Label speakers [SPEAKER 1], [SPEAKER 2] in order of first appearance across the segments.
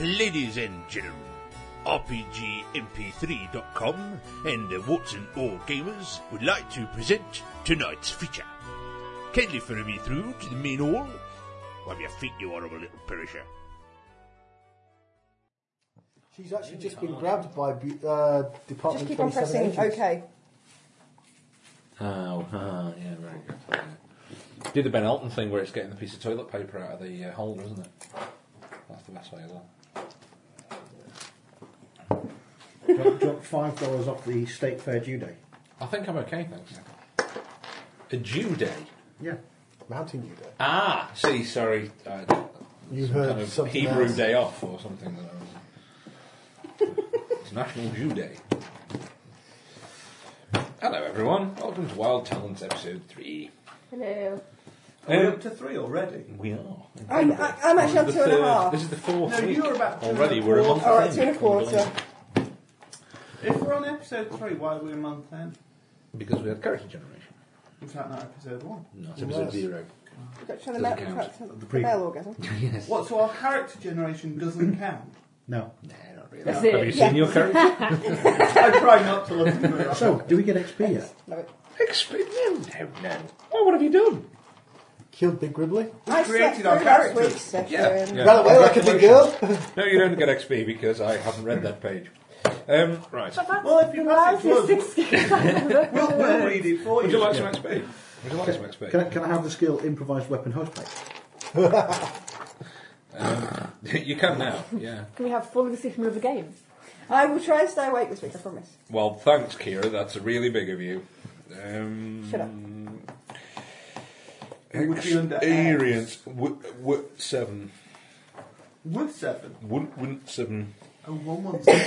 [SPEAKER 1] Ladies and gentlemen, RPGMP3.com and the Watson All Gamers would like to present tonight's feature. Kindly follow me through to the main hall. Wipe your feet, you horrible little perisher.
[SPEAKER 2] She's actually just been grabbed by bu- uh, Department
[SPEAKER 3] Just keep on
[SPEAKER 2] 27
[SPEAKER 3] pressing
[SPEAKER 2] agents.
[SPEAKER 3] OK.
[SPEAKER 4] Oh, ah, yeah, very good. yeah. Do the Ben Elton thing where it's getting the piece of toilet paper out of the uh, holder, isn't it? That's the best way of that.
[SPEAKER 5] Drop, drop five dollars off the state fair due day.
[SPEAKER 4] I think I'm okay, thanks. A due day.
[SPEAKER 5] Yeah.
[SPEAKER 2] Mountain you there.
[SPEAKER 4] Ah, see, sorry. Uh,
[SPEAKER 2] You
[SPEAKER 4] some
[SPEAKER 2] heard
[SPEAKER 4] kind of
[SPEAKER 2] something
[SPEAKER 4] Hebrew
[SPEAKER 2] else.
[SPEAKER 4] day off or something. That I was- it's National Jew Day. Hello, everyone. Welcome to Wild Talents, episode three.
[SPEAKER 3] Hello.
[SPEAKER 6] Are we
[SPEAKER 4] Um,
[SPEAKER 6] up to three already?
[SPEAKER 4] we are.
[SPEAKER 3] I'm, I- I'm actually on
[SPEAKER 4] This
[SPEAKER 3] two and
[SPEAKER 4] is the
[SPEAKER 3] a
[SPEAKER 4] third-
[SPEAKER 3] half.
[SPEAKER 4] This is the fourth
[SPEAKER 6] No,
[SPEAKER 4] week.
[SPEAKER 6] you were about two and a
[SPEAKER 4] Already, we're a
[SPEAKER 6] quarter.
[SPEAKER 4] month
[SPEAKER 3] All right,
[SPEAKER 4] in.
[SPEAKER 3] two and a quarter.
[SPEAKER 6] If we're on episode three, why are we a month in?
[SPEAKER 4] Because we had character generation.
[SPEAKER 6] In fact, not episode one.
[SPEAKER 4] No, it's episode
[SPEAKER 2] Yes.
[SPEAKER 4] zero.
[SPEAKER 3] We've got to try the
[SPEAKER 4] Doesn't
[SPEAKER 3] mount
[SPEAKER 4] count.
[SPEAKER 3] track to the
[SPEAKER 5] pre-
[SPEAKER 3] bell orgasm.
[SPEAKER 4] yes.
[SPEAKER 6] What, so our character generation doesn't count?
[SPEAKER 5] No.
[SPEAKER 4] Nah, not really.
[SPEAKER 3] That's
[SPEAKER 4] Have
[SPEAKER 3] it,
[SPEAKER 4] you
[SPEAKER 3] yeah.
[SPEAKER 4] seen your character?
[SPEAKER 6] I try not to look at it.
[SPEAKER 5] So, do we get XP yet?
[SPEAKER 3] Love it.
[SPEAKER 4] Explain. No, no, no. Well, what have you done?
[SPEAKER 2] Killed Big Gribbly.
[SPEAKER 3] I
[SPEAKER 6] created
[SPEAKER 3] slept
[SPEAKER 6] our
[SPEAKER 3] through last
[SPEAKER 6] characters.
[SPEAKER 3] week's session.
[SPEAKER 4] Yeah, yeah.
[SPEAKER 2] Ran away like a big girl.
[SPEAKER 4] No, you don't get XP because I haven't read that page. Um, right.
[SPEAKER 6] Well, if you pass it to us, we'll, we'll read it for
[SPEAKER 4] uh, Would you
[SPEAKER 6] you.
[SPEAKER 4] like some XP? Would you like some XP?
[SPEAKER 5] Can I, can I have the skill improvised weapon hostplate?
[SPEAKER 4] you can now. Yeah.
[SPEAKER 7] Can we have full decision of the game?
[SPEAKER 3] I will try and stay awake this week, I promise.
[SPEAKER 4] Well, thanks, Kira. That's really big of you. Um,
[SPEAKER 3] Shut up.
[SPEAKER 6] It would be under X.
[SPEAKER 4] experience. W- w- seven.
[SPEAKER 6] Wood seven.
[SPEAKER 4] Wouldn't wouldn't seven.
[SPEAKER 6] Oh, one one seven.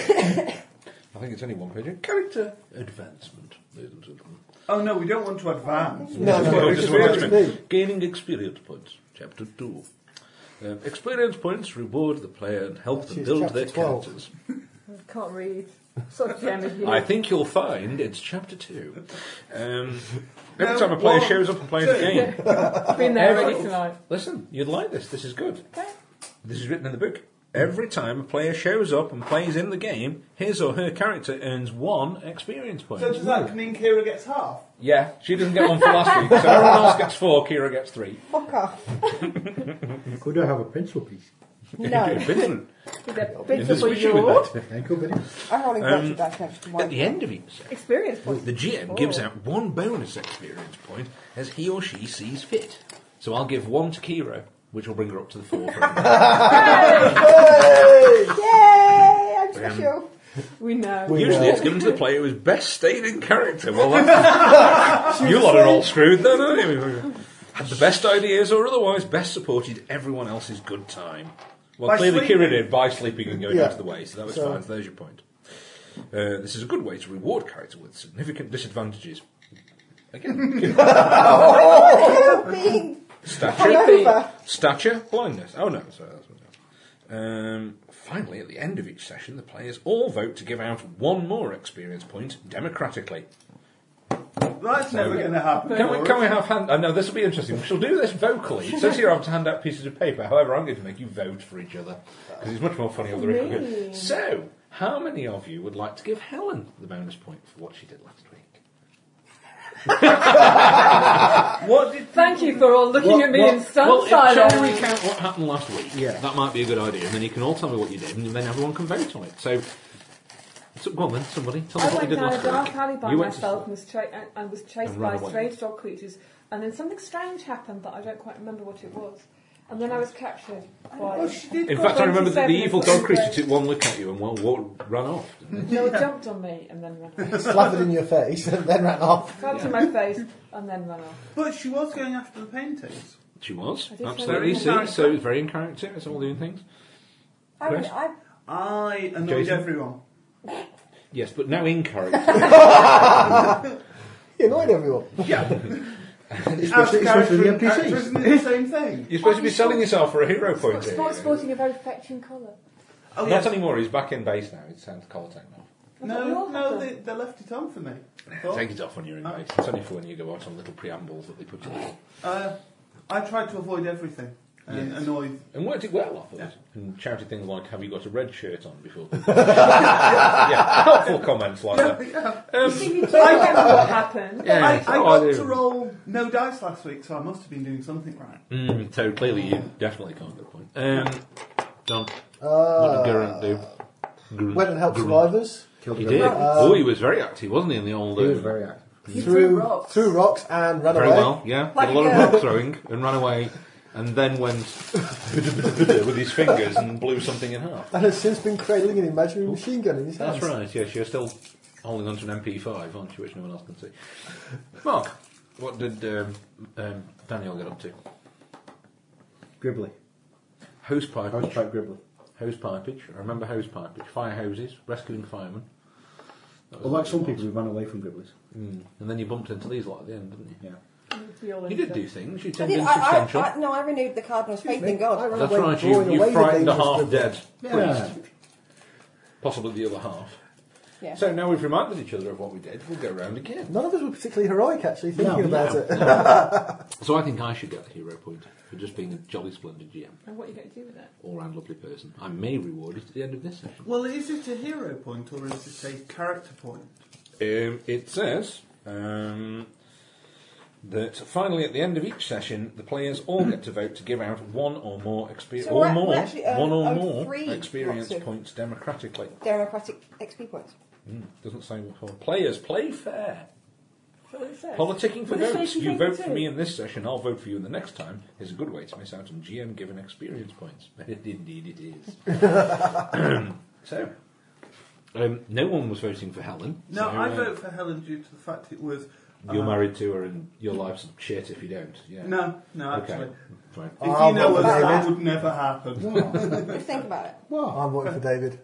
[SPEAKER 4] I think it's only one page. Character advancement, ladies and gentlemen.
[SPEAKER 6] Oh no, we don't want to advance.
[SPEAKER 2] No, no,
[SPEAKER 4] Well,
[SPEAKER 2] it's just what
[SPEAKER 4] experience-
[SPEAKER 2] it's been.
[SPEAKER 4] Gaining experience points, chapter 2. Um, experience points reward the player and help them
[SPEAKER 2] She's
[SPEAKER 4] build
[SPEAKER 2] chapter
[SPEAKER 4] their
[SPEAKER 2] 12.
[SPEAKER 4] characters.
[SPEAKER 7] Can't read. Sort of gem of you.
[SPEAKER 4] I think you'll find it's chapter 2. Um, every
[SPEAKER 6] No,
[SPEAKER 4] time a player
[SPEAKER 6] one,
[SPEAKER 4] shows up and plays a game.
[SPEAKER 7] I've been there already tonight.
[SPEAKER 4] Listen, you'd like this. This is good. This is written in the book. Every time a player shows up and plays in the game, his or her character earns one experience point.
[SPEAKER 6] So does that mean Kira gets half?
[SPEAKER 4] yeah, she doesn't get one for last week. So everyone else gets four, Kira gets three.
[SPEAKER 3] Fuck off.
[SPEAKER 5] Could I have a pencil, please?
[SPEAKER 3] No.
[SPEAKER 4] Vincent,
[SPEAKER 7] With that
[SPEAKER 4] in
[SPEAKER 7] big
[SPEAKER 4] this
[SPEAKER 7] double
[SPEAKER 4] issue with
[SPEAKER 7] yaw.
[SPEAKER 4] that.
[SPEAKER 5] Thank you very much.
[SPEAKER 3] I'm rolling
[SPEAKER 4] Um,
[SPEAKER 3] virtue dice next to
[SPEAKER 4] At
[SPEAKER 3] mine.
[SPEAKER 4] the end of each set,
[SPEAKER 7] Experience Oh, points.
[SPEAKER 4] the GM gives out one bonus experience point as he or she sees fit. So I'll give one to Kiro, which will bring her up to the four. for everybody.
[SPEAKER 3] Yay!
[SPEAKER 4] Um,
[SPEAKER 3] I'm special.
[SPEAKER 7] We know.
[SPEAKER 4] Usually it's given to the player who's best stayed in character. Well, that's, you lot are all screwed then, aren't you? Had the best ideas or otherwise best supported everyone else's good time. Well,
[SPEAKER 6] By
[SPEAKER 4] clearly
[SPEAKER 6] sleeping.
[SPEAKER 4] Kiro did by sleeping and going
[SPEAKER 2] Yeah.
[SPEAKER 4] out of the way, so that was
[SPEAKER 2] So-
[SPEAKER 4] fine. So there's your point. Uh, this is a good way to reward character with significant disadvantages. Again,
[SPEAKER 3] You're being
[SPEAKER 4] Stature,
[SPEAKER 3] hungover.
[SPEAKER 4] stature, blindness. Oh no, sorry, that's what it is. um, Finally, at the end of each session, the players all vote to give out one more experience point democratically.
[SPEAKER 6] That's never going to happen.
[SPEAKER 4] Can
[SPEAKER 6] Laura.
[SPEAKER 4] we, can we have hand? I know this will be interesting. We shall do this vocally. It says here I have to hand out pieces of paper. However, I'm going to make you vote for each other because it's much more funny on the record. So, how many of you would like to give Helen the bonus point for what she did last week?
[SPEAKER 6] What did
[SPEAKER 7] Thank you for all looking
[SPEAKER 5] What-
[SPEAKER 7] at me
[SPEAKER 5] what-
[SPEAKER 7] in stunned
[SPEAKER 4] well, if-
[SPEAKER 7] silence.
[SPEAKER 4] shall we recount what happened last week?
[SPEAKER 5] Yeah.
[SPEAKER 4] that might be a good idea, and then you can all tell me what you did, and then everyone can vote on it. So, so go on then, somebody tell me what
[SPEAKER 7] I
[SPEAKER 4] you
[SPEAKER 7] went
[SPEAKER 4] did
[SPEAKER 7] down a
[SPEAKER 4] last
[SPEAKER 7] dark
[SPEAKER 4] week.
[SPEAKER 7] alley by
[SPEAKER 4] you went to-
[SPEAKER 7] myself and was, tra- and, and was chased
[SPEAKER 4] And ran
[SPEAKER 7] by
[SPEAKER 4] away.
[SPEAKER 7] strange dog creatures. And then something strange happened, but I don't quite remember what it was. And then I was captured
[SPEAKER 6] Oh,
[SPEAKER 7] by.
[SPEAKER 6] she did.
[SPEAKER 4] in
[SPEAKER 7] Go
[SPEAKER 4] fact, I remember that the
[SPEAKER 7] 27
[SPEAKER 4] evil
[SPEAKER 7] is
[SPEAKER 4] dog
[SPEAKER 7] what
[SPEAKER 4] creature
[SPEAKER 7] it
[SPEAKER 4] took one look at you and well, walked, ran off. didn't it?
[SPEAKER 7] No, it jumped on me and then ran off.
[SPEAKER 2] Slathered in your face and then ran off.
[SPEAKER 7] Grabbed in my face and then ran off.
[SPEAKER 6] But she was going after the paintings.
[SPEAKER 4] She was
[SPEAKER 7] I did
[SPEAKER 4] absolutely
[SPEAKER 7] say that.
[SPEAKER 4] see, so very in character. It's all doing things.
[SPEAKER 3] I, would, I,
[SPEAKER 6] I annoyed
[SPEAKER 4] Jason?
[SPEAKER 6] everyone.
[SPEAKER 4] Yes, but now in character.
[SPEAKER 2] He annoyed everyone.
[SPEAKER 6] Yeah.
[SPEAKER 5] It's
[SPEAKER 6] Out of
[SPEAKER 5] supposed it's supposed
[SPEAKER 6] character
[SPEAKER 5] to be the
[SPEAKER 6] and character,
[SPEAKER 5] NPCs.
[SPEAKER 6] isn't it the same thing?
[SPEAKER 4] You're supposed to be selling yourself for a hero point.
[SPEAKER 7] Sport-
[SPEAKER 4] here.
[SPEAKER 7] Sport, sporting a very fetching colour.
[SPEAKER 6] Oh,
[SPEAKER 4] Not
[SPEAKER 6] yes.
[SPEAKER 4] anymore. He's back in base now. He's time to call take off.
[SPEAKER 7] We all
[SPEAKER 6] No,
[SPEAKER 7] have
[SPEAKER 6] no,
[SPEAKER 7] them.
[SPEAKER 6] they, they left it on for me.
[SPEAKER 4] Take it off when you're in base. It's only for when you go out on little preambles that they put you on.
[SPEAKER 6] Uh, I tried to avoid everything. and annoyed.
[SPEAKER 4] And worked it well, I thought. And shouted things like, Have you got a red shirt on before? yeah, helpful comments like that.
[SPEAKER 7] See, you do remember what happened.
[SPEAKER 4] Um, Yeah,
[SPEAKER 6] I, I
[SPEAKER 4] so Oh, I
[SPEAKER 6] got
[SPEAKER 4] do.
[SPEAKER 6] to roll no dice last week, so I must have been doing something right.
[SPEAKER 4] Mm, so clearly, you definitely can't get a point. Um, Don, what did Gurren do? Gurren-
[SPEAKER 2] Went and helped
[SPEAKER 4] Gurren.
[SPEAKER 2] survivors
[SPEAKER 5] Killed
[SPEAKER 4] He
[SPEAKER 5] the
[SPEAKER 4] did.
[SPEAKER 5] rebel.
[SPEAKER 4] oh, he was very active, wasn't he? In the old.
[SPEAKER 5] He
[SPEAKER 4] uh,
[SPEAKER 5] was very active.
[SPEAKER 3] He
[SPEAKER 2] through
[SPEAKER 3] threw rocks.
[SPEAKER 2] through rocks and ran
[SPEAKER 4] very
[SPEAKER 2] away.
[SPEAKER 4] well. Yeah,
[SPEAKER 3] Like
[SPEAKER 4] did a lot of
[SPEAKER 3] a-
[SPEAKER 6] uh,
[SPEAKER 4] rock throwing and ran away, and then went with his fingers and blew something in half.
[SPEAKER 2] And has since been cradling an imaginary machine gun in his hands.
[SPEAKER 4] That's right. Yes, you're still holding on to an MP5, aren't you? Which no one else can see. Mark, what did um, um, Daniel get up to?
[SPEAKER 5] Gribbly.
[SPEAKER 4] Hose
[SPEAKER 5] I was
[SPEAKER 4] pipage.
[SPEAKER 5] quite gribbly.
[SPEAKER 4] Hose pipage. I remember hose pipage. Fire hoses. Rescuing firemen. That was
[SPEAKER 5] Well, like
[SPEAKER 4] what it
[SPEAKER 5] some
[SPEAKER 4] was.
[SPEAKER 5] people who ran away from gribblies.
[SPEAKER 4] Mm. And then you bumped into these lot at the end, didn't you?
[SPEAKER 5] Yeah.
[SPEAKER 7] We all
[SPEAKER 4] You
[SPEAKER 7] ended
[SPEAKER 4] did
[SPEAKER 7] up-
[SPEAKER 4] do things. You
[SPEAKER 3] I
[SPEAKER 4] turned
[SPEAKER 3] did. I,
[SPEAKER 4] insubstantial.
[SPEAKER 3] I, I, no, I renewed the cardinal's faith in
[SPEAKER 2] I
[SPEAKER 3] God.
[SPEAKER 2] ran
[SPEAKER 4] That's
[SPEAKER 2] away
[SPEAKER 4] right.
[SPEAKER 2] drawing
[SPEAKER 4] You,
[SPEAKER 2] away
[SPEAKER 4] you
[SPEAKER 2] the
[SPEAKER 4] frightened the
[SPEAKER 2] dangerous
[SPEAKER 4] half
[SPEAKER 2] gribble.
[SPEAKER 4] dead
[SPEAKER 5] Yeah.
[SPEAKER 4] priest, possibly the other half.
[SPEAKER 3] Yeah.
[SPEAKER 4] So now we've reminded each other of what we did. We'll go round again.
[SPEAKER 2] None of us were particularly heroic, actually, thinking
[SPEAKER 5] No,
[SPEAKER 2] about
[SPEAKER 4] no.
[SPEAKER 2] it.
[SPEAKER 4] So I think I should get the hero point for just being a jolly splendid GM,
[SPEAKER 7] And what are you going to do with it?
[SPEAKER 4] all-round lovely person. I may reward it at the end of this session.
[SPEAKER 6] Well, is it a hero point or is it a character point?
[SPEAKER 4] Um, it says um, that finally, at the end of each session, the players all get to vote to give out one or more experience,
[SPEAKER 3] So
[SPEAKER 4] or
[SPEAKER 3] we're- we're
[SPEAKER 4] more,
[SPEAKER 3] actually own-
[SPEAKER 4] one or
[SPEAKER 3] own
[SPEAKER 4] more
[SPEAKER 3] three
[SPEAKER 4] experience
[SPEAKER 3] lots of-
[SPEAKER 4] points democratically. Hmm,
[SPEAKER 3] Democratic XP points.
[SPEAKER 4] Doesn't say before. Players play fair.
[SPEAKER 7] What it says.
[SPEAKER 4] Politicking for
[SPEAKER 7] What does
[SPEAKER 4] votes.
[SPEAKER 7] Jason
[SPEAKER 4] You
[SPEAKER 7] think
[SPEAKER 4] vote
[SPEAKER 7] too?
[SPEAKER 4] for me in this session, I'll vote for you in the next time is a good way to miss out on GM given experience points. Indeed, it is. so, um, no one was voting for Helen.
[SPEAKER 6] No,
[SPEAKER 4] so,
[SPEAKER 6] I
[SPEAKER 4] uh,
[SPEAKER 6] vote for Helen due to the fact it was. uh,
[SPEAKER 4] You're married to her and your life's shit if you don't. Yeah.
[SPEAKER 6] No, no,
[SPEAKER 4] Okay.
[SPEAKER 6] actually.
[SPEAKER 4] Fine.
[SPEAKER 6] If
[SPEAKER 2] Ah,
[SPEAKER 6] you know
[SPEAKER 2] but
[SPEAKER 6] us, that
[SPEAKER 2] David-
[SPEAKER 6] would never happen.
[SPEAKER 3] Just think about it.
[SPEAKER 2] I'm voting for David.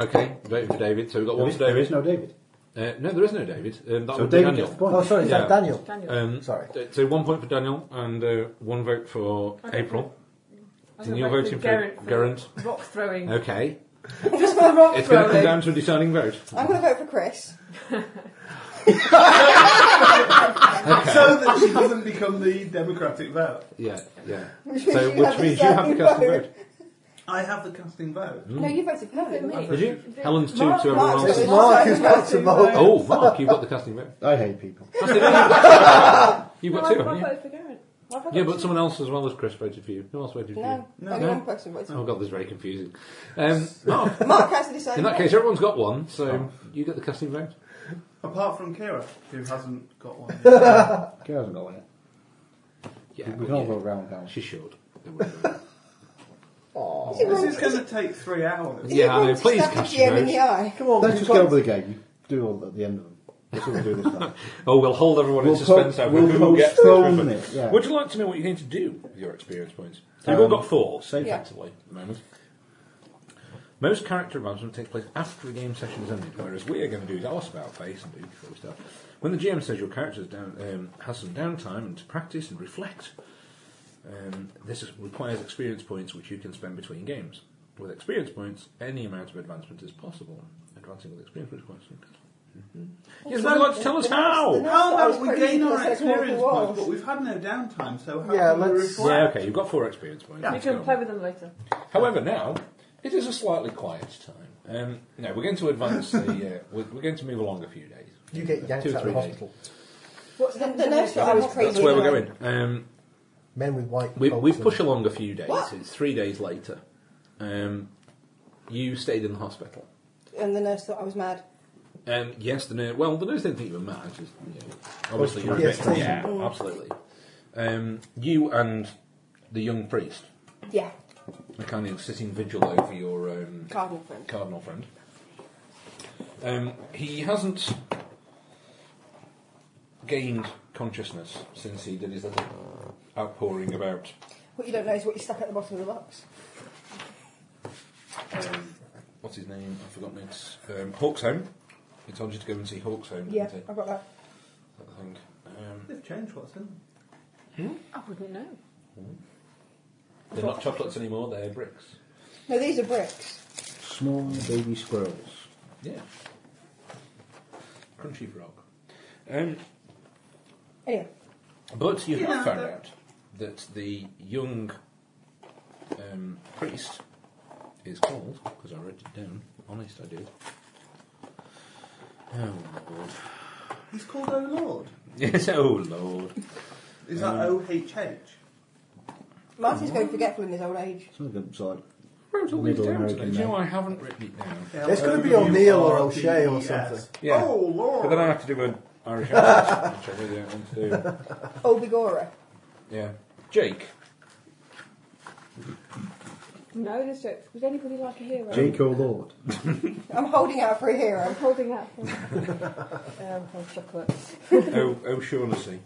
[SPEAKER 4] Okay, voting for David. So we've got
[SPEAKER 5] There
[SPEAKER 4] one
[SPEAKER 5] is,
[SPEAKER 4] for
[SPEAKER 5] there is
[SPEAKER 4] David.
[SPEAKER 5] no David.
[SPEAKER 4] Uh, no, there is no David. Um, that
[SPEAKER 5] So
[SPEAKER 4] would be
[SPEAKER 5] David
[SPEAKER 4] Daniel.
[SPEAKER 5] gets the point. Mm-hmm.
[SPEAKER 2] Oh, sorry, is that
[SPEAKER 4] Yeah.
[SPEAKER 2] Daniel?
[SPEAKER 7] Daniel.
[SPEAKER 4] Um,
[SPEAKER 2] Sorry.
[SPEAKER 4] th- So one point for Daniel and uh, one vote for
[SPEAKER 7] I don't
[SPEAKER 4] April.
[SPEAKER 7] I'm
[SPEAKER 4] And
[SPEAKER 7] gonna
[SPEAKER 4] you're
[SPEAKER 7] vote
[SPEAKER 4] voting for
[SPEAKER 7] Geraint
[SPEAKER 4] Geraint.
[SPEAKER 7] Rock throwing.
[SPEAKER 4] Okay.
[SPEAKER 7] Just for the rock
[SPEAKER 4] It's going to come
[SPEAKER 7] throwing.
[SPEAKER 4] down to a deciding vote.
[SPEAKER 3] I'm going to vote for Chris.
[SPEAKER 6] so that she doesn't become the democratic vote.
[SPEAKER 4] Yeah, yeah.
[SPEAKER 3] Which means
[SPEAKER 4] So,
[SPEAKER 3] you
[SPEAKER 4] which
[SPEAKER 3] have
[SPEAKER 4] means
[SPEAKER 3] the
[SPEAKER 4] you have the
[SPEAKER 3] deciding
[SPEAKER 4] casting
[SPEAKER 3] vote.
[SPEAKER 4] vote.
[SPEAKER 6] I have the casting vote.
[SPEAKER 4] Hmm.
[SPEAKER 3] No, you voted for
[SPEAKER 7] Look at
[SPEAKER 3] him.
[SPEAKER 7] me.
[SPEAKER 4] Did you?
[SPEAKER 7] The-
[SPEAKER 4] Helen's two
[SPEAKER 7] Mark-
[SPEAKER 4] to everyone
[SPEAKER 7] Mark's
[SPEAKER 4] else's.
[SPEAKER 3] It's
[SPEAKER 7] the
[SPEAKER 2] Mark
[SPEAKER 7] one
[SPEAKER 2] who's got to
[SPEAKER 7] voting
[SPEAKER 2] vote.
[SPEAKER 7] for-
[SPEAKER 4] Oh, Mark, you've got the casting vote.
[SPEAKER 5] I hate people.
[SPEAKER 4] You've
[SPEAKER 7] No,
[SPEAKER 4] got two,
[SPEAKER 7] I-
[SPEAKER 4] haven't
[SPEAKER 7] I
[SPEAKER 4] you?
[SPEAKER 7] voted for Geraint. Why have I
[SPEAKER 4] Yeah,
[SPEAKER 7] got
[SPEAKER 4] but
[SPEAKER 7] two?
[SPEAKER 4] someone else as well as Chris voted for you. Who else voted for you?
[SPEAKER 3] No,
[SPEAKER 4] No.
[SPEAKER 3] only one person voted.
[SPEAKER 4] Oh, God, this is very confusing. Um, Mark,
[SPEAKER 3] Mark has to decide.
[SPEAKER 4] in that case, everyone's got one, so you get the casting vote.
[SPEAKER 6] Apart from Kira, who hasn't got one.
[SPEAKER 5] Kira hasn't got one yet.
[SPEAKER 4] Yeah,
[SPEAKER 5] we
[SPEAKER 4] but
[SPEAKER 5] can all
[SPEAKER 4] yeah.
[SPEAKER 5] go round now.
[SPEAKER 4] She should. There we go.
[SPEAKER 3] Is it
[SPEAKER 6] this
[SPEAKER 3] wrong-
[SPEAKER 6] is going to take three hours.
[SPEAKER 3] is it
[SPEAKER 4] Yeah, I
[SPEAKER 3] wrong
[SPEAKER 4] know,
[SPEAKER 3] to
[SPEAKER 4] please
[SPEAKER 3] stab the
[SPEAKER 4] cast your
[SPEAKER 3] GM in
[SPEAKER 4] vote.
[SPEAKER 3] the eye.
[SPEAKER 2] Come on,
[SPEAKER 5] Let's
[SPEAKER 2] we've
[SPEAKER 5] just
[SPEAKER 2] got-
[SPEAKER 5] go over the game. You do all at the end of them. That's what we'll do this time.
[SPEAKER 4] Oh, we'll hold everyone in
[SPEAKER 5] We'll
[SPEAKER 4] suspense
[SPEAKER 5] po-
[SPEAKER 4] over
[SPEAKER 5] we'll
[SPEAKER 4] who gets this
[SPEAKER 5] postpone
[SPEAKER 4] ribbon.
[SPEAKER 5] it, yeah.
[SPEAKER 4] Would you like to know what you're going to do with your experience points? So you've all got four, so
[SPEAKER 3] Yeah.
[SPEAKER 4] effectively, at the moment. Most character advancement takes place after a game session has ended, whereas we are going to do our spout face and do it before we start. When the GM says your character is down, um, has some downtime and to practice and reflect, um, this is, requires experience points which you can spend between games. With experience points, any amount of advancement is possible. Advancing with experience points.
[SPEAKER 7] Mm-hmm.
[SPEAKER 4] Yes, would you like to tell us how?
[SPEAKER 6] How
[SPEAKER 3] I was
[SPEAKER 6] about we
[SPEAKER 3] pretty
[SPEAKER 6] gain
[SPEAKER 3] impressed
[SPEAKER 6] our
[SPEAKER 3] that's all there
[SPEAKER 6] experience
[SPEAKER 3] was.
[SPEAKER 6] points? But we've had no downtime, so how
[SPEAKER 2] Yeah,
[SPEAKER 6] can we
[SPEAKER 2] let's-
[SPEAKER 6] reflect?
[SPEAKER 4] Yeah, okay, you've got four experience points.
[SPEAKER 7] You
[SPEAKER 4] Let's
[SPEAKER 7] can
[SPEAKER 4] go.
[SPEAKER 7] play with them later.
[SPEAKER 4] However, now it is a slightly quiet time. Um, no, we're going to advance the. Uh, we're, we're going to move along a few days.
[SPEAKER 2] You get yanked
[SPEAKER 4] Two or
[SPEAKER 2] out of the
[SPEAKER 4] three days.
[SPEAKER 2] hospital.
[SPEAKER 7] What's
[SPEAKER 3] The,
[SPEAKER 7] happened
[SPEAKER 3] the
[SPEAKER 7] to
[SPEAKER 3] nurse
[SPEAKER 7] me?
[SPEAKER 3] thought I was
[SPEAKER 4] That's,
[SPEAKER 3] crazy.
[SPEAKER 4] that's where we're
[SPEAKER 3] anyway.
[SPEAKER 4] going. Um,
[SPEAKER 2] Men with white
[SPEAKER 4] we,
[SPEAKER 2] coats
[SPEAKER 4] we
[SPEAKER 2] and-
[SPEAKER 4] push along a few days.
[SPEAKER 3] What?
[SPEAKER 4] It's three days later. Um, you stayed in the hospital.
[SPEAKER 3] And the nurse thought I was mad.
[SPEAKER 4] Um, yes, the nurse. Well, the nurse didn't think you were mad. Just, you know, obviously, you're a
[SPEAKER 2] Yes,
[SPEAKER 4] bit.
[SPEAKER 2] thank you.
[SPEAKER 4] Yeah, absolutely. Um, you and the young priest
[SPEAKER 3] Yeah,
[SPEAKER 4] are kind of sitting vigil over your um,
[SPEAKER 3] cardinal friend.
[SPEAKER 4] cardinal friend. Um, he hasn't gained consciousness since he did his little outpouring about.
[SPEAKER 3] What you don't know is what you stuck at the bottom of the box.
[SPEAKER 4] Um, what's his name? I've forgotten it. Um, Hawksholme. He told you to go and see Hawksholme, didn't
[SPEAKER 3] Yeah,
[SPEAKER 4] he?
[SPEAKER 3] I got that.
[SPEAKER 4] I think. Um,
[SPEAKER 6] They've changed what's in them.
[SPEAKER 7] I wouldn't know.
[SPEAKER 4] they're not chocolates anymore, they're bricks.
[SPEAKER 3] No, these are bricks.
[SPEAKER 5] Small baby squirrels.
[SPEAKER 4] Yeah. Crunchy frog. Um,
[SPEAKER 3] Anyway,
[SPEAKER 4] But you
[SPEAKER 6] Yeah,
[SPEAKER 4] have found
[SPEAKER 6] but-
[SPEAKER 4] out that the young um, priest is called, because I wrote it down. Honest, I did. Oh, Lord.
[SPEAKER 6] He's called O Lord.
[SPEAKER 4] Yes, oh, Lord.
[SPEAKER 6] Is that
[SPEAKER 4] Uh,
[SPEAKER 6] O H H?
[SPEAKER 3] Marty's going forgetful in his old age.
[SPEAKER 5] Some of them sort of
[SPEAKER 4] wrote all these
[SPEAKER 5] Middle
[SPEAKER 4] down
[SPEAKER 5] American
[SPEAKER 4] today. Do you know,
[SPEAKER 5] man.
[SPEAKER 4] I haven't written it down.
[SPEAKER 2] It's gonna be O'Neill or O'Shea or
[SPEAKER 6] O-W-R-T-E-S.
[SPEAKER 2] something.
[SPEAKER 4] Yeah.
[SPEAKER 6] Oh Lord.
[SPEAKER 4] But then I have to do an Irish accent, which I really don't want to do.
[SPEAKER 3] Obigora.
[SPEAKER 4] Yeah. Jake.
[SPEAKER 7] No, it is jokes. Would anybody like a hero?
[SPEAKER 5] Jake O'Lord.
[SPEAKER 3] I'm holding out for a hero.
[SPEAKER 7] I'm holding out for um, for chocolate.
[SPEAKER 4] O- O'Shaughnessy.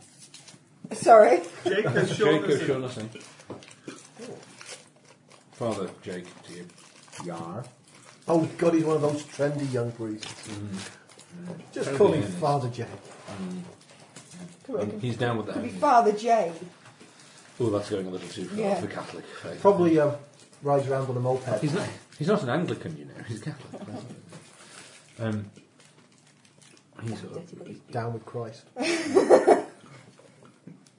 [SPEAKER 3] Sorry.
[SPEAKER 6] Jake
[SPEAKER 4] Jake
[SPEAKER 6] O'Shaughnessy.
[SPEAKER 4] O'Shaughnessy. Father Jake to you.
[SPEAKER 5] Yar.
[SPEAKER 2] Oh god, he's one of those trendy young priests. Just
[SPEAKER 4] Totally
[SPEAKER 5] Mm-hmm.
[SPEAKER 2] call him
[SPEAKER 4] honest.
[SPEAKER 2] Father Jay.
[SPEAKER 3] Come on,
[SPEAKER 4] And he's down with that.
[SPEAKER 3] Could be
[SPEAKER 4] isn't he?
[SPEAKER 3] Father J.
[SPEAKER 4] Oh, that's going a little too far
[SPEAKER 3] Yeah.
[SPEAKER 4] for Catholic faith.
[SPEAKER 2] Probably um, rides around on a moped.
[SPEAKER 4] He's not, he's not an Anglican, you know. He's Catholic. that's it. um, he's a,
[SPEAKER 2] Down with Christ.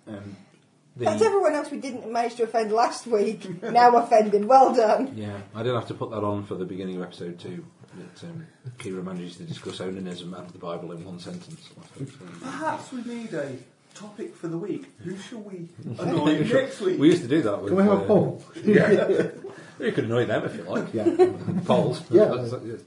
[SPEAKER 4] um,
[SPEAKER 3] That's
[SPEAKER 4] the,
[SPEAKER 3] everyone else we didn't manage to offend last week. now offended. Well done.
[SPEAKER 4] Yeah, I did have to put that on for the beginning of episode two. That um, Kira manages to discuss onanism and the Bible in one sentence. last week, so-
[SPEAKER 6] Perhaps we need a topic for the week. Who shall we annoy next week?
[SPEAKER 4] We used to do that. With,
[SPEAKER 5] Can we have
[SPEAKER 4] uh,
[SPEAKER 5] a poll?
[SPEAKER 4] Yeah, you could annoy them if you like.
[SPEAKER 5] Yeah.
[SPEAKER 4] Polls.
[SPEAKER 5] Yeah.
[SPEAKER 4] That's- that's- yes.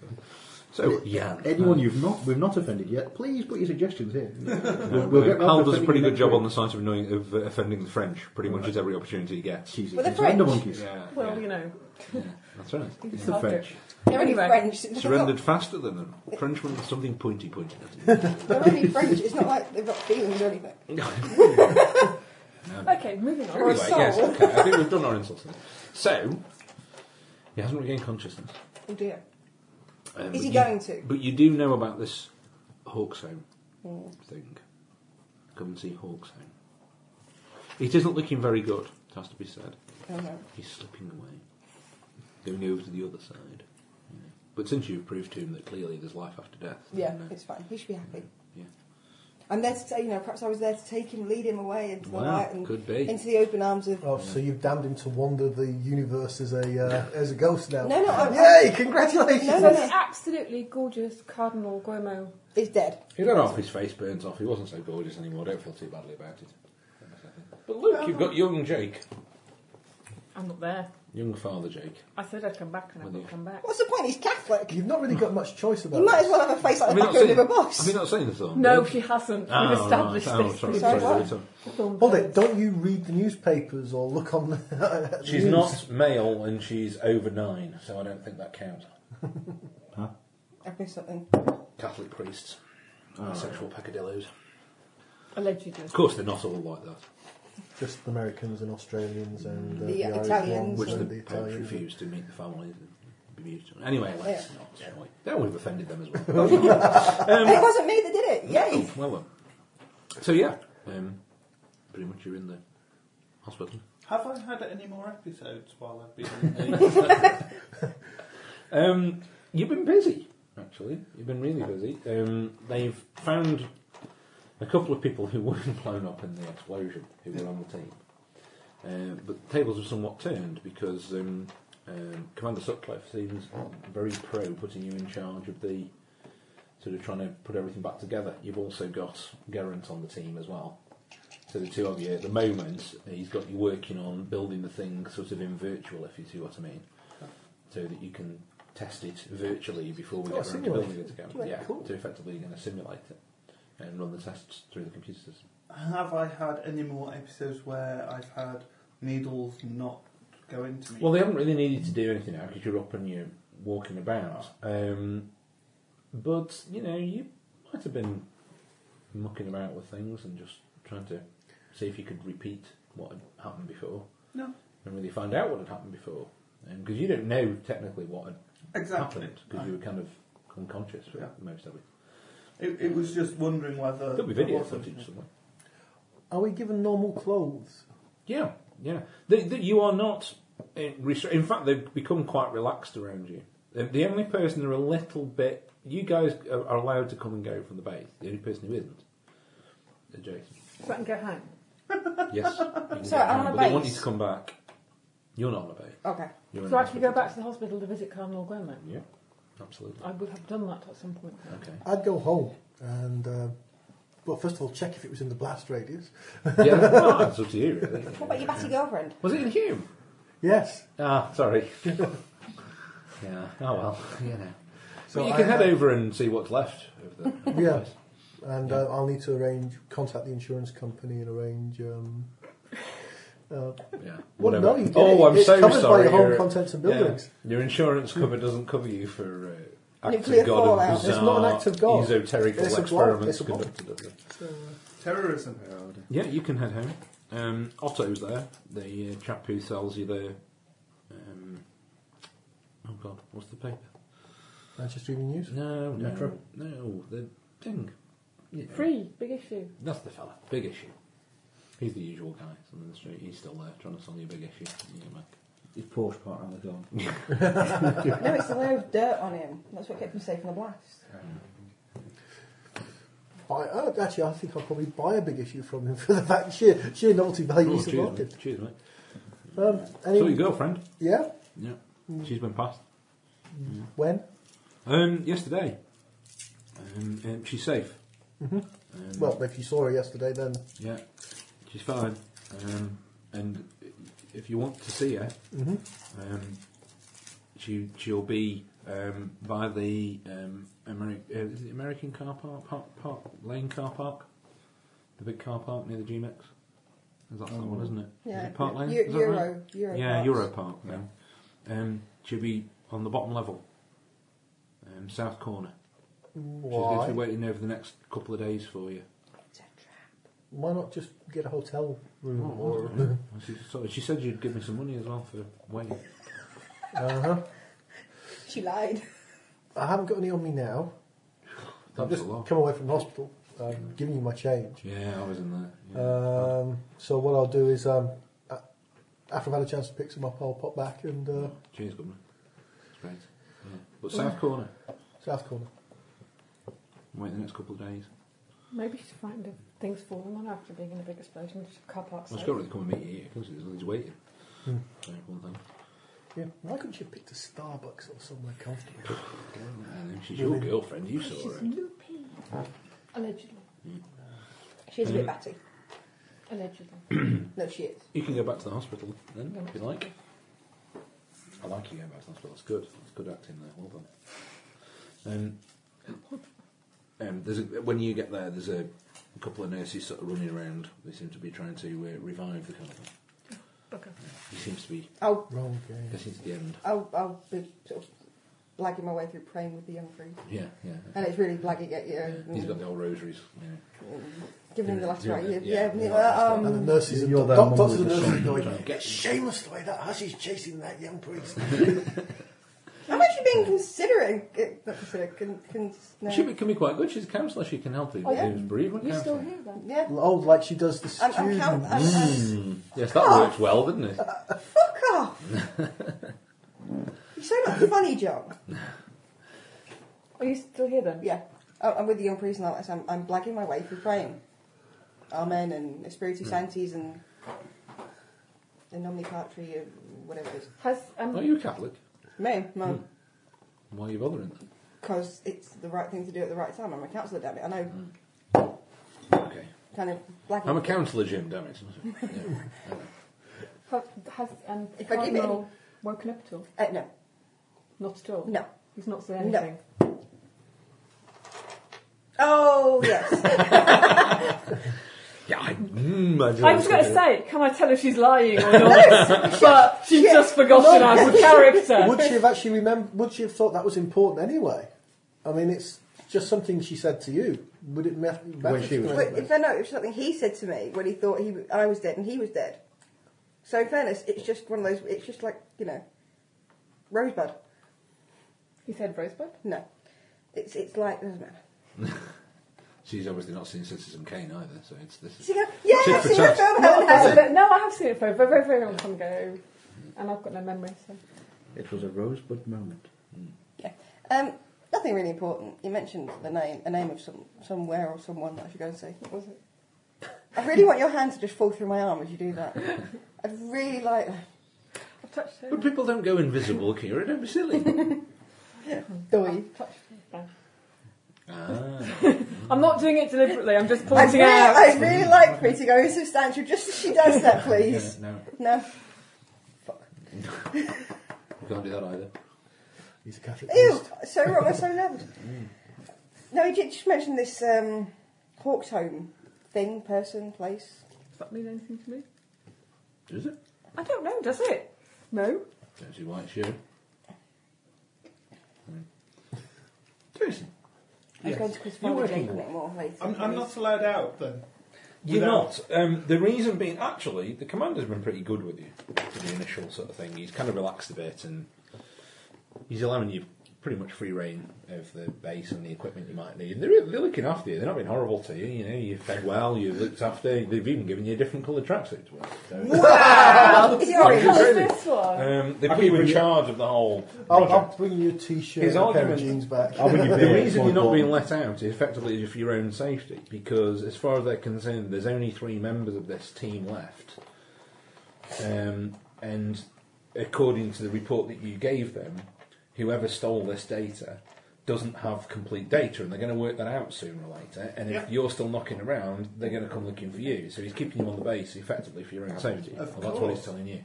[SPEAKER 4] So yeah,
[SPEAKER 5] Anyone you've not we've not offended yet, please put your suggestions in.
[SPEAKER 4] Uh,
[SPEAKER 5] we'll- we'll get round
[SPEAKER 4] Hal
[SPEAKER 5] to
[SPEAKER 4] does a pretty
[SPEAKER 5] offending
[SPEAKER 4] good
[SPEAKER 5] next
[SPEAKER 4] job
[SPEAKER 5] week.
[SPEAKER 4] on the side of annoying, of uh, offending the French. Pretty much at every opportunity he gets.
[SPEAKER 5] Jesus,
[SPEAKER 3] Well, they're
[SPEAKER 5] it's wonder
[SPEAKER 3] French.
[SPEAKER 5] monkeys.
[SPEAKER 4] Yeah,
[SPEAKER 7] Well,
[SPEAKER 4] yeah,
[SPEAKER 7] you know.
[SPEAKER 4] that's right.
[SPEAKER 5] It's the French.
[SPEAKER 3] They're only
[SPEAKER 7] Anyway.
[SPEAKER 3] French. They've
[SPEAKER 4] Surrendered
[SPEAKER 3] got-
[SPEAKER 4] faster than them. Frenchman with something pointy pointed at him.
[SPEAKER 3] They're only French. It's not like they've got feelings or anything.
[SPEAKER 7] Okay, moving on.
[SPEAKER 3] Or a
[SPEAKER 4] Anyway,
[SPEAKER 3] soul.
[SPEAKER 4] yes, okay. I think we've done our insults. now. So, he hasn't regained consciousness.
[SPEAKER 3] Oh dear.
[SPEAKER 4] Um,
[SPEAKER 3] Is
[SPEAKER 4] but
[SPEAKER 3] he
[SPEAKER 4] you-
[SPEAKER 3] going to?
[SPEAKER 4] But you do know about this Hawksome thing. Come and see Hawksome. It isn't looking very good, it has to be said.
[SPEAKER 3] Oh no.
[SPEAKER 4] He's slipping away, going over to the other side. you know. But since you've proved to him that clearly there's life after death,
[SPEAKER 3] Yeah,
[SPEAKER 4] then, uh,
[SPEAKER 3] it's fine. He should be happy.
[SPEAKER 4] yeah.
[SPEAKER 3] I'm there to, ta- you know, perhaps I was there to take him, lead him away into the
[SPEAKER 4] Wow,
[SPEAKER 3] light and
[SPEAKER 4] could be.
[SPEAKER 3] into the open arms of.
[SPEAKER 2] Oh, so you've damned him to wander the universe as a uh, as a ghost now.
[SPEAKER 3] No, no, I'm-
[SPEAKER 2] Yay! Congratulations!
[SPEAKER 3] No,
[SPEAKER 7] So
[SPEAKER 3] no,
[SPEAKER 7] the
[SPEAKER 3] no.
[SPEAKER 7] absolutely gorgeous Cardinal Guillermo.
[SPEAKER 3] He's dead.
[SPEAKER 4] He got off, his face burns off. He wasn't so gorgeous anymore. Don't feel too badly about it. But
[SPEAKER 3] Um,
[SPEAKER 4] look, you've got young Jake,
[SPEAKER 7] I'm not there.
[SPEAKER 4] young father Jake.
[SPEAKER 7] I said I'd come back and I
[SPEAKER 4] Will
[SPEAKER 7] didn't
[SPEAKER 4] you?
[SPEAKER 7] come back.
[SPEAKER 3] What's the point? He's Catholic. You
[SPEAKER 2] You've not really got much choice about
[SPEAKER 3] might as
[SPEAKER 2] this.
[SPEAKER 3] well have a face like
[SPEAKER 4] Have
[SPEAKER 3] the
[SPEAKER 4] we
[SPEAKER 3] back
[SPEAKER 4] not
[SPEAKER 3] of a
[SPEAKER 4] seen,
[SPEAKER 3] boss.
[SPEAKER 4] have we not seen the film?
[SPEAKER 7] No,
[SPEAKER 4] yet?
[SPEAKER 7] she hasn't.
[SPEAKER 4] Ah,
[SPEAKER 7] We've established
[SPEAKER 4] right. Oh,
[SPEAKER 7] this.
[SPEAKER 4] sorry,
[SPEAKER 3] Sorry,
[SPEAKER 4] sorry,
[SPEAKER 3] what?
[SPEAKER 4] sorry.
[SPEAKER 2] Hold it, don't you read the newspapers or look on the. the
[SPEAKER 4] She's
[SPEAKER 2] news?
[SPEAKER 4] not male and she's over nine, so I don't think that counts.
[SPEAKER 3] I've missed something.
[SPEAKER 4] Catholic priests, sexual peccadillos.
[SPEAKER 7] Allegedly.
[SPEAKER 4] Of course, they're not all like that,
[SPEAKER 2] Just the Americans and Australians and uh,
[SPEAKER 3] The
[SPEAKER 2] the, Irish
[SPEAKER 3] Italians
[SPEAKER 2] ones
[SPEAKER 4] which
[SPEAKER 3] So
[SPEAKER 4] the,
[SPEAKER 2] and the
[SPEAKER 4] Pope
[SPEAKER 2] Italians.
[SPEAKER 4] refused to meet the family. and be used to. Anyway, let's
[SPEAKER 3] Yeah.
[SPEAKER 4] not. Shall we? Now we've offended them as well. Um,
[SPEAKER 3] and it wasn't me that did it. Yay!
[SPEAKER 4] Oh, well, well. So yeah, um, pretty much you're in the hospital.
[SPEAKER 6] Have I had any more episodes while I've been in the...
[SPEAKER 4] Um, you've been busy, actually. You've been really busy. Um, they've found a couple of people who weren't blown up in the explosion who were on the team. Um, but the tables have somewhat turned because um, um, Commander Sutcliffe seems very pro putting you in charge of the sort of trying to put everything back together. You've also got Geraint on the team as well. So the two of you at the moment, he's got you working on building the thing sort of in virtual, if you see what I mean, so that you can test it virtually before we
[SPEAKER 2] Oh,
[SPEAKER 4] get around to
[SPEAKER 2] simulate
[SPEAKER 4] building it
[SPEAKER 2] it.
[SPEAKER 4] again.
[SPEAKER 2] Right,
[SPEAKER 4] yeah,
[SPEAKER 2] cool.
[SPEAKER 4] so effectively you're going to simulate it and run the tests through the computer system.
[SPEAKER 6] Have I had any more episodes where I've had needles not go into me?
[SPEAKER 4] Well, they haven't really needed to do anything now because you're up and you're walking about. Um, but you know, you might have been mucking about with things and just trying to see if you could repeat what had happened before
[SPEAKER 6] no,
[SPEAKER 4] and really find out what had happened before. Because you don't know technically what had
[SPEAKER 6] exactly.
[SPEAKER 4] happened because you were kind of unconscious for
[SPEAKER 6] Yeah.
[SPEAKER 4] most of it.
[SPEAKER 6] It, it was just wondering whether
[SPEAKER 4] There'll be
[SPEAKER 6] there
[SPEAKER 4] video
[SPEAKER 6] wasn't-
[SPEAKER 4] footage somewhere.
[SPEAKER 2] Are we given normal clothes?
[SPEAKER 4] Yeah, yeah. The, the, you are not. In, restri- in fact, they've become quite relaxed around you. The, the only person who are a little bit. You guys are, are allowed to come and go from the base. The only person who isn't. is Jason.
[SPEAKER 7] So I can go home.
[SPEAKER 4] Yes. you can
[SPEAKER 3] Sorry,
[SPEAKER 4] get
[SPEAKER 3] I'm
[SPEAKER 4] on,
[SPEAKER 3] on a
[SPEAKER 4] But they want you
[SPEAKER 3] base.
[SPEAKER 4] to come back. You're not on a bay.
[SPEAKER 3] Okay.
[SPEAKER 4] You're in
[SPEAKER 7] So
[SPEAKER 4] a
[SPEAKER 7] actually go
[SPEAKER 4] hospital.
[SPEAKER 7] Oh. back to the hospital to visit Cardinal Gwen then?
[SPEAKER 4] Yeah, absolutely.
[SPEAKER 7] I would have done that at some point.
[SPEAKER 4] Okay.
[SPEAKER 2] I'd go home and, uh, well, first of all, check if it was in the blast radius.
[SPEAKER 4] Yeah, well, it's up to you, really.
[SPEAKER 3] What about your batty girlfriend?
[SPEAKER 4] Was it in Hume?
[SPEAKER 2] Yes.
[SPEAKER 4] Ah, sorry. yeah. Oh well. You know.
[SPEAKER 2] So
[SPEAKER 4] you
[SPEAKER 2] I-
[SPEAKER 4] can head
[SPEAKER 2] I-
[SPEAKER 4] over and see what's left. Of the, of the
[SPEAKER 2] Yeah.
[SPEAKER 4] place.
[SPEAKER 2] And uh, I'll need to arrange, contact the insurance company and arrange. Um,
[SPEAKER 4] Yeah.
[SPEAKER 2] well, no, you did.
[SPEAKER 4] oh, I'm
[SPEAKER 2] it's
[SPEAKER 4] so
[SPEAKER 2] covered
[SPEAKER 4] sorry.
[SPEAKER 2] by your home
[SPEAKER 4] Your-
[SPEAKER 2] contents and
[SPEAKER 4] yeah,
[SPEAKER 2] buildings.
[SPEAKER 4] your insurance cover doesn't cover you for uh, acts
[SPEAKER 3] Nuclear
[SPEAKER 4] of God
[SPEAKER 3] fallout.
[SPEAKER 4] and
[SPEAKER 3] It's
[SPEAKER 4] bizarre
[SPEAKER 2] not an act of God.
[SPEAKER 4] esoteric
[SPEAKER 2] It's a blob.
[SPEAKER 4] experiments
[SPEAKER 2] It's a blob.
[SPEAKER 4] conducted at the-
[SPEAKER 2] So, uh,
[SPEAKER 6] Terrorism.
[SPEAKER 4] Yeah, you can head home. Um, Otto's there, the uh, chap who sells you the. Um, oh God, what's the paper?
[SPEAKER 2] Manchester Evening News.
[SPEAKER 4] No, no,
[SPEAKER 5] Metro?
[SPEAKER 4] no, the thing. You know,
[SPEAKER 7] Free, big issue.
[SPEAKER 4] That's the fella. Big issue. He's the usual guy on the street. He's still there trying to sell you a big issue. You know, like,
[SPEAKER 5] His Porsche part on the gone.
[SPEAKER 3] No, it's the layer of dirt on him. That's what kept him safe from the blast.
[SPEAKER 2] Buy, uh, actually, I think I'll probably buy a big issue from him for the fact sheer, sheer novelty value
[SPEAKER 4] oh,
[SPEAKER 2] is the
[SPEAKER 4] cheers,
[SPEAKER 2] market.
[SPEAKER 4] mate. cheers, mate.
[SPEAKER 2] Um, any,
[SPEAKER 4] So your girlfriend?
[SPEAKER 2] yeah?
[SPEAKER 4] Yeah, she's been passed.
[SPEAKER 2] When?
[SPEAKER 4] Um, yesterday. Um, um, she's safe. Mm-hmm. Um,
[SPEAKER 2] Well, if you saw her yesterday, then
[SPEAKER 4] Yeah, she's fine. Um, and if you want to see her, um, she she'll be um, by the um, Ameri- uh, is it American car park, park, park lane car park, the big car park near the GMX. That's that one, isn't it? Is it Park Lane?
[SPEAKER 3] Eu-
[SPEAKER 4] Is that
[SPEAKER 3] Euro,
[SPEAKER 4] right?
[SPEAKER 3] Euro.
[SPEAKER 4] yeah,
[SPEAKER 3] parts.
[SPEAKER 4] Euro Park. Then um, she'll be on the bottom level, um, south corner. She's going to
[SPEAKER 2] why?
[SPEAKER 4] be waiting over the next couple of days for you.
[SPEAKER 3] It's a trap.
[SPEAKER 2] Why not just get a hotel room?
[SPEAKER 4] Oh,
[SPEAKER 2] or,
[SPEAKER 4] well, she, so she said you'd give me some money as well for waiting.
[SPEAKER 2] uh-huh.
[SPEAKER 3] She lied.
[SPEAKER 2] I haven't got any on me now. I've
[SPEAKER 4] Thanks
[SPEAKER 2] just
[SPEAKER 4] a lot.
[SPEAKER 2] come away from hospital. I'm giving you my change.
[SPEAKER 4] Yeah, I was in there. Yeah.
[SPEAKER 2] Um, so what I'll do is, um, a- after I've had a chance to pick some up, I'll pop back and uh,
[SPEAKER 4] Cheers, Governor. It's great. Yeah. But South Corner,
[SPEAKER 2] South Corner.
[SPEAKER 4] wait the next couple of days.
[SPEAKER 7] Maybe she's frightened of things falling on her after being in a big explosion, which is car park
[SPEAKER 4] Well,
[SPEAKER 7] safe.
[SPEAKER 4] she's got to really come and meet you here because he's waiting.
[SPEAKER 2] Hmm.
[SPEAKER 4] So, one thing.
[SPEAKER 2] Yeah. Why couldn't you pick a Starbucks or somewhere comfortable?
[SPEAKER 4] And then she's your girlfriend, you saw her.
[SPEAKER 7] loopy. Allegedly.
[SPEAKER 3] She's a bit
[SPEAKER 4] Mm.
[SPEAKER 3] batty.
[SPEAKER 7] Allegedly.
[SPEAKER 3] No, she is.
[SPEAKER 4] You can go back to the hospital then, if you like. I like you going back to the hospital. It's good. It's good acting there. Well done. Um, um, there's a, when you get there, there's a, couple of nurses sort of running around. They seem to be trying to uh, revive the company.
[SPEAKER 7] Bugger.
[SPEAKER 4] He seems to be
[SPEAKER 3] I'll,
[SPEAKER 2] Wrong game.
[SPEAKER 4] getting to the end.
[SPEAKER 3] I'll, I'll be sort of blagging my way through praying with the young free.
[SPEAKER 4] Yeah, yeah.
[SPEAKER 3] And it's really blagging at you.
[SPEAKER 7] Um,
[SPEAKER 4] yeah. He's got the old rosaries. Yeah.
[SPEAKER 3] Mm. Giving him the last
[SPEAKER 4] Yeah,
[SPEAKER 3] right.
[SPEAKER 4] yeah,
[SPEAKER 3] Yeah, yeah,
[SPEAKER 4] yeah.
[SPEAKER 2] And the
[SPEAKER 3] um,
[SPEAKER 2] nurses and
[SPEAKER 5] You're
[SPEAKER 2] doc-
[SPEAKER 5] there,
[SPEAKER 2] doc-
[SPEAKER 5] mum,
[SPEAKER 2] doctors and
[SPEAKER 5] with
[SPEAKER 2] nurses
[SPEAKER 5] the
[SPEAKER 2] going, get shameless the way that hush is chasing that young priest.
[SPEAKER 3] I'm actually being considerate. Not considerate. Con, con, no.
[SPEAKER 4] She be- can be quite good. She's a counsellor. She can help you.
[SPEAKER 7] Oh, yeah?
[SPEAKER 4] Who's bereavement
[SPEAKER 7] You're still
[SPEAKER 4] counsellor.
[SPEAKER 7] here then?
[SPEAKER 3] Yeah.
[SPEAKER 2] oh, like she does the
[SPEAKER 3] I'm,
[SPEAKER 2] students.
[SPEAKER 3] I'm, count, I'm, I'm,
[SPEAKER 4] Mm. Yes, that works well, doesn't it?
[SPEAKER 3] fuck off! You're so not funny, John.
[SPEAKER 7] Are you still here then?
[SPEAKER 3] Yeah, oh, I'm with the young priest and all that. So I'm, I'm blagging my way through praying. Amen and Espiritu
[SPEAKER 4] Mm.
[SPEAKER 3] Sanctis and the Nomini Patri, uh, whatever it is.
[SPEAKER 7] Has um,
[SPEAKER 4] Are you a Catholic?
[SPEAKER 3] Me, mum.
[SPEAKER 4] Why are you bothering them?
[SPEAKER 3] Because it's the right thing to do at the right time. I'm a counsellor, damn it. I know,
[SPEAKER 4] Okay.
[SPEAKER 3] kind of blagging.
[SPEAKER 4] I'm a counsellor, Jim, damn it. Yeah.
[SPEAKER 7] has, has um,
[SPEAKER 3] If I give it
[SPEAKER 7] Cardinal woken up at all?
[SPEAKER 3] Uh, no,
[SPEAKER 7] Not at all.
[SPEAKER 3] no.
[SPEAKER 7] He's not said
[SPEAKER 3] No.
[SPEAKER 7] anything.
[SPEAKER 3] Oh, yes.
[SPEAKER 4] Yeah, I, mm, I, just-
[SPEAKER 7] I was going to say, can I tell if she's lying or not? but she's
[SPEAKER 3] Shit.
[SPEAKER 7] just forgotten
[SPEAKER 2] No.
[SPEAKER 7] as a character.
[SPEAKER 2] would she have actually remember? Would she have thought that was important anyway? I mean, it's just something she said to you. Would it matter?
[SPEAKER 5] When she was-
[SPEAKER 3] But in fair no, it was something he said to me when he thought he w- I was dead and he was dead. So in fairness, it's just one of those. It's just like you know, Rosebud.
[SPEAKER 7] He said Rosebud.
[SPEAKER 3] No, it's it's like doesn't matter.
[SPEAKER 4] She's obviously not seen Citizen Kane either, so it's this.
[SPEAKER 3] So you go, yeah,
[SPEAKER 4] Tit
[SPEAKER 3] I've
[SPEAKER 4] for
[SPEAKER 3] seen that
[SPEAKER 4] tat.
[SPEAKER 3] film.
[SPEAKER 7] No,
[SPEAKER 3] haven't
[SPEAKER 7] I
[SPEAKER 3] I?
[SPEAKER 7] have seen it. no, I have seen it for a very, very, very long time ago, and I've got no memory. So
[SPEAKER 5] It was a rosebud moment.
[SPEAKER 3] Yeah. Um, nothing really important. You mentioned the name, a name of some somewhere or someone that I should go and see. What was it? I really want your hand to just fall through my arm as you do that. I'd really like.
[SPEAKER 7] I've touched
[SPEAKER 4] But
[SPEAKER 7] him.
[SPEAKER 4] people don't go invisible, Kira. Don't be silly.
[SPEAKER 3] Doy.
[SPEAKER 7] Touched him.
[SPEAKER 4] ah.
[SPEAKER 7] I'm not doing it deliberately. I'm just
[SPEAKER 3] I'd
[SPEAKER 7] pointing
[SPEAKER 3] really,
[SPEAKER 7] out.
[SPEAKER 3] I'd really like for you to go insubstantial just as she does
[SPEAKER 5] Ah,
[SPEAKER 3] that, please.
[SPEAKER 4] No,
[SPEAKER 3] No.
[SPEAKER 4] we can't do that either.
[SPEAKER 2] He's a Catholic
[SPEAKER 3] Ew,
[SPEAKER 2] priest.
[SPEAKER 3] so wrong and so loved. No, you did just mention this um, Hawk's home thing, person, place.
[SPEAKER 7] Does that mean anything to me?
[SPEAKER 4] Does it?
[SPEAKER 7] I don't know, does it? No.
[SPEAKER 4] Don't see why it should. Hmm. Jason.
[SPEAKER 3] I'm
[SPEAKER 4] Yes.
[SPEAKER 3] going to Chris
[SPEAKER 4] You're
[SPEAKER 3] Farley
[SPEAKER 4] working
[SPEAKER 3] Jake on
[SPEAKER 4] what?
[SPEAKER 3] it more later.
[SPEAKER 6] I'm, I'm not allowed out then.
[SPEAKER 4] You're
[SPEAKER 6] Without-
[SPEAKER 4] not. Um, the reason being, actually, the commander's been pretty good with you for the initial sort of thing. He's kind of relaxed a bit and he's allowing you pretty much free reign of the base and the equipment you might need. They're, they're looking after you. They're not being horrible to you. You know, you've fed well, you've looked after. They've even given you a different coloured tracksuit to wear. So,
[SPEAKER 3] Is it
[SPEAKER 7] What
[SPEAKER 3] orange?
[SPEAKER 7] colour's
[SPEAKER 4] really?
[SPEAKER 7] this one?
[SPEAKER 4] um, they
[SPEAKER 2] I'll
[SPEAKER 4] put you in
[SPEAKER 2] bring you-
[SPEAKER 4] charge of the whole.
[SPEAKER 2] I'll,
[SPEAKER 4] project.
[SPEAKER 2] I'll bring you a t-shirt
[SPEAKER 4] His
[SPEAKER 2] and a pair of
[SPEAKER 4] argument-
[SPEAKER 2] jeans back.
[SPEAKER 5] I'll bring you
[SPEAKER 4] The
[SPEAKER 5] beer.
[SPEAKER 4] reason
[SPEAKER 5] More
[SPEAKER 4] you're not being
[SPEAKER 5] important.
[SPEAKER 4] let out is effectively is for your own safety, because as far as they're concerned, there's only three members of this team left. Um, and according to the report that you gave them, whoever stole this data doesn't have complete data, and they're going to work that out sooner or later. And if
[SPEAKER 1] Yeah.
[SPEAKER 4] you're still knocking around, they're going to come looking for you. So he's keeping you on the base effectively for your own safety.
[SPEAKER 6] Of
[SPEAKER 4] Well, that's what he's
[SPEAKER 6] course.
[SPEAKER 4] telling you.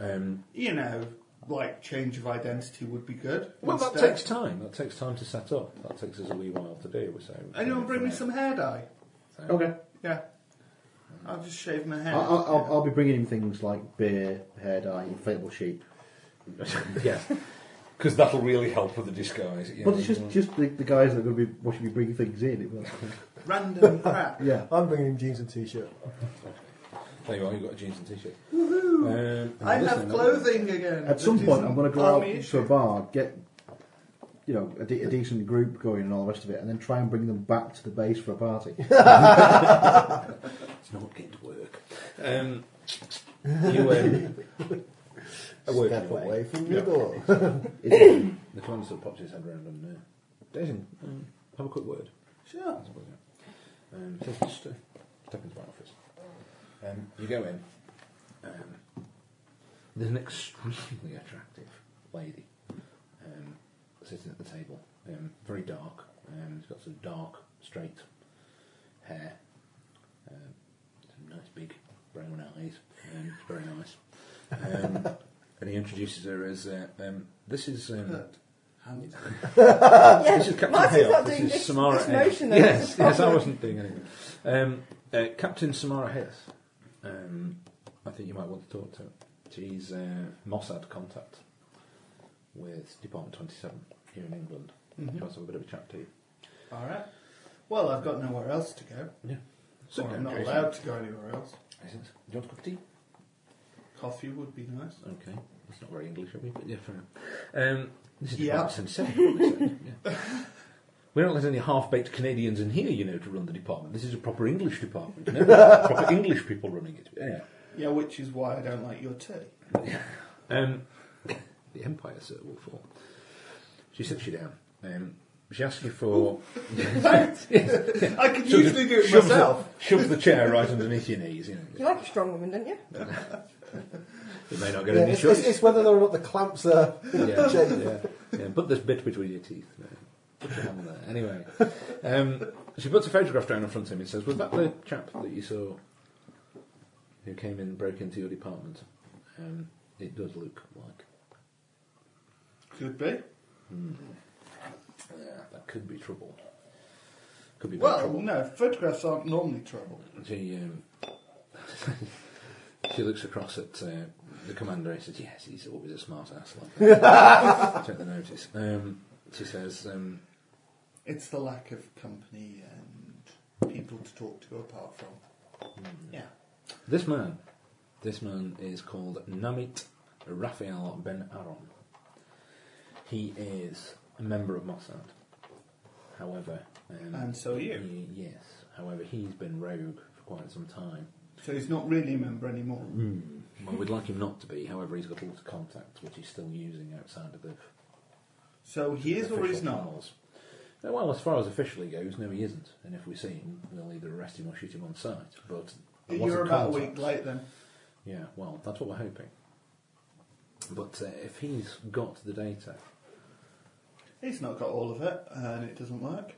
[SPEAKER 4] Um,
[SPEAKER 6] You know, like change of identity would be good.
[SPEAKER 4] well, that
[SPEAKER 6] instead.
[SPEAKER 4] takes time. That takes time to set up. That takes us a wee while to do. So
[SPEAKER 6] Anyone bring me some hair dye?
[SPEAKER 4] So-
[SPEAKER 5] Okay.
[SPEAKER 6] Yeah. I'll just shave my
[SPEAKER 5] I-
[SPEAKER 6] hair.
[SPEAKER 5] I- I'll, I'll be bringing him things like beer, hair dye, inflatable sheep.
[SPEAKER 4] yeah, because that'll really help with the disguise. you
[SPEAKER 5] But
[SPEAKER 4] know.
[SPEAKER 5] it's just, just the, the guys that are going to be watching me bringing things in. It was-
[SPEAKER 6] Random crap.
[SPEAKER 5] yeah.
[SPEAKER 2] I'm bringing him jeans and t-shirt.
[SPEAKER 4] there you are. You've got a jeans and t-shirt. Um,
[SPEAKER 6] I have
[SPEAKER 4] listen,
[SPEAKER 6] clothing again.
[SPEAKER 5] At some
[SPEAKER 6] that
[SPEAKER 5] point,
[SPEAKER 6] isn't
[SPEAKER 5] I'm going to
[SPEAKER 6] part
[SPEAKER 5] go
[SPEAKER 6] of
[SPEAKER 5] out
[SPEAKER 6] my
[SPEAKER 5] to
[SPEAKER 6] issue.
[SPEAKER 5] a bar, get you know a, de- a decent group going and all the rest of it, and then try and bring them back to the base for a party.
[SPEAKER 4] It's not getting to work. Um, you um, are working
[SPEAKER 2] Step
[SPEAKER 4] away.
[SPEAKER 2] away from
[SPEAKER 4] Yeah.
[SPEAKER 2] the door.
[SPEAKER 5] It's-
[SPEAKER 4] The commander sort of pops his head around and uh, Jason, um, have a quick word.
[SPEAKER 6] Sure.
[SPEAKER 4] Um, so just uh, step into my office. Um, you go in. Um, there's an extremely attractive lady um, sitting at the table. Um, very dark. Um, she's got some dark, straight hair. Um, some nice big brown eyes. Um, it's very nice. Um, and he introduces her as uh, um, this is um,
[SPEAKER 6] Hurt. Hand.
[SPEAKER 3] yeah,
[SPEAKER 4] this is Captain
[SPEAKER 3] Martin's
[SPEAKER 4] Hale.
[SPEAKER 3] not
[SPEAKER 4] This
[SPEAKER 3] doing
[SPEAKER 4] is
[SPEAKER 3] this,
[SPEAKER 4] Samara
[SPEAKER 3] this
[SPEAKER 4] Hayes.
[SPEAKER 3] motion. though,
[SPEAKER 4] Yes,
[SPEAKER 3] that's the
[SPEAKER 4] yes, I
[SPEAKER 3] problem.
[SPEAKER 4] wasn't doing anything. Um, uh, Captain Samara Hayes. Um, I think you might want to talk to her. She's uh, Mossad contact with Department 27 here in England.
[SPEAKER 3] Mm-hmm.
[SPEAKER 4] She wants to have a bit of a chat to you.
[SPEAKER 6] All right. Well, I've got nowhere else to go.
[SPEAKER 4] Yeah.
[SPEAKER 6] So
[SPEAKER 4] So
[SPEAKER 6] I'm not allowed to go anywhere else.
[SPEAKER 4] Do you want a cup of tea?
[SPEAKER 6] Coffee would be nice.
[SPEAKER 4] Okay. That's not very English of me, but yeah, fair enough. Um, this is
[SPEAKER 6] Yeah.
[SPEAKER 4] Department 27. what they said, yeah. We don't let any half-baked Canadians in here, you know, to run the department. This is a proper English department. You know, proper English people running it. Yeah.
[SPEAKER 6] Yeah, which is why I don't like your tea.
[SPEAKER 4] Um, the Empire, sir, will fall. She sits you down. Um, she asks you for.
[SPEAKER 6] I could
[SPEAKER 4] Shoves
[SPEAKER 6] usually
[SPEAKER 4] it-
[SPEAKER 6] do it
[SPEAKER 4] shoves it-
[SPEAKER 6] myself.
[SPEAKER 4] Shoves the chair right underneath your knees. You,
[SPEAKER 3] You
[SPEAKER 4] know.
[SPEAKER 3] like a strong woman, don't you?
[SPEAKER 4] you may not get
[SPEAKER 2] Yeah,
[SPEAKER 4] any
[SPEAKER 2] it's, it's,
[SPEAKER 4] choice.
[SPEAKER 2] it's whether or not the clamps are
[SPEAKER 4] yeah,
[SPEAKER 2] Jake.
[SPEAKER 4] yeah, yeah. Put this bit between your teeth. Yeah. Put your hand there. Anyway, um, she puts a photograph down in front of him and says, "Was that the chap that you saw who came in and broke into your department?" Um, it does look like.
[SPEAKER 6] Could be.
[SPEAKER 4] Yeah, that could be trouble. Could be bad
[SPEAKER 6] Well,
[SPEAKER 4] trouble.
[SPEAKER 6] no, photographs aren't normally trouble.
[SPEAKER 4] She um, she looks across at uh, the commander and says, "Yes, he's always a smart ass like that." Take the notice. Um, she says, um,
[SPEAKER 6] It's the lack of company and people to talk to apart from.
[SPEAKER 4] Mm.
[SPEAKER 6] Yeah.
[SPEAKER 4] "This man, this man is called Namit Raphael Ben Aaron. He is a member of Mossad. However, um,
[SPEAKER 6] And so are you.
[SPEAKER 4] he- yes. However, he's been rogue for quite some time."
[SPEAKER 6] So he's not really a member anymore.
[SPEAKER 4] Mm. Well, we'd like him not to be. However, he's got a lot of contacts which he's still using outside of the
[SPEAKER 6] So he is or
[SPEAKER 4] official
[SPEAKER 6] he's not.
[SPEAKER 4] channels. No, well, as far as officially goes, no, he isn't. And if we see him, we'll either arrest him or shoot him on sight. But there was
[SPEAKER 6] You're about a
[SPEAKER 4] contact.
[SPEAKER 6] week late then.
[SPEAKER 4] Yeah, well, that's what we're hoping. But uh, if he's got the data,
[SPEAKER 6] He's not got all of it, and it doesn't work.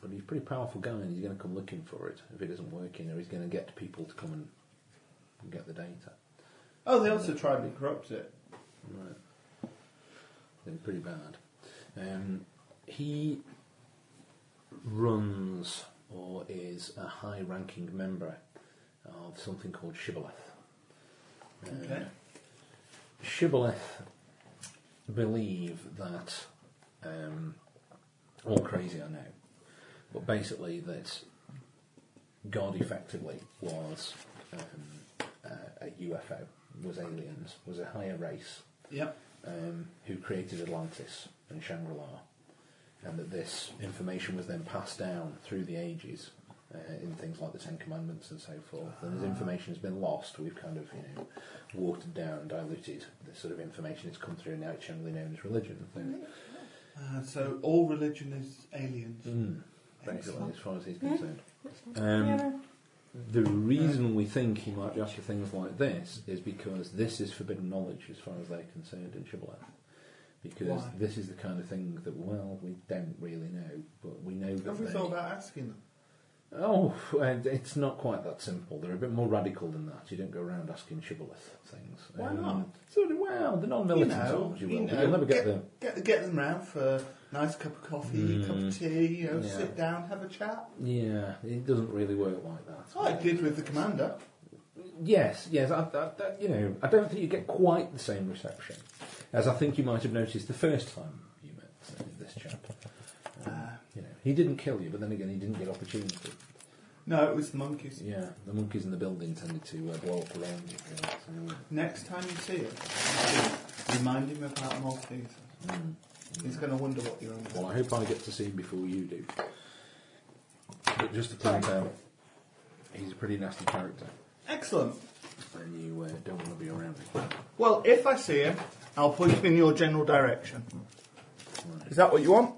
[SPEAKER 4] but he's a pretty powerful guy and he's going to come looking for it if it isn't working, or he's going to get people to come and, and get the data.
[SPEAKER 6] Oh, they also tried and corrupted it.
[SPEAKER 4] Right. They're pretty bad. Um, he runs or is a high ranking member of something called Shibboleth.
[SPEAKER 6] Okay.
[SPEAKER 4] Shibboleth believe that um, all crazy I know, but basically that God effectively was um, a, a UFO, was aliens, was a higher race
[SPEAKER 6] Yep.
[SPEAKER 4] um, who created Atlantis and Shangri La, and that this information was then passed down through the ages uh, in things like the Ten Commandments and so forth. And as information has been lost, we've kind of you know watered down, diluted this sort of information that's come through, and now it's generally known as religion. and things.
[SPEAKER 6] Uh, so all religion is aliens.
[SPEAKER 4] Mm. Hmm. basically,
[SPEAKER 6] Excellent.
[SPEAKER 4] as far as he's concerned. Um, the reason we think he might be after things like this is because this is forbidden knowledge as far as they're concerned in Shibboleth. Because
[SPEAKER 6] Why?
[SPEAKER 4] this is the kind of thing that, well, we don't really know, but we know that
[SPEAKER 6] Have we
[SPEAKER 4] they-
[SPEAKER 6] thought about asking them?
[SPEAKER 4] Oh, and it's not quite that simple. They're a bit more radical than that. You don't go around asking Shibboleth things.
[SPEAKER 6] Why not?
[SPEAKER 4] Sort of, well, the non-militant arms you will, but you'll never get,
[SPEAKER 6] get,
[SPEAKER 4] them.
[SPEAKER 6] Get, get them round for a nice cup of coffee, cup of tea, you know,
[SPEAKER 4] Hmm. Yeah.
[SPEAKER 6] sit down, have a chat.
[SPEAKER 4] Yeah, it doesn't really work like that.
[SPEAKER 6] I did with the commander.
[SPEAKER 4] Yes, yes. I, I, that, you know, I don't think you get quite the same reception as I think you might have noticed the first time you met uh, this chap. Um,
[SPEAKER 6] Uh,
[SPEAKER 4] you know, he didn't kill you, but then again, he didn't get opportunity.
[SPEAKER 6] No, it was the monkeys.
[SPEAKER 4] Yeah, the monkeys in the building tended to uh, blow up around you. you know,
[SPEAKER 6] Next time you see him, remind him about Maltese.
[SPEAKER 4] Hmm.
[SPEAKER 6] He's going to wonder what you're on
[SPEAKER 4] so- Well,
[SPEAKER 6] about.
[SPEAKER 4] I hope I get to see him before you do. But just to point out, he's a pretty nasty character,
[SPEAKER 6] Excellent.
[SPEAKER 4] and you uh, don't want to be around him.
[SPEAKER 6] Well, if I see him, I'll point him in your general direction. Is that what you want?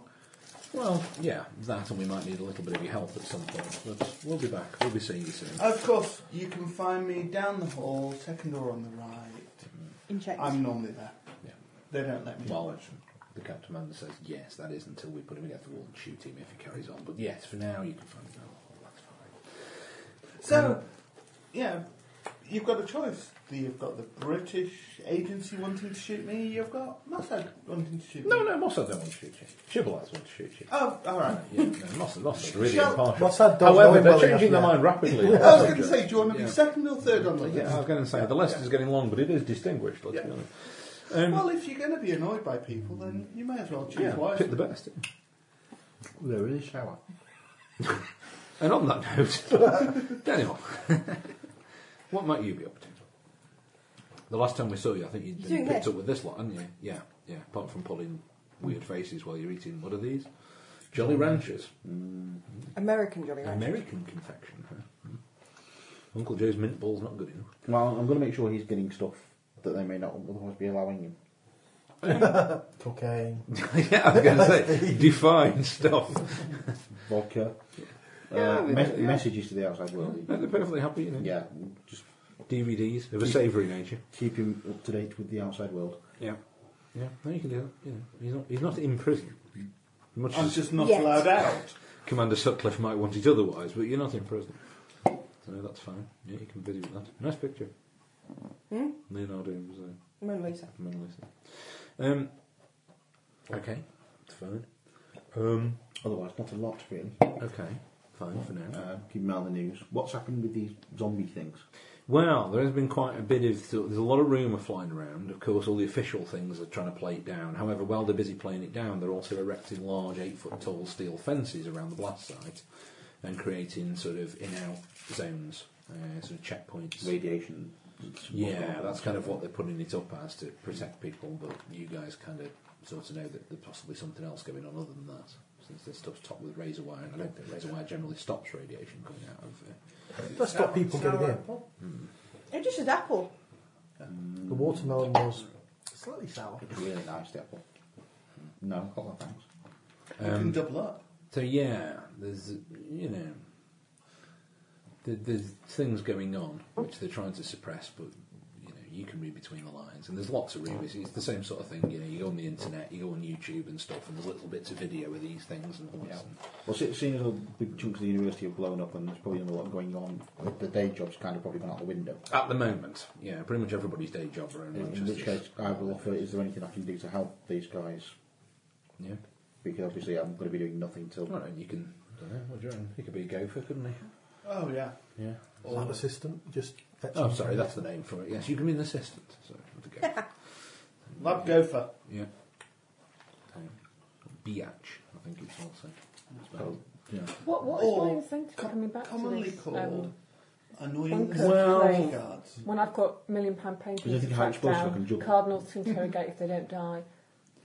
[SPEAKER 4] Well, yeah, that, and we might need a little bit of your help at some point. But we'll be back. We'll be seeing you soon.
[SPEAKER 6] Of course, you can find me down the hall, second door on the right.
[SPEAKER 3] In checks.
[SPEAKER 6] I'm normally there.
[SPEAKER 4] Yeah.
[SPEAKER 6] They don't let me.
[SPEAKER 4] Well, the Captain Commander says, yes, that is until we put him against the wall and shoot him if he carries on. But yes, for now, you can find him. Oh, that's fine.
[SPEAKER 6] So, yeah, you've got a choice. You've got the British agency wanting to shoot me, you've got Mossad wanting to shoot me.
[SPEAKER 4] No, no, Mossad don't want to shoot you. Shibboleth want to shoot you.
[SPEAKER 6] Oh, alright.
[SPEAKER 4] Yeah, no, Mossad, Mossad are really
[SPEAKER 6] Shall-
[SPEAKER 4] impartial.
[SPEAKER 2] Mossad don't know
[SPEAKER 4] However,
[SPEAKER 2] him
[SPEAKER 4] they're
[SPEAKER 2] well
[SPEAKER 4] changing their
[SPEAKER 2] enough
[SPEAKER 4] mind rapidly.
[SPEAKER 6] I was going to say, do you want to be
[SPEAKER 4] Yeah.
[SPEAKER 6] second or third on the list?
[SPEAKER 4] Yeah, I was going to say, the list is getting long, but it is distinguished, let's be
[SPEAKER 6] Yeah.
[SPEAKER 4] honest. Um,
[SPEAKER 6] Well, if you're going to be annoyed by people, then you may as well choose
[SPEAKER 4] yeah,
[SPEAKER 6] wisely.
[SPEAKER 4] pick the best.
[SPEAKER 5] They're in the shower.
[SPEAKER 4] And on that note, Daniel, what might you be up to? The last time we saw you, I think you'd
[SPEAKER 3] You're
[SPEAKER 4] been
[SPEAKER 3] doing
[SPEAKER 4] picked
[SPEAKER 3] this?
[SPEAKER 4] up with this lot, hadn't you? Yeah, yeah. Apart from pulling weird faces while you're eating, what are these? Jolly Ranchers. Mm.
[SPEAKER 3] American Jolly Rancher.
[SPEAKER 4] American confection, huh? Mm. Uncle Joe's mint ball's not good enough.
[SPEAKER 5] Well, I'm going to make sure he's getting stuff that they may not otherwise be allowing him.
[SPEAKER 2] Cocaine.
[SPEAKER 4] yeah, I was going to say, define stuff.
[SPEAKER 5] Vodka.
[SPEAKER 4] Yeah,
[SPEAKER 5] uh,
[SPEAKER 4] we-
[SPEAKER 5] me-
[SPEAKER 4] yeah.
[SPEAKER 5] Messages to the outside world.
[SPEAKER 4] They're perfectly happy, you know.
[SPEAKER 5] Yeah, just
[SPEAKER 4] DVDs of a savoury nature.
[SPEAKER 5] keep him up to date with the outside world.
[SPEAKER 4] Yeah. Yeah, no, you can do that. You know, he's not, he's not in prison. Much
[SPEAKER 6] I'm
[SPEAKER 4] as-
[SPEAKER 6] just not
[SPEAKER 3] Yes.
[SPEAKER 6] allowed out.
[SPEAKER 4] Commander Sutcliffe might want it otherwise, but you're not in prison. So that's fine. Yeah, you can video that. Nice picture. Hmm? Leonardo was a
[SPEAKER 3] Mona Lisa.
[SPEAKER 4] Mona Lisa. Um, okay, it's fine. Um,
[SPEAKER 5] Otherwise, not a lot, really.
[SPEAKER 4] okay, fine for now.
[SPEAKER 5] Uh, keep an eye on the news. What's happened with these zombie things?
[SPEAKER 4] Well, there has been quite a bit of. There's a lot of rumour flying around. Of course, all the official things are trying to play it down. However, while they're busy playing it down, they're also erecting large eight foot tall steel fences around the blast site and creating sort of in out zones, uh, sort of checkpoints.
[SPEAKER 5] Radiation.
[SPEAKER 4] Yeah, that's kind of what they're putting it up as to protect people, but you guys kind of sort of know that there's possibly something else going on other than that, since this stuff's topped with razor wire, and I don't think razor wire generally stops radiation coming out of uh, it.
[SPEAKER 2] That's got people getting in.
[SPEAKER 3] It just says apple.
[SPEAKER 2] The watermelon was slightly sour.
[SPEAKER 4] Um,
[SPEAKER 5] really nice the apple. No, oh, thanks.
[SPEAKER 6] You can double up.
[SPEAKER 4] So yeah, there's you know, there, there's things going on which they're trying to suppress, but you know, you can read between the lines. And there's lots of reviews. It's the same sort of thing. You know, you go on the internet, you go on YouTube and stuff, and there's little bits of video of these things and all that.
[SPEAKER 5] Well, se- seeing as a big chunks of the university have blown up and there's probably not a lot going on, the day job's kind of probably gone out the window.
[SPEAKER 4] At the moment, yeah, pretty much everybody's day job around
[SPEAKER 5] In, in
[SPEAKER 4] Manchester.
[SPEAKER 5] which case, I will offer, is there anything I can do to help these guys?
[SPEAKER 4] Yeah.
[SPEAKER 5] Because obviously I'm going to be doing nothing till...
[SPEAKER 4] All right, you can. I don't know, what do you reckon? He could be a gopher, couldn't he?
[SPEAKER 6] Oh, yeah.
[SPEAKER 4] Yeah.
[SPEAKER 2] Lab assistant, just fetch
[SPEAKER 4] Oh,
[SPEAKER 2] him.
[SPEAKER 4] sorry, that's the name for it. Yes, you can be an assistant. So, with the gopher.
[SPEAKER 6] Lab gopher.
[SPEAKER 4] yeah. Um, Biatch, I think it's also.
[SPEAKER 5] Oh,
[SPEAKER 4] spelled.
[SPEAKER 5] yeah.
[SPEAKER 7] What, what is
[SPEAKER 6] Or
[SPEAKER 7] my incentive
[SPEAKER 6] co-
[SPEAKER 7] coming back to
[SPEAKER 6] commonly
[SPEAKER 7] this?
[SPEAKER 6] called
[SPEAKER 7] um,
[SPEAKER 6] annoying
[SPEAKER 7] bunker
[SPEAKER 6] the
[SPEAKER 7] Well-
[SPEAKER 6] guards.
[SPEAKER 7] when I've got million pound paintings
[SPEAKER 5] Is there
[SPEAKER 7] to
[SPEAKER 5] anything high
[SPEAKER 7] track
[SPEAKER 5] explosive I
[SPEAKER 7] down,
[SPEAKER 5] can jump?
[SPEAKER 7] cardinals to interrogate if they don't die.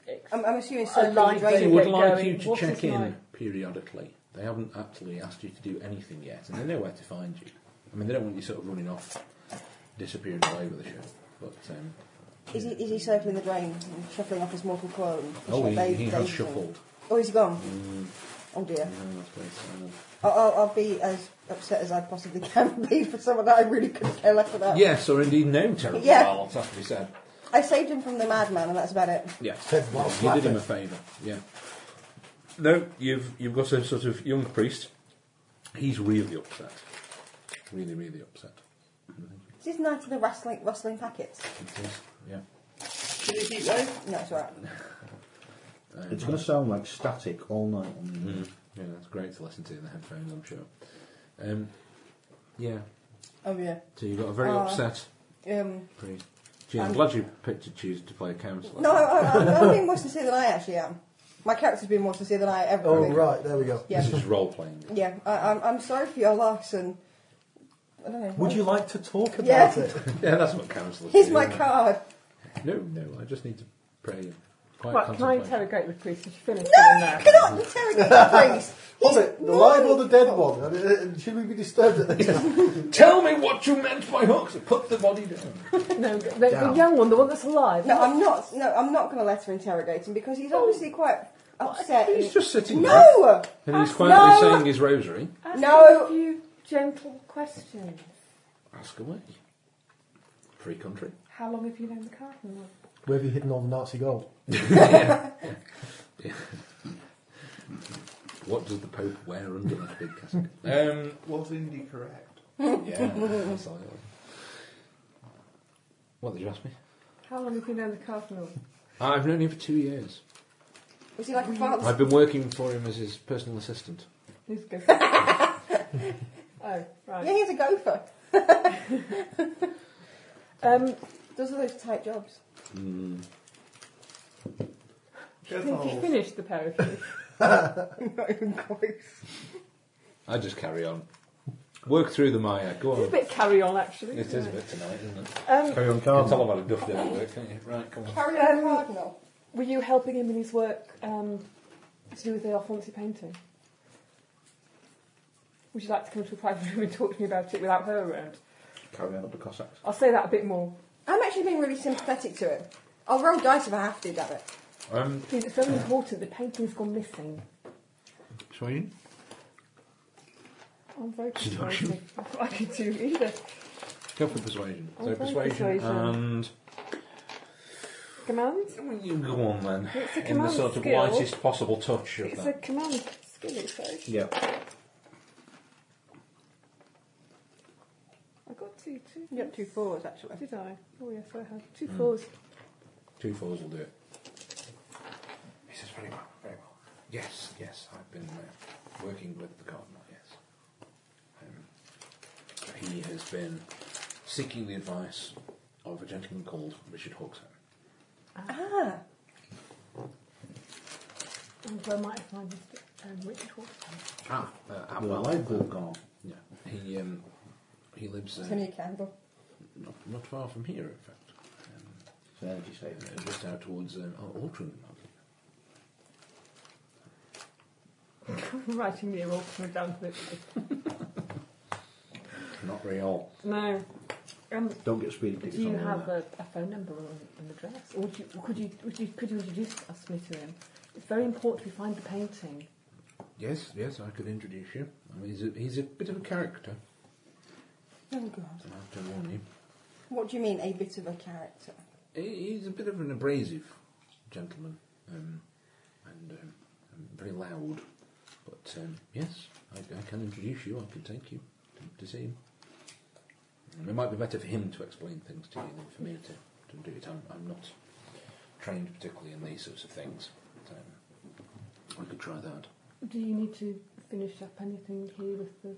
[SPEAKER 7] It's-
[SPEAKER 3] I'm, I'm assuming
[SPEAKER 7] I like
[SPEAKER 3] circles are
[SPEAKER 7] it.
[SPEAKER 4] They
[SPEAKER 3] drained.
[SPEAKER 4] would
[SPEAKER 7] get
[SPEAKER 4] like
[SPEAKER 7] going,
[SPEAKER 4] you to
[SPEAKER 7] what
[SPEAKER 4] check
[SPEAKER 7] is
[SPEAKER 4] in
[SPEAKER 7] my-
[SPEAKER 4] periodically. They haven't actually asked you to do anything yet, and they know where to find you. I mean, they don't want you sort of running off, disappearing all over the show. But um,
[SPEAKER 3] Is he, is he circling the drain and shuffling off his mortal coil? And
[SPEAKER 4] oh, he,
[SPEAKER 3] they-
[SPEAKER 4] he
[SPEAKER 3] they-
[SPEAKER 4] has shuffled. Mm.
[SPEAKER 3] Oh, is he gone? Oh dear.
[SPEAKER 4] Yeah, that's very sad.
[SPEAKER 3] I'll, I'll, I'll be as upset as I possibly can be for someone that I really couldn't care less about.
[SPEAKER 4] Yes, or indeed no terrible
[SPEAKER 3] Yeah.
[SPEAKER 4] violence, has to be said.
[SPEAKER 3] I saved him from the madman, and that's about it.
[SPEAKER 4] Yeah.
[SPEAKER 2] Said while
[SPEAKER 4] you did him a
[SPEAKER 2] slapping.
[SPEAKER 4] favour. Yeah. No, you've you've got a sort of young priest. He's really upset. Really, really upset.
[SPEAKER 3] Is this night of the rustling, rustling packets?
[SPEAKER 4] It is. Yeah.
[SPEAKER 6] Should we keep going?
[SPEAKER 3] No, it's alright.
[SPEAKER 5] It's going to sound like static all night. On
[SPEAKER 4] Mm-hmm. Yeah, that's great to listen to in the headphones, I'm sure. Um, yeah.
[SPEAKER 3] Oh yeah.
[SPEAKER 4] So you've got a very
[SPEAKER 3] Uh,
[SPEAKER 4] upset
[SPEAKER 3] Um,
[SPEAKER 4] priest. Gee, I'm glad you picked to choose to play a counsellor.
[SPEAKER 3] no, I, I, I'm being more sincere than I actually am. My character's been more sincere than I ever
[SPEAKER 2] Oh,
[SPEAKER 3] think.
[SPEAKER 2] right, there we go.
[SPEAKER 3] Yeah.
[SPEAKER 4] This is role playing.
[SPEAKER 3] Yeah, I, I'm, I'm sorry for your loss, and I don't know.
[SPEAKER 2] Would you like to talk about
[SPEAKER 3] Yeah.
[SPEAKER 2] it?
[SPEAKER 4] Yeah, that's what counsellors
[SPEAKER 3] Here's
[SPEAKER 4] do,
[SPEAKER 3] my
[SPEAKER 4] isn't it?
[SPEAKER 3] card.
[SPEAKER 4] No, no, I just need to pray. and Quite
[SPEAKER 7] Right, can I
[SPEAKER 4] contemplate.
[SPEAKER 7] interrogate the priest? Did you finish doing
[SPEAKER 3] No,
[SPEAKER 7] that?
[SPEAKER 3] cannot interrogate the priest.
[SPEAKER 2] Was it the
[SPEAKER 3] No.
[SPEAKER 2] live or the dead one? Uh, uh, Should we be disturbed at this?
[SPEAKER 4] Tell me what you meant by hooks. Put the body down.
[SPEAKER 7] No, the, the
[SPEAKER 5] Down.
[SPEAKER 7] young one, the one that's alive.
[SPEAKER 3] No, I'm not. No, I'm not going to let her interrogate him because he's obviously quite upset.
[SPEAKER 4] He's just sitting there.
[SPEAKER 3] no.
[SPEAKER 4] And he's
[SPEAKER 7] No!
[SPEAKER 4] quietly saying his rosary.
[SPEAKER 7] Ask
[SPEAKER 3] No.
[SPEAKER 7] him a few gentle questions.
[SPEAKER 4] Ask away. Free country.
[SPEAKER 7] How long have you known the cardinal?
[SPEAKER 2] Where have you hidden all the Nazi gold?
[SPEAKER 4] What does the Pope wear under that big cassock? um,
[SPEAKER 6] Was Indy correct?
[SPEAKER 4] yeah, that's uh, all. What did you ask me?
[SPEAKER 7] How long have you known the cardinal?
[SPEAKER 4] I've known him for two years.
[SPEAKER 3] Was he like a father?
[SPEAKER 4] I've been working for him as his personal assistant.
[SPEAKER 7] Who's good? oh, right.
[SPEAKER 3] Yeah, he's a gopher.
[SPEAKER 7] Um,
[SPEAKER 3] Those are those tight jobs.
[SPEAKER 6] Go
[SPEAKER 7] did you
[SPEAKER 6] for
[SPEAKER 7] finish the parakeet?
[SPEAKER 3] Not even close.
[SPEAKER 4] I just carry on. Work through the Maya. Go
[SPEAKER 7] It's a
[SPEAKER 4] on.
[SPEAKER 7] bit carry on, actually.
[SPEAKER 4] It is a bit tonight, isn't it?
[SPEAKER 7] Um,
[SPEAKER 5] Carry on,
[SPEAKER 4] You can
[SPEAKER 5] Carl.
[SPEAKER 4] tell I've had a duff day at work, can't you? Right, come on.
[SPEAKER 3] Carry on,
[SPEAKER 7] Um,
[SPEAKER 3] cardinal.
[SPEAKER 7] Were you helping him in his work um, to do with the Alfonsi painting? Would you like to come to a private room and talk to me about it without her around?
[SPEAKER 5] Carry on up the Cossacks.
[SPEAKER 7] I'll say that a bit more.
[SPEAKER 3] I'm actually being really sympathetic to him. I'll roll dice if I have to, damn it.
[SPEAKER 4] Um,
[SPEAKER 7] Please, it's very important. The painting's gone missing.
[SPEAKER 4] Swayne?
[SPEAKER 7] I'm very persuasive. That's what I could do either.
[SPEAKER 4] Go for persuasion.
[SPEAKER 7] I'm
[SPEAKER 4] so
[SPEAKER 7] going
[SPEAKER 4] persuasion,
[SPEAKER 7] persuasion.
[SPEAKER 4] and
[SPEAKER 7] Command?
[SPEAKER 4] Well, you go on then.
[SPEAKER 7] It's a
[SPEAKER 4] in the
[SPEAKER 7] command
[SPEAKER 4] sort of
[SPEAKER 7] skill.
[SPEAKER 4] lightest possible touch of
[SPEAKER 7] It's a
[SPEAKER 4] that.
[SPEAKER 7] command skill, it says.
[SPEAKER 5] Yeah.
[SPEAKER 7] I got two, two.
[SPEAKER 3] You got two fours, Mm. actually.
[SPEAKER 7] Did I? Oh, yes, I have. Two fours.
[SPEAKER 4] Two fours will do it. He says, very well, very well. Yes, yes, I've been uh, working with the cardinal, yes. Um, he has been seeking the advice of a gentleman called Richard Hawkshead.
[SPEAKER 3] Ah,
[SPEAKER 7] And where might I find this? Um, Richard Horton.
[SPEAKER 4] Ah, uh, at
[SPEAKER 5] Well,
[SPEAKER 4] Welland.
[SPEAKER 5] I've gone.
[SPEAKER 4] Yeah, he um, he lives
[SPEAKER 3] it's
[SPEAKER 4] uh,
[SPEAKER 3] only a candle.
[SPEAKER 4] not, not far from here, in fact. Um,
[SPEAKER 5] It's an energy saving.
[SPEAKER 4] uh, just out towards um, Al- Altrincham, I believe.
[SPEAKER 7] Writing the Horton down to it.
[SPEAKER 4] Not very old.
[SPEAKER 7] No. Um,
[SPEAKER 5] Don't get speeding tickets
[SPEAKER 7] Do you
[SPEAKER 5] on
[SPEAKER 7] have
[SPEAKER 5] there.
[SPEAKER 7] a, a phone number or an address, or would you, could you would you could you introduce us me to him? It's very important we find the painting.
[SPEAKER 4] Yes, yes, I could introduce you. I mean, he's a, he's a bit of a character,
[SPEAKER 3] Oh, God.
[SPEAKER 4] I have to warn you.
[SPEAKER 3] What do you mean, a bit of a character?
[SPEAKER 4] He- He's a bit of an abrasive gentleman, um, and um, um, very loud. But um, yes, I, I can introduce you. I can take you to, to see him. And it might be better for him to explain things to you than for me to, to do it. I'm, I'm not trained particularly in these sorts of things. So I could try that.
[SPEAKER 7] Do you need to finish up anything here with the.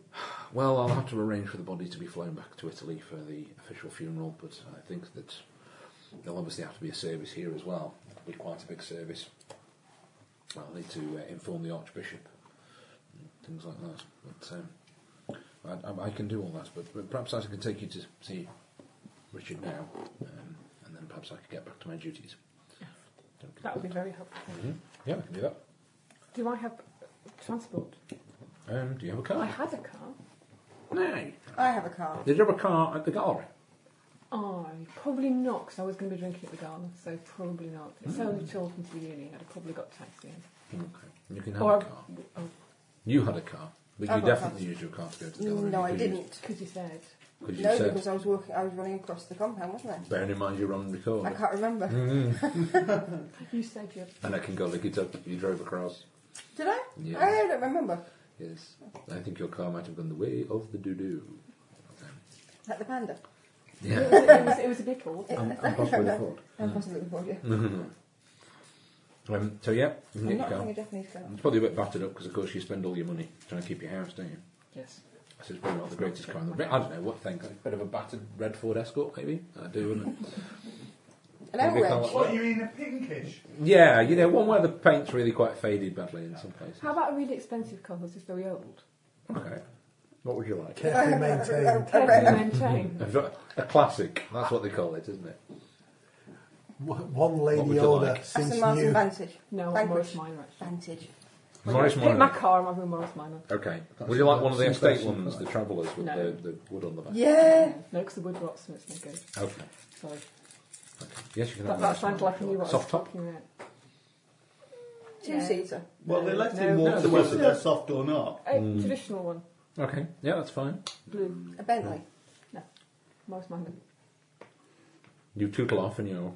[SPEAKER 4] Well, I'll have to arrange for the body to be flown back to Italy for the official funeral, but I think that there'll obviously have to be a service here as well. It'll be quite a big service. I'll need to uh, inform the Archbishop, and things like that. But um, I, I, I can do all that, but, but perhaps I can take you to see Richard now, um, and then perhaps I can get back to my duties. Don't-
[SPEAKER 7] That would be very helpful.
[SPEAKER 4] Mhm. Yeah, I can do that.
[SPEAKER 7] Do I have transport?
[SPEAKER 4] Um, do you have a
[SPEAKER 7] I
[SPEAKER 4] car?
[SPEAKER 7] had a car.
[SPEAKER 4] No.
[SPEAKER 3] I have a car.
[SPEAKER 4] Did you have a car at the gallery?
[SPEAKER 7] Oh, probably not, because I was going to be drinking at the garden, so probably not. It's only Chilton to the uni, I'd have probably got taxiing.
[SPEAKER 4] Okay. You can have
[SPEAKER 7] Or-
[SPEAKER 4] a car.
[SPEAKER 7] Oh,
[SPEAKER 4] You had a car, but
[SPEAKER 3] I've
[SPEAKER 4] you
[SPEAKER 3] got a
[SPEAKER 4] definitely used your car to go to the gallery.
[SPEAKER 3] No, I
[SPEAKER 4] because you-
[SPEAKER 3] didn't.
[SPEAKER 7] because you said.
[SPEAKER 4] Because you
[SPEAKER 3] No,
[SPEAKER 4] said,
[SPEAKER 3] because I was walking. I was running across the compound, wasn't I?
[SPEAKER 4] bearing in mind you're on record,
[SPEAKER 3] I can't remember.
[SPEAKER 4] Mm-hmm.
[SPEAKER 7] You said you
[SPEAKER 4] and I can go look it up. You drove across.
[SPEAKER 3] Did I?
[SPEAKER 4] Yeah.
[SPEAKER 3] I don't remember.
[SPEAKER 4] Yes, I think your car might have gone the way of the doo doo.
[SPEAKER 3] Like the panda.
[SPEAKER 4] Yeah.
[SPEAKER 7] it, was, it was a Bickle.
[SPEAKER 5] I'm, I'm possibly the thought.
[SPEAKER 4] Mm.
[SPEAKER 3] I'm possibly bored, yeah.
[SPEAKER 4] um, so yeah, you Mm.
[SPEAKER 3] I'm
[SPEAKER 4] can
[SPEAKER 3] not having
[SPEAKER 4] get your
[SPEAKER 3] a
[SPEAKER 4] car.
[SPEAKER 3] Japanese car.
[SPEAKER 4] It's probably a bit battered up because, of course, you spend all your money trying to keep your house, don't you?
[SPEAKER 7] Yes.
[SPEAKER 4] I said, probably not the greatest car in the I don't know what thing. A bit of a battered red Ford Escort, maybe. I do, wouldn't it?
[SPEAKER 3] An
[SPEAKER 4] Maybe a car
[SPEAKER 3] outrage.
[SPEAKER 4] like
[SPEAKER 6] What, you mean a pinkish?
[SPEAKER 4] Yeah, you know, one where the paint's really quite faded badly in some places.
[SPEAKER 7] How about a really expensive car that's just very old?
[SPEAKER 4] Okay, what would you like?
[SPEAKER 2] Carefully maintained.
[SPEAKER 7] Carefully maintained.
[SPEAKER 4] A, a classic. That's what they call it, isn't it?
[SPEAKER 2] W- One
[SPEAKER 4] What would
[SPEAKER 2] lady
[SPEAKER 4] you
[SPEAKER 2] order
[SPEAKER 4] like?
[SPEAKER 2] since
[SPEAKER 3] Aston Martin
[SPEAKER 2] new.
[SPEAKER 3] Vantage.
[SPEAKER 7] No,
[SPEAKER 3] Vanquish.
[SPEAKER 7] Morris Minor actually.
[SPEAKER 3] Vantage.
[SPEAKER 4] Morris
[SPEAKER 7] Pick my
[SPEAKER 4] Minor.
[SPEAKER 7] car, I'm having a Morris Minor.
[SPEAKER 4] Okay.
[SPEAKER 5] That's
[SPEAKER 4] Would you like one of the
[SPEAKER 5] some
[SPEAKER 4] estate
[SPEAKER 5] question.
[SPEAKER 4] ones, the travellers with
[SPEAKER 7] No.
[SPEAKER 4] the, the wood on the back?
[SPEAKER 3] Yeah.
[SPEAKER 7] No, because the wood rots and it's no good.
[SPEAKER 4] Okay.
[SPEAKER 7] Sorry.
[SPEAKER 4] okay. Yes, you can
[SPEAKER 7] That,
[SPEAKER 4] have
[SPEAKER 7] that
[SPEAKER 4] that.
[SPEAKER 7] sounded like I knew what
[SPEAKER 4] Soft
[SPEAKER 7] I was
[SPEAKER 4] top?
[SPEAKER 7] talking about.
[SPEAKER 3] Two
[SPEAKER 7] Yeah.
[SPEAKER 3] seater.
[SPEAKER 6] Well, they let
[SPEAKER 7] No,
[SPEAKER 6] him
[SPEAKER 7] no,
[SPEAKER 6] walk the
[SPEAKER 7] no.
[SPEAKER 6] whether they're soft or not.
[SPEAKER 7] A
[SPEAKER 4] Mm.
[SPEAKER 7] traditional one.
[SPEAKER 4] Okay. Yeah, that's fine.
[SPEAKER 7] Blue.
[SPEAKER 3] A Bentley.
[SPEAKER 7] No. Morris Minor.
[SPEAKER 4] You tootle off in your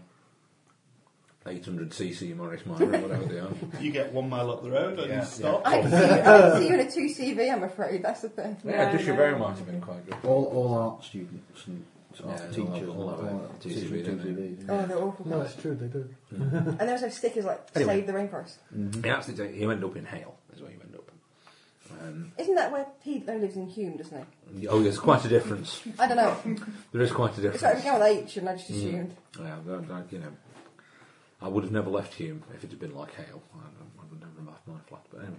[SPEAKER 4] 800cc Morris Minor or whatever they are.
[SPEAKER 6] You get one mile up the road and
[SPEAKER 4] Yeah,
[SPEAKER 6] you stop.
[SPEAKER 4] Oh.
[SPEAKER 3] I can see, I can see you in a 2CV, I'm afraid. That's the thing.
[SPEAKER 4] Yeah,
[SPEAKER 7] No,
[SPEAKER 4] just your
[SPEAKER 7] no.
[SPEAKER 4] very might have been quite good.
[SPEAKER 5] All, all art students and art
[SPEAKER 4] Yeah,
[SPEAKER 5] teachers and
[SPEAKER 4] all
[SPEAKER 5] all
[SPEAKER 4] of it. TCB,
[SPEAKER 5] that. teachers and
[SPEAKER 4] don't they?
[SPEAKER 5] TCBs, yeah.
[SPEAKER 3] Oh, they're awful.
[SPEAKER 2] No, it's true, they do.
[SPEAKER 3] And there was those stickers like,
[SPEAKER 4] Anyway.
[SPEAKER 3] save the rainforest.
[SPEAKER 4] Mm-hmm. He actually did- you end up in Hale, is where you end up. Um,
[SPEAKER 3] Isn't that where Pete Lowe lives in Hume, doesn't he?
[SPEAKER 4] oh, there's quite a difference.
[SPEAKER 3] I don't know.
[SPEAKER 4] There is quite a
[SPEAKER 3] It's like it
[SPEAKER 4] difference.
[SPEAKER 3] began with H and I
[SPEAKER 4] Mm.
[SPEAKER 3] just assumed.
[SPEAKER 4] Oh, Yeah, I, I, you know, I would have never left Hume if it had been like Hale. I, I would never have left my flat, but anyway.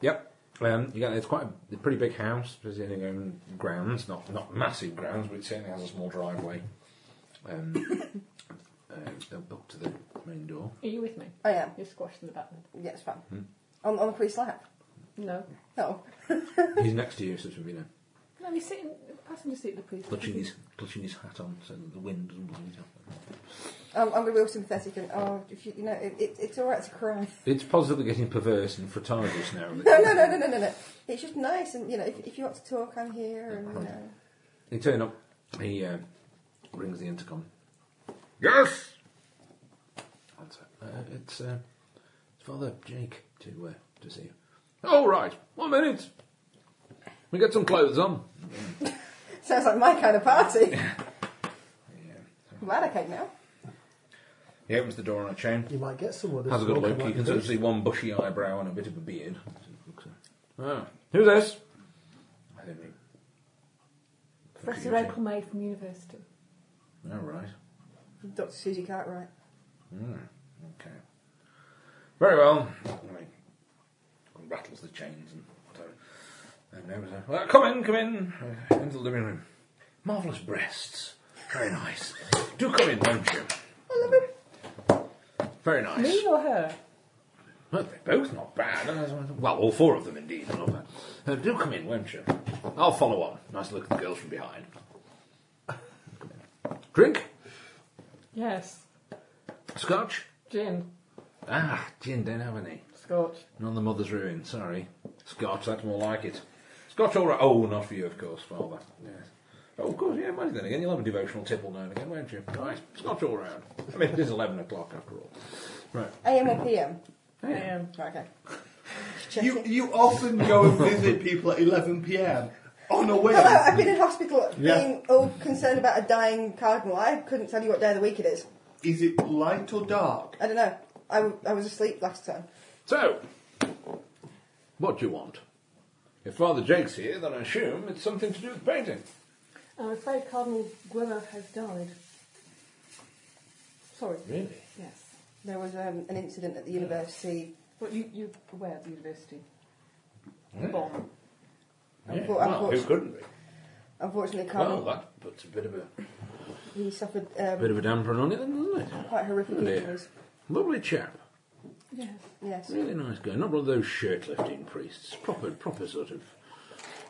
[SPEAKER 4] Yep. Um, you got, it's quite a, a pretty big house, because it's in its own grounds, not not massive grounds, but it certainly has a small driveway. Um, uh, up- up to the main door.
[SPEAKER 7] Are you with me?
[SPEAKER 3] I am.
[SPEAKER 7] You're squashed in the back then.
[SPEAKER 3] Oh, Yeah, it's fine.
[SPEAKER 4] Mm.
[SPEAKER 3] On, on the free slap?
[SPEAKER 7] No.
[SPEAKER 3] No.
[SPEAKER 4] He's next to you, so you know,
[SPEAKER 7] No, he's sitting passenger seat in the police.
[SPEAKER 4] clutching his clutching his hat on so that the wind doesn't blow it off.
[SPEAKER 3] I'm, I'm going to be all sympathetic and, oh, if you, you know, it, it, it's alright to cry.
[SPEAKER 4] It's positively getting perverse and fraternalist now.
[SPEAKER 3] No, no, no, no, no, no, no. It's just nice, and you know, if, if you want to talk, I'm here. And uh, you know.
[SPEAKER 4] They turn up. He uh, rings the intercom. Yes. Answer. Uh, it's uh, it's Father Jake to uh, to see you. All right. One minute. We get some clothes on.
[SPEAKER 3] sounds like my kind of party.
[SPEAKER 4] Yeah.
[SPEAKER 3] I'm glad I came now.
[SPEAKER 4] He opens the door on a chain.
[SPEAKER 2] You might get someone that's
[SPEAKER 4] Has a good
[SPEAKER 2] walking
[SPEAKER 4] look. You
[SPEAKER 2] like
[SPEAKER 4] can sort of
[SPEAKER 2] this.
[SPEAKER 4] see one bushy eyebrow and a bit of a beard. Ah, who's this? I don't know.
[SPEAKER 7] Professor April May from university.
[SPEAKER 4] All right.
[SPEAKER 3] Dr. Susie Cartwright.
[SPEAKER 4] Okay. Very well. Anyway, rattles the chains and whatever. And there was a, well, come in, come in. Uh, into the living room. Marvellous breasts. Very nice. Do come in, won't you? Very nice.
[SPEAKER 7] Me or her?
[SPEAKER 4] Well, they're both not bad. Well, all four of them indeed are not bad. Uh, do come in, won't you? I'll follow on. Nice look at the girls from behind. Drink?
[SPEAKER 7] Yes.
[SPEAKER 4] Scotch?
[SPEAKER 7] Gin.
[SPEAKER 4] Ah, gin, don't have any.
[SPEAKER 7] Scotch.
[SPEAKER 4] Not the mother's ruin, sorry. Scotch, that's more like it. Scotch, all right. Oh, not for you, of course, Father. Yes. Oh, good, yeah, Monday then again. You'll have a devotional tipple now and again, won't you? Right, it's not all round. I mean, it is 11 o'clock after all. Right.
[SPEAKER 3] AM or PM?
[SPEAKER 4] Yeah.
[SPEAKER 3] Right, okay.
[SPEAKER 6] You you often go and visit people at 11 p.m. on a whim.
[SPEAKER 3] Hello, I've been in hospital
[SPEAKER 4] Yeah.
[SPEAKER 3] being all concerned about a dying cardinal. I couldn't tell you what day of the week it is.
[SPEAKER 6] Is it light or dark?
[SPEAKER 3] I don't know. I, w- I was asleep last time.
[SPEAKER 4] So, what do you want? If Father Jake's here, then I assume it's something to do with painting.
[SPEAKER 7] I'm afraid Cardinal Guerra has died. Sorry.
[SPEAKER 4] Really?
[SPEAKER 7] Yes.
[SPEAKER 3] There was um, an incident at the university.
[SPEAKER 7] But you, you're aware of the university. Bomb.
[SPEAKER 4] Yeah.
[SPEAKER 3] Well,
[SPEAKER 4] Well, who
[SPEAKER 3] unfortunately-
[SPEAKER 4] couldn't be?
[SPEAKER 3] Unfortunately,
[SPEAKER 4] Well,
[SPEAKER 3] Cardinal,
[SPEAKER 4] that puts a bit of a
[SPEAKER 3] he suffered
[SPEAKER 4] bit
[SPEAKER 3] um,
[SPEAKER 4] of a damper on it, then, doesn't it?
[SPEAKER 3] quite horrific
[SPEAKER 4] Oh, dear.
[SPEAKER 3] injuries.
[SPEAKER 4] Lovely chap.
[SPEAKER 7] Yes.
[SPEAKER 3] Yes.
[SPEAKER 4] Really nice guy. Not one of those shirt lifting priests. Proper, proper sort of.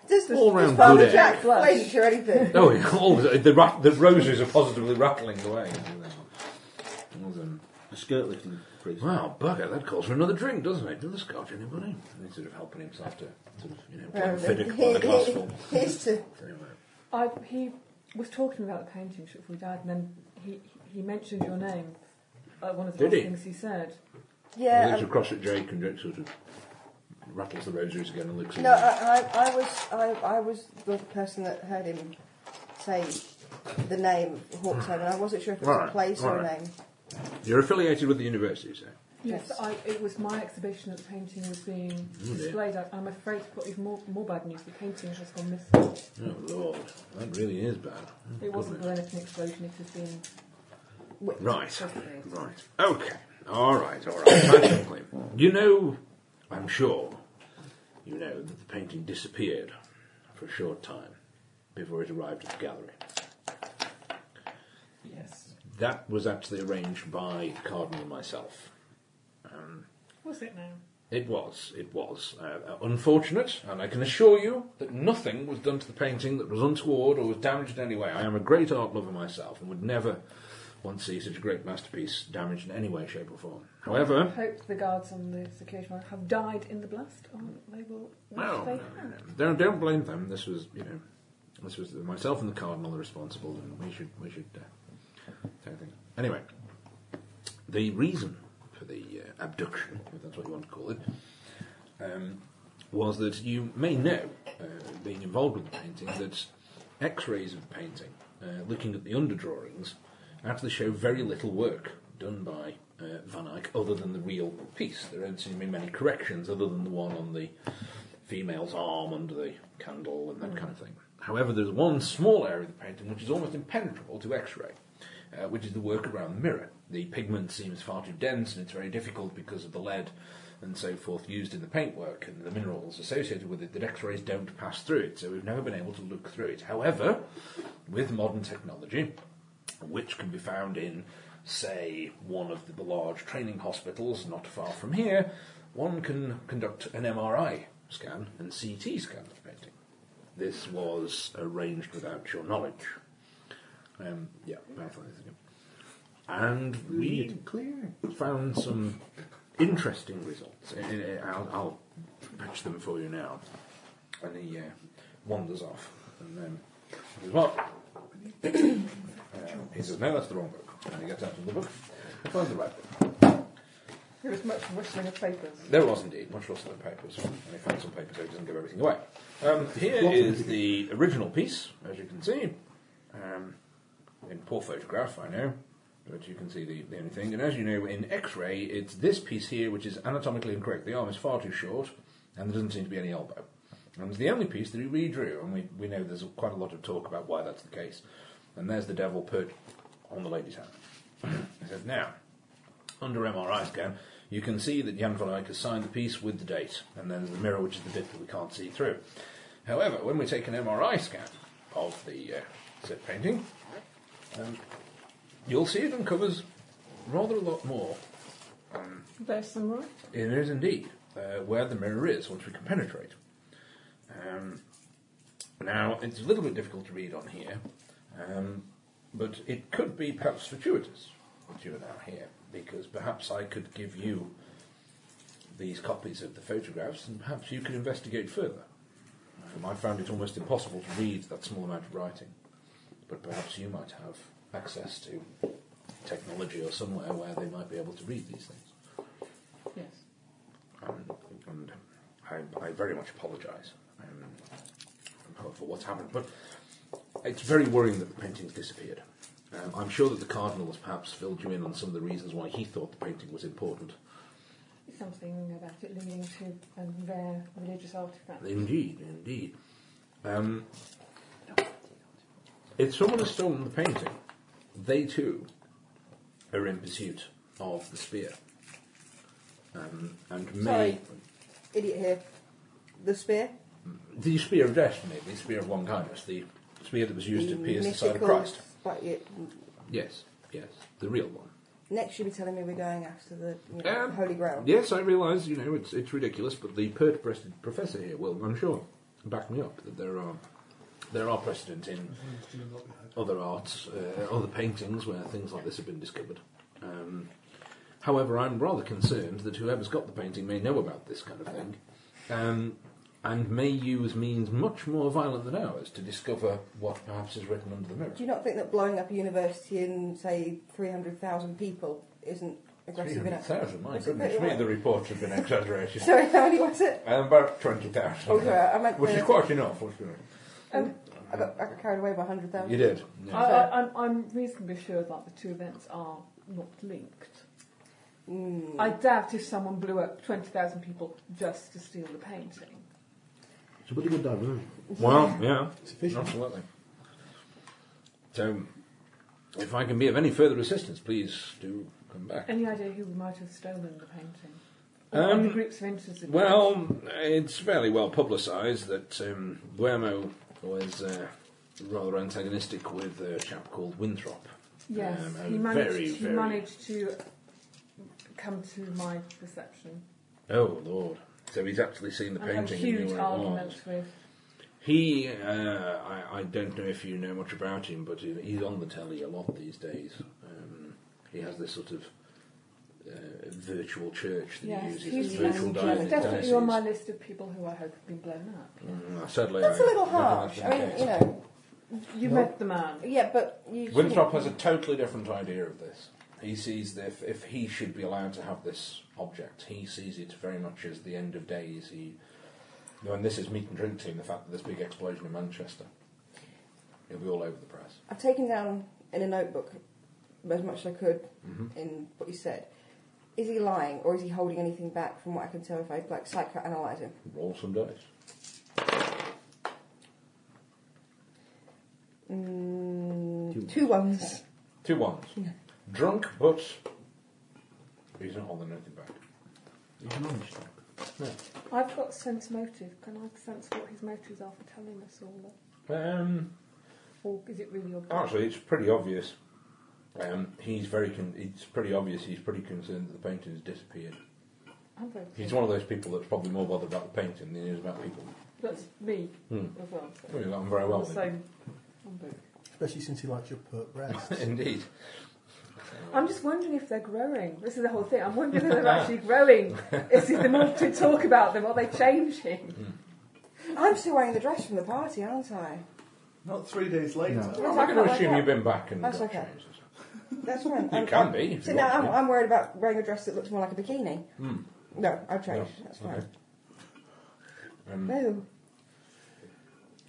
[SPEAKER 3] Does, does,
[SPEAKER 4] All
[SPEAKER 3] does
[SPEAKER 4] round
[SPEAKER 3] Father
[SPEAKER 4] good eh?
[SPEAKER 3] Jack
[SPEAKER 7] egg. Blush.
[SPEAKER 3] flinch or anything?
[SPEAKER 4] Oh, yeah. oh the, the, ra- the roses are positively rattling away. Well done.
[SPEAKER 8] A skirt lifting priest.
[SPEAKER 4] Wow, bugger, that calls for another drink, doesn't it? Does the Scotch anybody? He's sort of helping himself to sort of, you know, playing fiddick by the glassful.
[SPEAKER 3] Here's to
[SPEAKER 4] Anyway.
[SPEAKER 7] I, he was talking about the painting shop before he died, and then he, he mentioned your name. Uh, one of the
[SPEAKER 4] Did
[SPEAKER 7] last
[SPEAKER 4] he?
[SPEAKER 7] things he said.
[SPEAKER 4] He
[SPEAKER 3] yeah.
[SPEAKER 4] looks
[SPEAKER 3] um,
[SPEAKER 4] across at Jake and Jake sort of rattles the roses again and looks at
[SPEAKER 3] no, uh,
[SPEAKER 4] him.
[SPEAKER 3] I, I, I was I, I was the person that heard him say the name Hawkshead, and I wasn't sure if it was
[SPEAKER 4] Right,
[SPEAKER 3] a place or a
[SPEAKER 4] right.
[SPEAKER 3] name.
[SPEAKER 4] You're affiliated with the university, so.
[SPEAKER 7] Yes,
[SPEAKER 3] Yes.
[SPEAKER 7] I, it was my exhibition that the painting was being
[SPEAKER 4] dear.
[SPEAKER 7] displayed at. I'm afraid to put even more, more bad news. The painting has gone missing.
[SPEAKER 4] Oh, Lord, that really is bad. Oh,
[SPEAKER 7] It wasn't
[SPEAKER 4] goodness.
[SPEAKER 7] really an explosion. It has been.
[SPEAKER 4] Right,
[SPEAKER 7] Possibly.
[SPEAKER 4] right. Okay, all right, all right. Magically. You know, I'm sure, you know that the painting disappeared for a short time before it arrived at the gallery.
[SPEAKER 9] Yes.
[SPEAKER 4] That was actually arranged by Cardinal and myself.
[SPEAKER 9] Was it now?
[SPEAKER 4] It was, it was. Uh, unfortunate, and I can assure you that nothing was done to the painting that was untoward or was damaged in any way. I am a great art lover myself and would never want to see such a great masterpiece damaged in any way, shape, or form. However,
[SPEAKER 7] Hope the guards on the security wire have died in the blast. Oh, they will.
[SPEAKER 4] No,
[SPEAKER 7] wish they
[SPEAKER 4] no,
[SPEAKER 7] had.
[SPEAKER 4] no. Don't, don't blame them. This was, you know, this was myself and the cardinal are responsible, and we should, we should. Uh, take things. Anyway, the reason for the uh, abduction, if that's what you want to call it, um, was that you may know, uh, being involved with the painting, that X-rays of the painting, uh, looking at the underdrawings, actually show very little work done by uh, Van Eyck other than the real piece. There don't seem to be many corrections other than the one on the female's arm under the candle and that kind of thing. However, there's one small area of the painting which is almost impenetrable to X-ray, uh, which is the work around the mirror. The pigment seems far too dense, and it's very difficult because of the lead and so forth used in the paintwork and the minerals associated with it that X-rays don't pass through it. So we've never been able to look through it. However, with modern technology, which can be found in, say, one of the large training hospitals not far from here, one can conduct an MRI scan and CT scan of the painting. This was arranged without your knowledge. Um, yeah, marathon is again. And we found some interesting results. I- I- I'll, I'll fetch them for you now. And he uh, wanders off. And then uh, he says, What? Um, he says, No, that's the wrong book. And he gets out of the book and finds the right book.
[SPEAKER 7] There was much rustling of papers.
[SPEAKER 4] There was indeed much loss of the papers, and he found some papers so he doesn't give everything away. Um, here is the original piece, as you can see. Um, in poor photograph, I know, but you can see the, the only thing. And as you know, in X ray, it's this piece here which is anatomically incorrect. The arm is far too short, and there doesn't seem to be any elbow. And it's the only piece that he redrew, and we, we know there's quite a lot of talk about why that's the case. And there's the devil put on the lady's hand. he says, Now, under MRI scan, you can see that Jan van Eyck has signed the piece with the date, and then there's the mirror, which is the bit that we can't see through. However, when we take an MRI scan of the uh, said painting, um, you'll see it uncovers rather a lot more.
[SPEAKER 7] There's some right.
[SPEAKER 4] It is indeed uh, where the mirror is once we can penetrate. Um, now, it's a little bit difficult to read on here, um, but it could be perhaps fortuitous that you are now here, because perhaps I could give you these copies of the photographs and perhaps you could investigate further. Um, I found it almost impossible to read that small amount of writing. but perhaps you might have access to technology or somewhere where they might be able to read these things.
[SPEAKER 7] Yes.
[SPEAKER 4] Um, and I, I very much apologise um, for- for what's happened, but it's very worrying that the paintings disappeared. Um, I'm sure that the cardinal has perhaps filled you in on some of the reasons why he thought the painting was important.
[SPEAKER 7] It's something about it leading to a rare religious artifact.
[SPEAKER 4] Indeed, indeed. Um, if someone has stolen the painting, they too are in pursuit of the spear. Um, and may
[SPEAKER 3] Sorry, idiot here. The spear.
[SPEAKER 4] the spear of destiny, the spear of long kindness, the spear that was used to pierce the side of
[SPEAKER 3] mythical
[SPEAKER 4] Christ.
[SPEAKER 3] spi- yeah,
[SPEAKER 4] Yes, yes, the real one.
[SPEAKER 3] Next, you'll be telling me we're going after the you know,
[SPEAKER 4] Um,
[SPEAKER 3] Holy Grail.
[SPEAKER 4] Yes, I realise, you know, it's, it's ridiculous, but the pert-breasted professor here will, I'm sure, back me up that there are there are precedent in other arts, uh, other paintings where things like this have been discovered. Um, however, I'm rather concerned that whoever's got the painting may know about this kind of thing, um, and may use means much more violent than ours to discover what perhaps is written under the mirror.
[SPEAKER 3] Do you not think that blowing up a university and, say, 300,000 people isn't aggressive enough?
[SPEAKER 4] 300,000, my
[SPEAKER 3] It's a
[SPEAKER 4] goodness
[SPEAKER 3] bit
[SPEAKER 4] me,
[SPEAKER 3] like-
[SPEAKER 4] the reports have been exaggerated.
[SPEAKER 3] Sorry, how many was it?
[SPEAKER 4] Um, about 20,000.
[SPEAKER 3] Oh, sorry, I meant
[SPEAKER 4] Which is
[SPEAKER 3] the-
[SPEAKER 4] quite enough, wasn't it?
[SPEAKER 3] Um, I, got, I got carried away by 100,000.
[SPEAKER 4] You did. yeah.
[SPEAKER 7] I, I, I'm, I'm reasonably sure that the two events are not linked. I doubt if someone blew up 20,000 people just to steal the painting.
[SPEAKER 5] It's a pretty good diversion.
[SPEAKER 4] Well, yeah.
[SPEAKER 2] Sufficient.
[SPEAKER 4] Absolutely. So, if I can be of any further assistance, please do come back.
[SPEAKER 7] Any idea who might have stolen the painting?
[SPEAKER 4] Um,
[SPEAKER 7] Or the groups of interested
[SPEAKER 4] Well, it's fairly well publicised that um, Buemo was uh, rather antagonistic with a chap called Winthrop.
[SPEAKER 7] yes,
[SPEAKER 4] um,
[SPEAKER 7] he,
[SPEAKER 4] a
[SPEAKER 7] managed,
[SPEAKER 4] very,
[SPEAKER 7] he
[SPEAKER 4] very-
[SPEAKER 7] managed to come to my reception
[SPEAKER 4] Oh, Lord. So he's actually seen the
[SPEAKER 7] and had a
[SPEAKER 4] painting and knew
[SPEAKER 7] huge
[SPEAKER 4] where it was.
[SPEAKER 7] argument with.
[SPEAKER 4] He, uh, I, I don't know if you know much about him, but he- he's on the telly a lot these days. Um, he has this sort of uh, virtual church that
[SPEAKER 7] Yes,
[SPEAKER 4] he uses,
[SPEAKER 7] he's
[SPEAKER 4] this virtual diocese.
[SPEAKER 7] definitely on my list of people who I hope have been blown up.
[SPEAKER 4] Mm, sadly,
[SPEAKER 3] That's
[SPEAKER 4] I
[SPEAKER 3] a little
[SPEAKER 4] don't think
[SPEAKER 3] harsh.
[SPEAKER 4] that's
[SPEAKER 3] I
[SPEAKER 4] the
[SPEAKER 3] mean,
[SPEAKER 4] case.
[SPEAKER 3] you know,
[SPEAKER 7] You met the man.
[SPEAKER 3] yeah, but you.
[SPEAKER 4] Winthrop has a totally different idea of this. He sees that if, if he should be allowed to have this object, he sees it very much as the end of days. He, you know, and this is meat and drink team, the fact that this big explosion in Manchester. It'll be all over the press.
[SPEAKER 3] I've taken down in a notebook as much as I could
[SPEAKER 4] Mm-hmm.
[SPEAKER 3] in what he said. Is he lying or is he holding anything back from what I can tell if I like psychoanalyze him?
[SPEAKER 4] Roll some dice.
[SPEAKER 3] Mm, two ones.
[SPEAKER 4] Two ones. Drunk, but he's not holding anything back.
[SPEAKER 7] I've got sense motive. Can I sense what his motives are for telling us all that?
[SPEAKER 4] Um,
[SPEAKER 7] Or is it really obvious?
[SPEAKER 4] actually, it's pretty obvious. Um, he's very. Con- it's pretty obvious. He's pretty concerned that the painting has disappeared.
[SPEAKER 7] I'm very
[SPEAKER 4] He's one of those people that's probably more bothered about the painting than he is about people.
[SPEAKER 7] That's me
[SPEAKER 4] Hmm.
[SPEAKER 7] as well.
[SPEAKER 4] Well, you got on very well. then.
[SPEAKER 7] the same. I'm both.
[SPEAKER 2] Especially since he likes your pert breasts.
[SPEAKER 4] Indeed.
[SPEAKER 7] I'm just wondering if they're growing. This is the whole thing. I'm wondering if they're actually growing. Is it the more to talk about them? Are they changing?
[SPEAKER 3] I'm still wearing the dress from the party, aren't I?
[SPEAKER 6] Not three days later.
[SPEAKER 3] No.
[SPEAKER 4] I'm not going
[SPEAKER 3] That's
[SPEAKER 4] to
[SPEAKER 3] okay.
[SPEAKER 4] assume you've been back and
[SPEAKER 3] That's
[SPEAKER 4] got
[SPEAKER 3] okay.
[SPEAKER 4] changed.
[SPEAKER 3] That's fine.
[SPEAKER 4] You
[SPEAKER 3] I'm-
[SPEAKER 4] can
[SPEAKER 3] I'm-
[SPEAKER 4] be, if
[SPEAKER 3] So
[SPEAKER 4] you
[SPEAKER 3] now
[SPEAKER 4] want
[SPEAKER 3] I'm,
[SPEAKER 4] to be.
[SPEAKER 3] I'm worried about wearing a dress that looks more like a bikini. No, I've changed.
[SPEAKER 4] No,
[SPEAKER 3] That's fine.
[SPEAKER 4] Hmm. okay. Um,
[SPEAKER 3] No.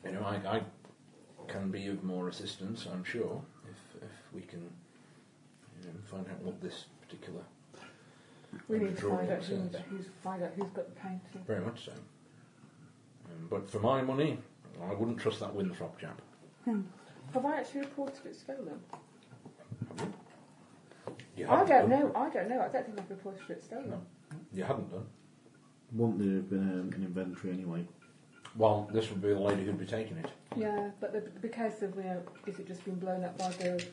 [SPEAKER 4] You know, I, I can be of more assistance, I'm sure, if, if we can you know, find out what this particular.
[SPEAKER 7] We
[SPEAKER 4] And
[SPEAKER 7] need to
[SPEAKER 4] drawing
[SPEAKER 7] find out, who,
[SPEAKER 4] sense.
[SPEAKER 7] who's, find out who's got the painting.
[SPEAKER 4] Very much so. Um, but for my money, I wouldn't trust that Winthrop chap.
[SPEAKER 7] Have I actually reported it stolen?
[SPEAKER 4] You
[SPEAKER 7] I
[SPEAKER 4] hadn't
[SPEAKER 7] don't
[SPEAKER 4] done.
[SPEAKER 7] know. I don't know. I don't think I've reported it stolen.
[SPEAKER 4] No. You hadn't done.
[SPEAKER 5] Wouldn't there have been um, an inventory anyway?
[SPEAKER 4] Well, this would be the lady who'd be taking it.
[SPEAKER 7] Yeah, but the, the case of you know, is it just been blown up by the?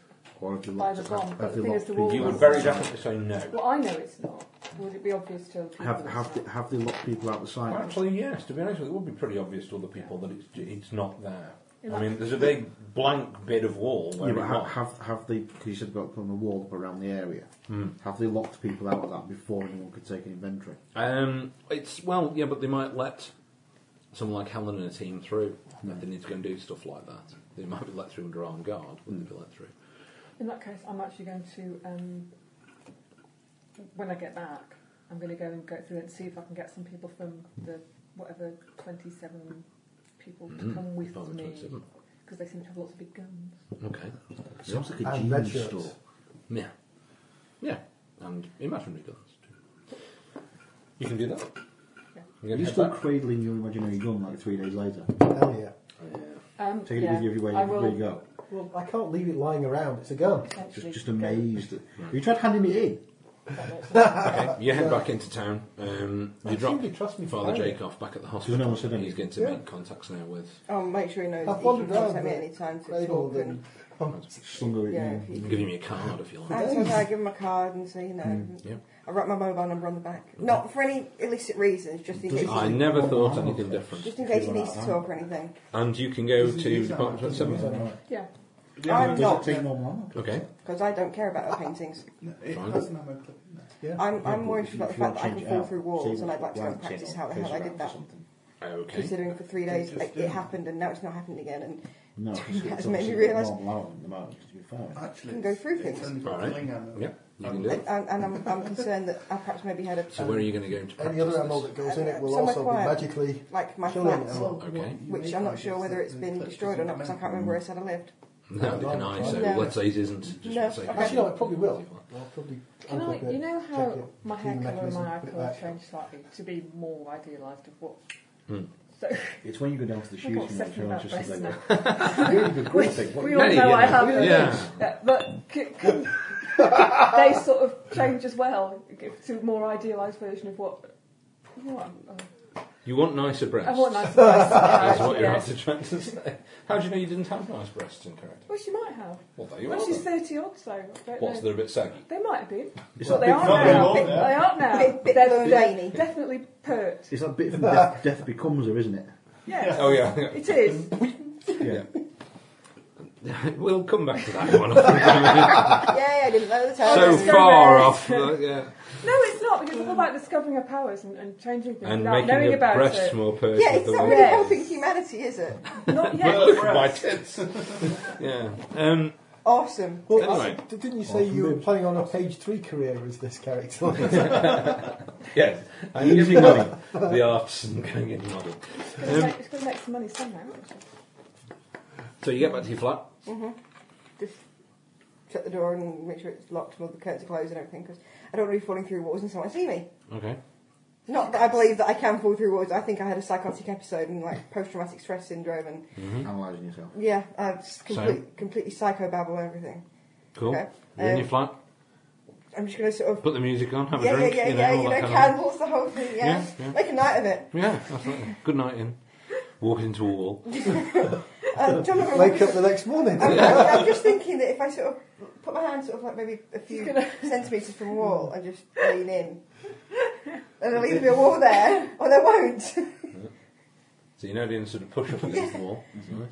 [SPEAKER 5] Or have they
[SPEAKER 7] By
[SPEAKER 5] locked
[SPEAKER 7] the
[SPEAKER 5] it-
[SPEAKER 7] bomb, but
[SPEAKER 5] Have
[SPEAKER 7] the
[SPEAKER 5] they
[SPEAKER 7] thing is
[SPEAKER 5] locked
[SPEAKER 7] the
[SPEAKER 5] people
[SPEAKER 7] wall-
[SPEAKER 4] You
[SPEAKER 5] out?
[SPEAKER 4] would very definitely say no.
[SPEAKER 7] Well, I know it's not. Would it be obvious to other people?
[SPEAKER 5] Have,
[SPEAKER 7] it's
[SPEAKER 5] have,
[SPEAKER 7] not?
[SPEAKER 5] they, have they locked people out the site?
[SPEAKER 4] Well, actually, yes. To be honest with you, it would be pretty obvious to other people that it's it's not there.
[SPEAKER 7] Yeah.
[SPEAKER 4] I mean, there's a big blank bit of wall where
[SPEAKER 5] Yeah, but
[SPEAKER 4] it
[SPEAKER 5] have,
[SPEAKER 4] got-
[SPEAKER 5] have, have they, because you said about putting a wall up around the area, have they locked people out of that before anyone could take an inventory?
[SPEAKER 4] Um, it's well, yeah, but they might let someone like Helen and her team through. If they need to go and do stuff like that, they might be let through under armed guard. Wouldn't they be let through?
[SPEAKER 7] In that case, I'm actually going to, um, when I get back, I'm going to go and go through and see if I can get some people from the whatever 27 people to
[SPEAKER 5] Mm-hmm.
[SPEAKER 4] Mhm.
[SPEAKER 7] come with
[SPEAKER 4] Oh, the
[SPEAKER 7] me
[SPEAKER 4] 27.
[SPEAKER 7] because they seem to have lots of big guns.
[SPEAKER 4] Okay.
[SPEAKER 5] Sounds like a
[SPEAKER 2] And red
[SPEAKER 5] jeans
[SPEAKER 2] shirts.
[SPEAKER 5] store.
[SPEAKER 4] Yeah. Yeah. And imaginary guns too.
[SPEAKER 10] You can do that.
[SPEAKER 7] Yeah.
[SPEAKER 10] You
[SPEAKER 5] Are
[SPEAKER 10] can
[SPEAKER 5] you
[SPEAKER 10] head
[SPEAKER 5] still
[SPEAKER 10] back.
[SPEAKER 5] cradling your imaginary gun like three days later?
[SPEAKER 2] Hell yeah.
[SPEAKER 7] Um,
[SPEAKER 5] Taking
[SPEAKER 7] yeah,
[SPEAKER 5] it with you everywhere
[SPEAKER 7] I
[SPEAKER 5] you,
[SPEAKER 7] will,
[SPEAKER 5] where you go?
[SPEAKER 2] Well, I can't leave it lying around. It's a gun.
[SPEAKER 7] essentially
[SPEAKER 5] Just, just
[SPEAKER 7] go-
[SPEAKER 5] amazed. At, Have you tried handing it in?
[SPEAKER 4] Okay, you head back into town. Um, you
[SPEAKER 2] I
[SPEAKER 4] drop
[SPEAKER 2] think you trust me for
[SPEAKER 4] Father
[SPEAKER 2] that.
[SPEAKER 4] Jacob back at the
[SPEAKER 5] no
[SPEAKER 4] hospital.
[SPEAKER 5] one said
[SPEAKER 4] He's
[SPEAKER 5] anything.
[SPEAKER 4] going to
[SPEAKER 2] Yeah.
[SPEAKER 4] make contacts now with.
[SPEAKER 3] Oh, make sure he knows
[SPEAKER 2] I've
[SPEAKER 3] that he
[SPEAKER 2] wondered
[SPEAKER 3] can contact
[SPEAKER 2] around
[SPEAKER 3] me
[SPEAKER 2] the
[SPEAKER 3] any time to
[SPEAKER 2] Cradled
[SPEAKER 3] talk.
[SPEAKER 2] and
[SPEAKER 3] And,
[SPEAKER 2] Um,
[SPEAKER 5] Slung it
[SPEAKER 3] yeah,
[SPEAKER 5] in.
[SPEAKER 3] if he,
[SPEAKER 4] Giving me a card if you like.
[SPEAKER 3] I told her I give him a card and say, you know,
[SPEAKER 5] Mm,
[SPEAKER 4] Yeah.
[SPEAKER 3] I write my mobile number on the back. Not for any illicit reasons, just in case.
[SPEAKER 4] I never thought anything different.
[SPEAKER 3] Just in case he needs to talk or anything.
[SPEAKER 4] And you can go to Department 27.
[SPEAKER 7] Yeah.
[SPEAKER 3] I'm not,
[SPEAKER 5] Does it take normal?
[SPEAKER 4] Okay.
[SPEAKER 3] because I don't care about her paintings.
[SPEAKER 6] No, it
[SPEAKER 4] Fine.
[SPEAKER 6] has an ammo clip in there.
[SPEAKER 3] I'm, I'm worried about the
[SPEAKER 5] If you
[SPEAKER 3] fact that I
[SPEAKER 5] change
[SPEAKER 3] can
[SPEAKER 5] it
[SPEAKER 3] fall
[SPEAKER 5] out,
[SPEAKER 3] through
[SPEAKER 5] see
[SPEAKER 3] walls,
[SPEAKER 5] what
[SPEAKER 3] and I'd like to go and
[SPEAKER 5] line
[SPEAKER 3] practice
[SPEAKER 5] chin
[SPEAKER 3] how the
[SPEAKER 5] goes
[SPEAKER 3] hell I
[SPEAKER 5] around
[SPEAKER 3] did
[SPEAKER 5] or
[SPEAKER 3] that.
[SPEAKER 5] something.
[SPEAKER 4] Okay.
[SPEAKER 3] Considering for three days like, it happened and now it's not happening again, and
[SPEAKER 5] No, 'cause
[SPEAKER 3] Has
[SPEAKER 5] it's
[SPEAKER 3] made me
[SPEAKER 5] obviously
[SPEAKER 3] realise-
[SPEAKER 5] normal out in the moment, 'cause you're fine.
[SPEAKER 6] Actually,
[SPEAKER 3] Can go
[SPEAKER 6] it's-
[SPEAKER 3] through
[SPEAKER 6] it's
[SPEAKER 3] things.
[SPEAKER 6] only got
[SPEAKER 4] Alright.
[SPEAKER 6] bling
[SPEAKER 2] uh,
[SPEAKER 6] ammo.
[SPEAKER 4] Yeah, you
[SPEAKER 2] um,
[SPEAKER 4] can do
[SPEAKER 3] and,
[SPEAKER 4] it.
[SPEAKER 3] and, and I'm, I'm concerned that I perhaps maybe had a um,
[SPEAKER 4] So where are you going to go to practice
[SPEAKER 2] Any other ammo
[SPEAKER 4] this?
[SPEAKER 2] that goes in it will
[SPEAKER 3] Somewhere
[SPEAKER 2] also be
[SPEAKER 3] quiet.
[SPEAKER 2] magically.
[SPEAKER 3] like my
[SPEAKER 2] Surely
[SPEAKER 3] flat,
[SPEAKER 2] ammo.
[SPEAKER 6] what
[SPEAKER 4] Okay.
[SPEAKER 6] you
[SPEAKER 3] which
[SPEAKER 6] may
[SPEAKER 3] I'm not
[SPEAKER 6] find
[SPEAKER 3] sure
[SPEAKER 6] is
[SPEAKER 3] whether
[SPEAKER 6] that
[SPEAKER 3] it's
[SPEAKER 6] the
[SPEAKER 3] been
[SPEAKER 6] clip
[SPEAKER 3] destroyed or
[SPEAKER 6] isn't
[SPEAKER 3] not because I can't
[SPEAKER 6] meant-
[SPEAKER 3] remember where I said I lived.
[SPEAKER 4] No, they can I, so
[SPEAKER 3] No.
[SPEAKER 4] let's say it isn't. Just
[SPEAKER 3] No,
[SPEAKER 4] for sake of
[SPEAKER 3] okay.
[SPEAKER 2] Actually, no, it probably will.
[SPEAKER 4] Well,
[SPEAKER 2] Well, probably
[SPEAKER 7] Can I,
[SPEAKER 2] unplug it,
[SPEAKER 7] you know
[SPEAKER 2] check
[SPEAKER 7] how
[SPEAKER 2] it,
[SPEAKER 7] my
[SPEAKER 2] clean
[SPEAKER 7] hair
[SPEAKER 2] the
[SPEAKER 7] colour and
[SPEAKER 2] mechanism,
[SPEAKER 7] my eye
[SPEAKER 2] put it
[SPEAKER 7] colour
[SPEAKER 2] back.
[SPEAKER 7] change slightly to be more idealised of what?
[SPEAKER 4] Hmm.
[SPEAKER 7] So
[SPEAKER 5] It's when you go down to the
[SPEAKER 7] I
[SPEAKER 5] shoes
[SPEAKER 7] got
[SPEAKER 5] and make
[SPEAKER 7] second
[SPEAKER 5] sure
[SPEAKER 7] about
[SPEAKER 5] it's just
[SPEAKER 7] breast
[SPEAKER 5] like
[SPEAKER 7] now.
[SPEAKER 5] really good quality. What
[SPEAKER 7] we
[SPEAKER 5] you-
[SPEAKER 7] all
[SPEAKER 4] Hey,
[SPEAKER 7] know
[SPEAKER 4] yeah.
[SPEAKER 7] I have them.
[SPEAKER 4] Yeah.
[SPEAKER 7] Yeah, but c- can, they sort of change as well give- to a more idealised version of what. what uh,
[SPEAKER 4] You want nicer
[SPEAKER 7] I
[SPEAKER 4] breasts.
[SPEAKER 7] want nice breasts.
[SPEAKER 4] That's what
[SPEAKER 7] yeah,
[SPEAKER 4] you're
[SPEAKER 7] yes.
[SPEAKER 4] after trying to say. How do you know you didn't have nice breasts in character?
[SPEAKER 7] Well, she might have.
[SPEAKER 4] Well, there you
[SPEAKER 7] Well,
[SPEAKER 4] are.
[SPEAKER 7] she's
[SPEAKER 4] then.
[SPEAKER 7] 30 odd, so. I don't
[SPEAKER 4] What's
[SPEAKER 7] know.
[SPEAKER 4] they're a bit saggy?
[SPEAKER 7] They might have been.
[SPEAKER 5] It's
[SPEAKER 7] Well,
[SPEAKER 5] that
[SPEAKER 7] they
[SPEAKER 5] bit
[SPEAKER 7] are
[SPEAKER 5] from-
[SPEAKER 7] now.
[SPEAKER 6] bit-
[SPEAKER 7] They are now.
[SPEAKER 3] bit- bit
[SPEAKER 7] they're,
[SPEAKER 3] veiny.
[SPEAKER 7] they're definitely pert.
[SPEAKER 5] It's that bit from Death, Death Becomes Her, isn't it?
[SPEAKER 7] Yes.
[SPEAKER 4] Oh, yeah. yeah.
[SPEAKER 7] It is.
[SPEAKER 5] Yeah.
[SPEAKER 4] we'll come back to that one. I
[SPEAKER 3] yeah, I didn't know the
[SPEAKER 4] think.
[SPEAKER 3] time.
[SPEAKER 4] so
[SPEAKER 7] let's go
[SPEAKER 4] far
[SPEAKER 7] back.
[SPEAKER 4] off. uh, yeah.
[SPEAKER 7] No, it's not because it's all about discovering our powers and, and changing things
[SPEAKER 4] And
[SPEAKER 7] without
[SPEAKER 4] making
[SPEAKER 7] knowing
[SPEAKER 4] the
[SPEAKER 7] about
[SPEAKER 4] breasts
[SPEAKER 7] it.
[SPEAKER 4] more purty.
[SPEAKER 3] yeah, it's
[SPEAKER 4] the
[SPEAKER 3] not
[SPEAKER 4] way-
[SPEAKER 3] really
[SPEAKER 7] Yeah.
[SPEAKER 3] helping humanity, is it?
[SPEAKER 7] Not
[SPEAKER 4] But
[SPEAKER 7] yet.
[SPEAKER 4] look at my tits. yeah. Um,
[SPEAKER 3] Awesome.
[SPEAKER 2] Well,
[SPEAKER 4] Anyway.
[SPEAKER 2] I- d- didn't you say you were planning on a page three career as this character?
[SPEAKER 4] yes. I'm using money. The arts and going in model.
[SPEAKER 7] It's
[SPEAKER 4] um,
[SPEAKER 7] gonna make- it's going to make some money somehow. isn't it?
[SPEAKER 4] So you get back to your flat.
[SPEAKER 3] Just shut the door and make sure it's locked and all the curtains are closed and everything because I don't want to be falling through walls and someone see me.
[SPEAKER 4] Okay.
[SPEAKER 3] Not that I believe that I can fall through walls. I think I had a psychotic episode and like post-traumatic stress syndrome and
[SPEAKER 4] Mm-hmm.
[SPEAKER 5] Analysing yourself.
[SPEAKER 3] yeah, I just
[SPEAKER 4] So?
[SPEAKER 3] complete, completely psychobabble and everything.
[SPEAKER 4] Cool.
[SPEAKER 3] Okay.
[SPEAKER 4] You're in
[SPEAKER 3] Um,
[SPEAKER 4] your flat.
[SPEAKER 3] I'm just gonna sort of
[SPEAKER 4] Put the music on. Have
[SPEAKER 3] yeah,
[SPEAKER 4] a drink.
[SPEAKER 3] yeah, yeah,
[SPEAKER 4] you know,
[SPEAKER 3] yeah,
[SPEAKER 4] all
[SPEAKER 3] you
[SPEAKER 4] that
[SPEAKER 3] know,
[SPEAKER 4] kind of.
[SPEAKER 3] candles, the whole thing, yeah.
[SPEAKER 4] Yeah, yeah.
[SPEAKER 3] Make a night of it.
[SPEAKER 4] Yeah. Absolutely. Good night in. Walk into a wall.
[SPEAKER 3] Um, Jonathan, I'm
[SPEAKER 2] Wake up
[SPEAKER 3] just,
[SPEAKER 2] the next morning.
[SPEAKER 3] I'm, I'm- I'm just thinking that if I sort of put my hand sort of like maybe a few
[SPEAKER 7] gonna-
[SPEAKER 3] centimetres from a wall and just lean in, and there'll either be a wall there or there won't.
[SPEAKER 4] So you're now doing a sort of push up against the wall. That's nice.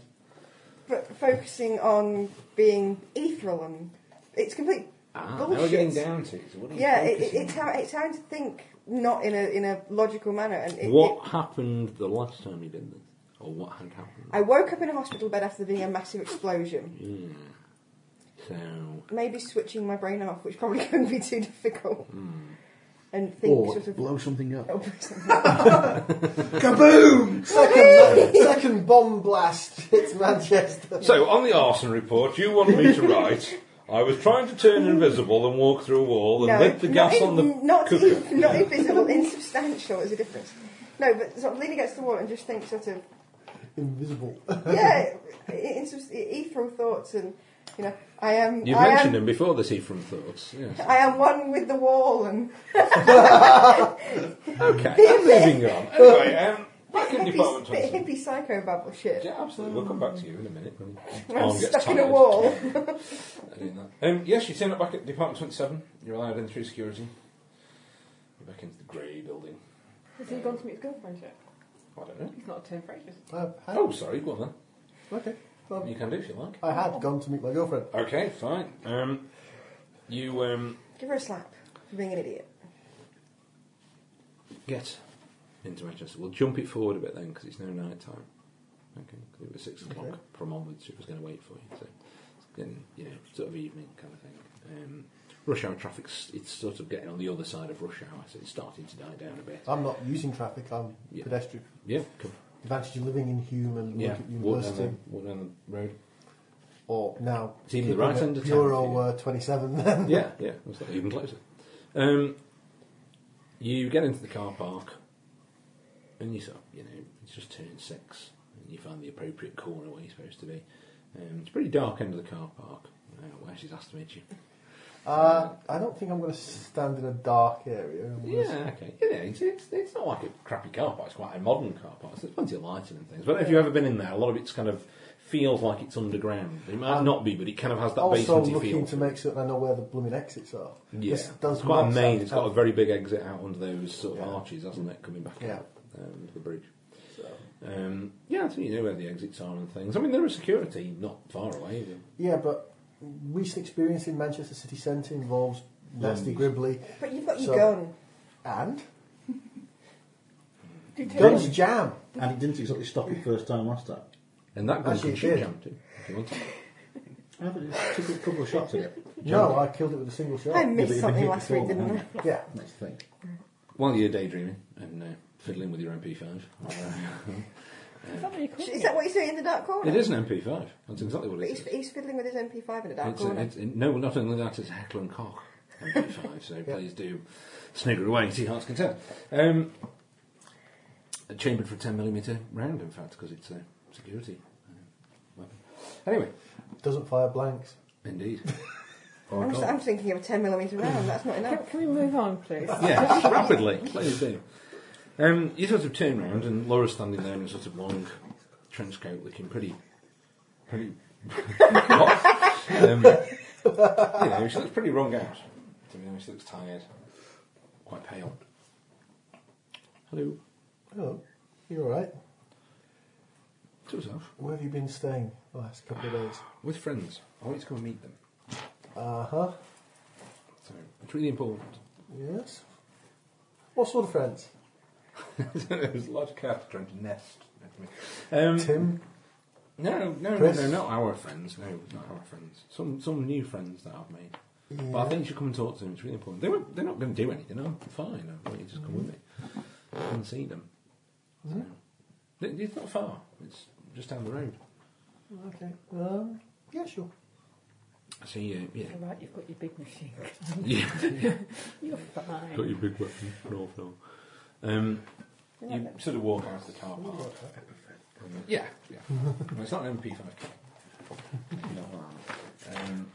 [SPEAKER 3] but focusing on being ethereal and it's complete.
[SPEAKER 4] Ah, now we're
[SPEAKER 3] Bullshit.
[SPEAKER 4] getting down to it. So what are you
[SPEAKER 3] Yeah, it, it,
[SPEAKER 4] focusing
[SPEAKER 3] it's
[SPEAKER 4] on?
[SPEAKER 3] how it's how to think not in a in a logical manner and it,
[SPEAKER 4] What
[SPEAKER 3] it-
[SPEAKER 4] happened the last time you did this? Or what had happened?
[SPEAKER 3] I woke up in a hospital bed after there being a massive explosion.
[SPEAKER 4] Hmm. So,
[SPEAKER 3] maybe switching my brain off, which probably couldn't be too difficult, and think
[SPEAKER 5] Or
[SPEAKER 3] sort of.
[SPEAKER 5] blow something up.
[SPEAKER 2] Kaboom! Second, second bomb blast hits Manchester.
[SPEAKER 10] So, on the arson report you want me to write, I was trying to turn invisible and walk through a wall and lit the gas
[SPEAKER 3] not,
[SPEAKER 10] on the
[SPEAKER 3] in- not,
[SPEAKER 10] cooker.
[SPEAKER 3] in- not invisible, insubstantial is a difference. No, but sort of lean against the wall and just think sort of
[SPEAKER 2] Invisible.
[SPEAKER 3] yeah, i- insubs- ethereal e-, thoughts and you know I am
[SPEAKER 4] you've
[SPEAKER 3] I
[SPEAKER 4] mentioned
[SPEAKER 3] am
[SPEAKER 4] him before, the sea from thoughts. Yes.
[SPEAKER 3] I am one with the wall and
[SPEAKER 4] Okay, I'm moving on. Anyway, um, back in
[SPEAKER 3] hippie,
[SPEAKER 10] Department
[SPEAKER 3] bit
[SPEAKER 10] 27.
[SPEAKER 3] hippie psycho babble shit.
[SPEAKER 4] yeah, absolutely. We'll come back to you in a minute. When your
[SPEAKER 3] I'm
[SPEAKER 4] arm gets
[SPEAKER 3] stuck in a
[SPEAKER 4] tired.
[SPEAKER 3] wall.
[SPEAKER 4] Doing that. Um, yes, you turn up back at Department 27. You're allowed in through security. You're back into the grey building.
[SPEAKER 7] Has he gone to meet his girlfriend yet?
[SPEAKER 4] I don't know.
[SPEAKER 7] He's not a turn for ages.
[SPEAKER 2] I had,
[SPEAKER 4] Oh, sorry, go on then.
[SPEAKER 2] Uh, okay.
[SPEAKER 4] You can do if you like.
[SPEAKER 2] I had gone to meet my girlfriend.
[SPEAKER 4] Okay, fine. Um, you um,
[SPEAKER 3] Give her a slap for being an idiot.
[SPEAKER 4] get into Manchester. We'll jump it forward a bit then, because it's now night time. Okay, 'cause it was six o'clock
[SPEAKER 2] Okay.
[SPEAKER 4] from onwards. It was going to wait for you, so it's getting you know sort of evening kind of thing. Um, rush hour traffic's it's sort of getting on the other side of rush hour, so it's starting to die down a bit.
[SPEAKER 2] I'm not using traffic, I'm
[SPEAKER 4] Yeah.
[SPEAKER 2] pedestrian.
[SPEAKER 4] Yeah, cool.
[SPEAKER 2] Advantage of living in Hume and
[SPEAKER 4] yeah.
[SPEAKER 2] work at
[SPEAKER 4] Walk down,
[SPEAKER 2] university.
[SPEAKER 4] the, walk down the road.
[SPEAKER 2] Or now,
[SPEAKER 4] It's even the
[SPEAKER 2] people
[SPEAKER 4] right
[SPEAKER 2] at
[SPEAKER 4] end of town,
[SPEAKER 2] Bureau
[SPEAKER 4] yeah.
[SPEAKER 2] uh, 27 then.
[SPEAKER 4] yeah, yeah, it's like even closer. Um, you get into the car park, and you sort of, you know, it's just turn six, and you find the appropriate corner where you're supposed to be. Um, it's a pretty dark end of the car park, uh, where she's asked to meet you.
[SPEAKER 2] Uh, I don't think I'm going to stand in a dark area. I'm gonna s-
[SPEAKER 4] Yeah, okay. You know, it's, it's, it's not like a crappy car park. It's quite a modern car park. So there's plenty of lighting and things. But if you've ever been in there, a lot of it's kind of feels like it's underground. It might not be, but it kind of has that
[SPEAKER 2] Uh, also
[SPEAKER 4] basementy feel.
[SPEAKER 2] looking to make certain I know where the blooming exits are.
[SPEAKER 4] Yeah,
[SPEAKER 2] This does
[SPEAKER 4] it's quite a
[SPEAKER 2] not
[SPEAKER 4] main.
[SPEAKER 2] sound
[SPEAKER 4] It's got a
[SPEAKER 2] healthy.
[SPEAKER 4] very big exit out under those sort of
[SPEAKER 2] Yeah.
[SPEAKER 4] arches, hasn't it? Coming back
[SPEAKER 2] Yeah.
[SPEAKER 4] out um, to the bridge. Um, yeah, so you know where the exits are and things. I mean, there is security not far away. Either.
[SPEAKER 2] Yeah, but recent experience in Manchester city centre involves Nasty Gribbly
[SPEAKER 3] But you've got your
[SPEAKER 2] So-
[SPEAKER 3] gun.
[SPEAKER 2] and
[SPEAKER 11] Do you take
[SPEAKER 2] Guns Jam.
[SPEAKER 5] And it didn't exactly stop it first time last time.
[SPEAKER 4] And that gun
[SPEAKER 2] Actually, it
[SPEAKER 4] can shoot
[SPEAKER 2] did.
[SPEAKER 4] jam too. If you want to.
[SPEAKER 5] Yeah, but it took a couple of shots at it.
[SPEAKER 2] No, I killed it with a single shot.
[SPEAKER 3] I
[SPEAKER 5] but
[SPEAKER 3] missed
[SPEAKER 5] you
[SPEAKER 3] something
[SPEAKER 5] hit
[SPEAKER 3] last
[SPEAKER 5] before
[SPEAKER 3] week, didn't I?
[SPEAKER 5] that.
[SPEAKER 2] Yeah.
[SPEAKER 5] That's the thing.
[SPEAKER 4] While you're daydreaming and uh, fiddling with your MP5,
[SPEAKER 11] Is that what you call
[SPEAKER 3] Is that
[SPEAKER 11] it?
[SPEAKER 3] what you say in the dark corner?
[SPEAKER 4] it is an MP5. That's exactly what
[SPEAKER 3] But
[SPEAKER 4] it
[SPEAKER 3] he's,
[SPEAKER 4] is.
[SPEAKER 3] he's fiddling with his MP5 in the dark
[SPEAKER 4] It's a,
[SPEAKER 3] corner.
[SPEAKER 4] it's, it, no, not only that, it's Heckler and Koch MP5. So please do snigger away to your heart's content. Um, chambered for a 10 millimeter round, in fact, because it's a security uh, weapon. Anyway,
[SPEAKER 2] Doesn't fire blanks.
[SPEAKER 4] indeed.
[SPEAKER 3] I'm, just, I'm just thinking of a 10mm round, that's not
[SPEAKER 7] Can,
[SPEAKER 3] enough.
[SPEAKER 7] can we move on, please?
[SPEAKER 4] yes, rapidly. Please do. Um, you sort of turn round, and Laura's standing there in a sort of long trench coat, looking pretty, pretty. what? Um, you know, she looks pretty wrung out. To be honest, she looks tired, quite pale. Hello,
[SPEAKER 2] Oh, you're alright.
[SPEAKER 4] to herself.
[SPEAKER 2] Where have you been staying the last couple of days?
[SPEAKER 4] With friends, I want you to go and meet them.
[SPEAKER 2] Uh huh.
[SPEAKER 4] So it's really important.
[SPEAKER 2] Yes. What sort of friends?
[SPEAKER 4] There's a large cat trying to nest. Um,
[SPEAKER 2] Tim?
[SPEAKER 4] No, no,
[SPEAKER 2] Chris?
[SPEAKER 4] no, no, not our friends. No, not our friends. Some some new friends that I've made. But I think you should come and talk to them. It's really important. They won't, they're not going to do anything. I'm fine. I want you to just come with me and see them. So, it- it's not far. It's just down the road.
[SPEAKER 2] Okay. Um, yeah, sure.
[SPEAKER 4] I see you. Yeah,
[SPEAKER 7] All right, you've got your big machine.
[SPEAKER 4] yeah.
[SPEAKER 7] You're fine.
[SPEAKER 4] your big weapon. No, no. Um, you sort of walk out of the car park. Um, yeah, yeah. Well, it's not an MP5. No, um,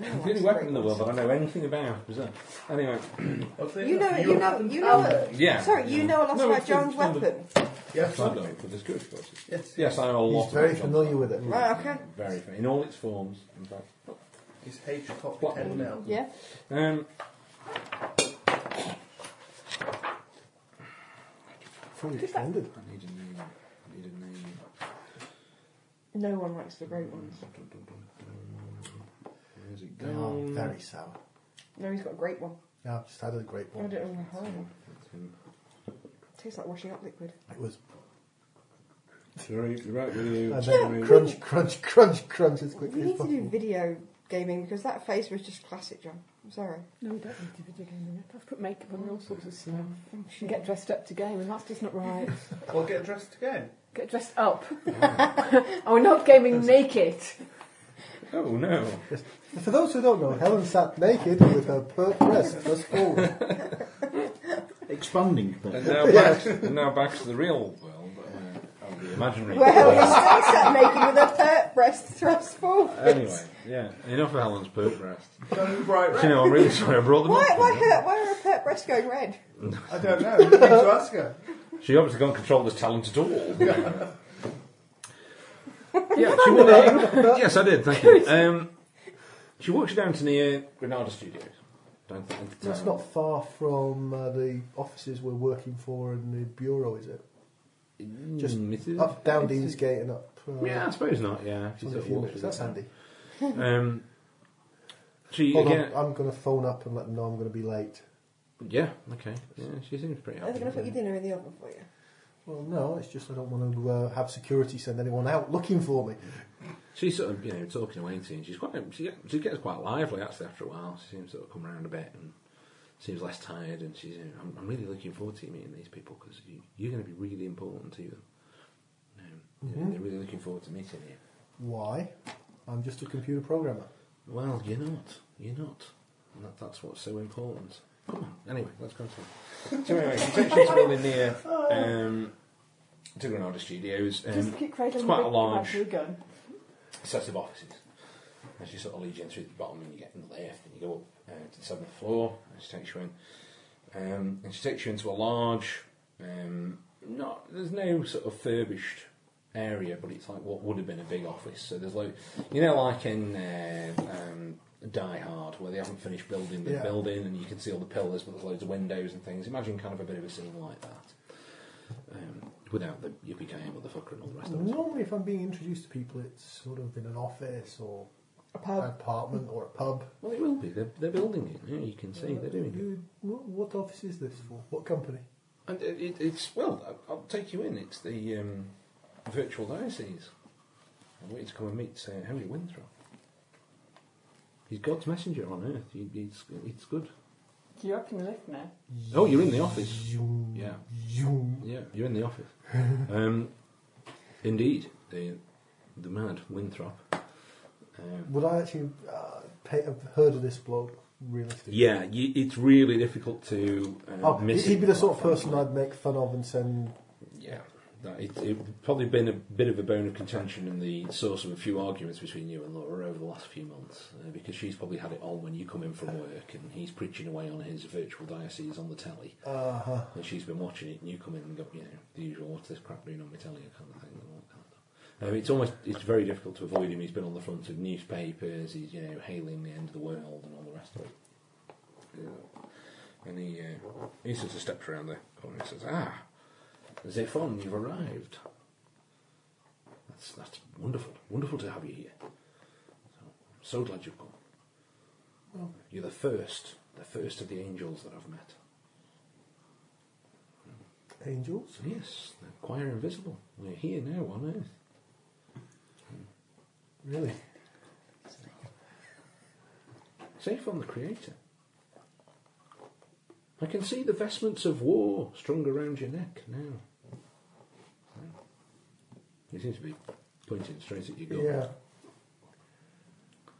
[SPEAKER 4] It's the only weapon in the world that I know anything about. Was that? Anyway,
[SPEAKER 3] You know, you know, you know.
[SPEAKER 4] yeah.
[SPEAKER 3] Sorry, you know a lot
[SPEAKER 4] No,
[SPEAKER 3] about
[SPEAKER 4] it's-
[SPEAKER 3] John's
[SPEAKER 4] it's not a-
[SPEAKER 3] weapon.
[SPEAKER 4] Yes, I know, but there's good forces. Yes, yes, I know a lot.
[SPEAKER 2] He's very
[SPEAKER 4] about John
[SPEAKER 2] familiar
[SPEAKER 4] Clark.
[SPEAKER 2] with it.
[SPEAKER 3] Right, Oh, okay.
[SPEAKER 4] Very familiar in all its forms. In fact,
[SPEAKER 6] It's H top
[SPEAKER 4] Black
[SPEAKER 6] 10
[SPEAKER 4] one.
[SPEAKER 6] now.
[SPEAKER 3] Yeah.
[SPEAKER 4] um, fully
[SPEAKER 2] Mm.
[SPEAKER 4] extended. I need a name. I need a name.
[SPEAKER 3] No one likes the rope ones.
[SPEAKER 4] Where's it
[SPEAKER 2] They
[SPEAKER 4] going?
[SPEAKER 2] are Oh, very sour.
[SPEAKER 3] No, he's got a great one.
[SPEAKER 2] Yeah, I've just had a great
[SPEAKER 3] I don't
[SPEAKER 2] one.
[SPEAKER 3] know how.
[SPEAKER 4] That's him.
[SPEAKER 3] Tastes like washing up liquid.
[SPEAKER 2] It was
[SPEAKER 4] Sorry, right with you.
[SPEAKER 2] and then crunch, crunch, crunch, crunch as
[SPEAKER 3] You
[SPEAKER 2] quickly as
[SPEAKER 3] need to do
[SPEAKER 2] possible.
[SPEAKER 3] video gaming because that face was just classic, John. I'm sorry.
[SPEAKER 7] No, we don't need to video gaming. I've put makeup on and all sorts of stuff. You get dressed up to game, and that's just not right.
[SPEAKER 6] Or get dressed again.
[SPEAKER 7] Get dressed up. oh, we're not gaming naked.
[SPEAKER 4] Oh no.
[SPEAKER 2] For those who don't know, Helen sat naked with her pert breast thrust forward.
[SPEAKER 5] Expanding.
[SPEAKER 4] And
[SPEAKER 5] But
[SPEAKER 4] now back, and now back to the real world, uh, of the imaginary
[SPEAKER 3] Well,
[SPEAKER 4] world.
[SPEAKER 3] he's still sat naked with a pert breast thrust forward.
[SPEAKER 4] Anyway, yeah, enough of Helen's poop rest.
[SPEAKER 6] Going bright
[SPEAKER 4] You
[SPEAKER 6] red.
[SPEAKER 4] know, I'm really sorry I brought them
[SPEAKER 3] Why,
[SPEAKER 4] up.
[SPEAKER 3] why, her, why are her pert breasts going red?
[SPEAKER 6] I don't know. You need to ask her.
[SPEAKER 4] She obviously can't control this talent at all. yeah, she wore Yes, I did, thank you. Um, she walks you down to near Granada Studios. Down to the
[SPEAKER 2] That's
[SPEAKER 4] town.
[SPEAKER 2] not far from uh, the offices we're working for and the bureau, is it? just
[SPEAKER 4] Mm, it is.
[SPEAKER 2] Up down Deansgate and up. Uh,
[SPEAKER 4] Yeah, I suppose not, yeah. She
[SPEAKER 2] just a
[SPEAKER 4] sort of
[SPEAKER 2] few
[SPEAKER 4] walks
[SPEAKER 2] minutes.
[SPEAKER 4] you
[SPEAKER 2] That's
[SPEAKER 4] down.
[SPEAKER 2] handy.
[SPEAKER 4] Um, she,
[SPEAKER 2] Hold
[SPEAKER 4] again,
[SPEAKER 2] on, I'm going to phone up and let them know I'm going to be late.
[SPEAKER 4] Yeah, okay. Yeah, she seems pretty
[SPEAKER 3] Are
[SPEAKER 4] happy.
[SPEAKER 3] they going to put your dinner in the oven for you?
[SPEAKER 2] Well, no, it's just I don't want to uh, have security send anyone out looking for me.
[SPEAKER 4] She's sort of, you know, talking away and seeing she's quite, she, get- she gets quite lively actually after a while. She seems to sort of come around a bit and seems less tired and she's, you know, I'm, I'm really looking forward to you meeting these people because you, you're going to be really important to them. Um,
[SPEAKER 2] Mhm.
[SPEAKER 4] They're really looking forward to meeting you.
[SPEAKER 2] Why? I'm just a computer programmer.
[SPEAKER 4] Well, you're not. You're not. And that, that's what's so important. Come on. Anyway, let's go to So anyway, it's actually rolling near um, to Granada Studios. Um,
[SPEAKER 7] Just keep creating
[SPEAKER 4] it's quite
[SPEAKER 7] the
[SPEAKER 4] a
[SPEAKER 7] big
[SPEAKER 4] large
[SPEAKER 7] bamboo gun.
[SPEAKER 4] set of offices. And she sort of leads you in through the bottom and you get in the lift and you go up uh, to the seventh floor and she takes you in. Um, and she takes you into a large, um, not there's no sort of furbished area, but it's like what would have been a big office. So there's like, you know, like in uh, um, Die Hard where they haven't finished building the
[SPEAKER 2] Yeah.
[SPEAKER 4] building and you can see all the pillars, but there's loads of windows and things. Imagine kind of a bit of a scene like that. Um, without the yippee ki motherfucker and all the rest of it.
[SPEAKER 2] Normally, if I'm being introduced to people, it's sort of in an office or
[SPEAKER 3] A
[SPEAKER 2] an
[SPEAKER 3] pub.
[SPEAKER 2] apartment or a pub.
[SPEAKER 4] Well, it will be. They're, they're building it. Yeah, you can see they're doing it.
[SPEAKER 2] You- what, what office is this for? What company?
[SPEAKER 4] And it, it, it's well. I'll- I'll take you in. It's the um, virtual diocese. I'm waiting to come and meet uh, Henry Winthrop. He's God's messenger on earth. He, he's, it's good.
[SPEAKER 7] Do you up in the lift now?
[SPEAKER 4] Oh, you're in the office.
[SPEAKER 2] Zoom,
[SPEAKER 4] Yeah,
[SPEAKER 2] zoom.
[SPEAKER 4] yeah, you're in the office. Um, indeed, the the mad Winthrop. Um,
[SPEAKER 2] Would I actually uh, pay, have heard of this bloke? Realistically,
[SPEAKER 4] yeah, you, it's really difficult to uh,
[SPEAKER 2] Oh,
[SPEAKER 4] miss.
[SPEAKER 2] he'd be
[SPEAKER 4] him,
[SPEAKER 2] the sort of
[SPEAKER 4] quite
[SPEAKER 2] person
[SPEAKER 4] frankly.
[SPEAKER 2] I'd make fun of and send.
[SPEAKER 4] Yeah, that, it, it would probably been a bit of a bone of contention and the source of a few arguments between you and Laura over the last few months uh, because she's probably had it on when you come in from work and he's preaching away on his virtual diocese on the telly
[SPEAKER 2] Uh huh.
[SPEAKER 4] and she's been watching it and you come in and go, you know, the usual, what's this crap doing on my telly kind of thing. And all that kind of stuff. Um, it's almost, it's very difficult to avoid him. He's been on the front of newspapers, he's, you know, hailing the end of the world and all the rest of it. Yeah. And he, uh, he sort of steps around the corner and says, ah, Zephon, you've arrived. That's, that's wonderful. Wonderful to have you here. So, I'm so glad you've come. You're the first, the first of the angels that I've met.
[SPEAKER 2] Angels.
[SPEAKER 4] Yes, the choir invisible. We're here now on Earth.
[SPEAKER 2] Really?
[SPEAKER 4] Safe on the Creator. I can see the vestments of war strung around your neck now. He seems to be pointing straight at you. God.
[SPEAKER 2] Yeah.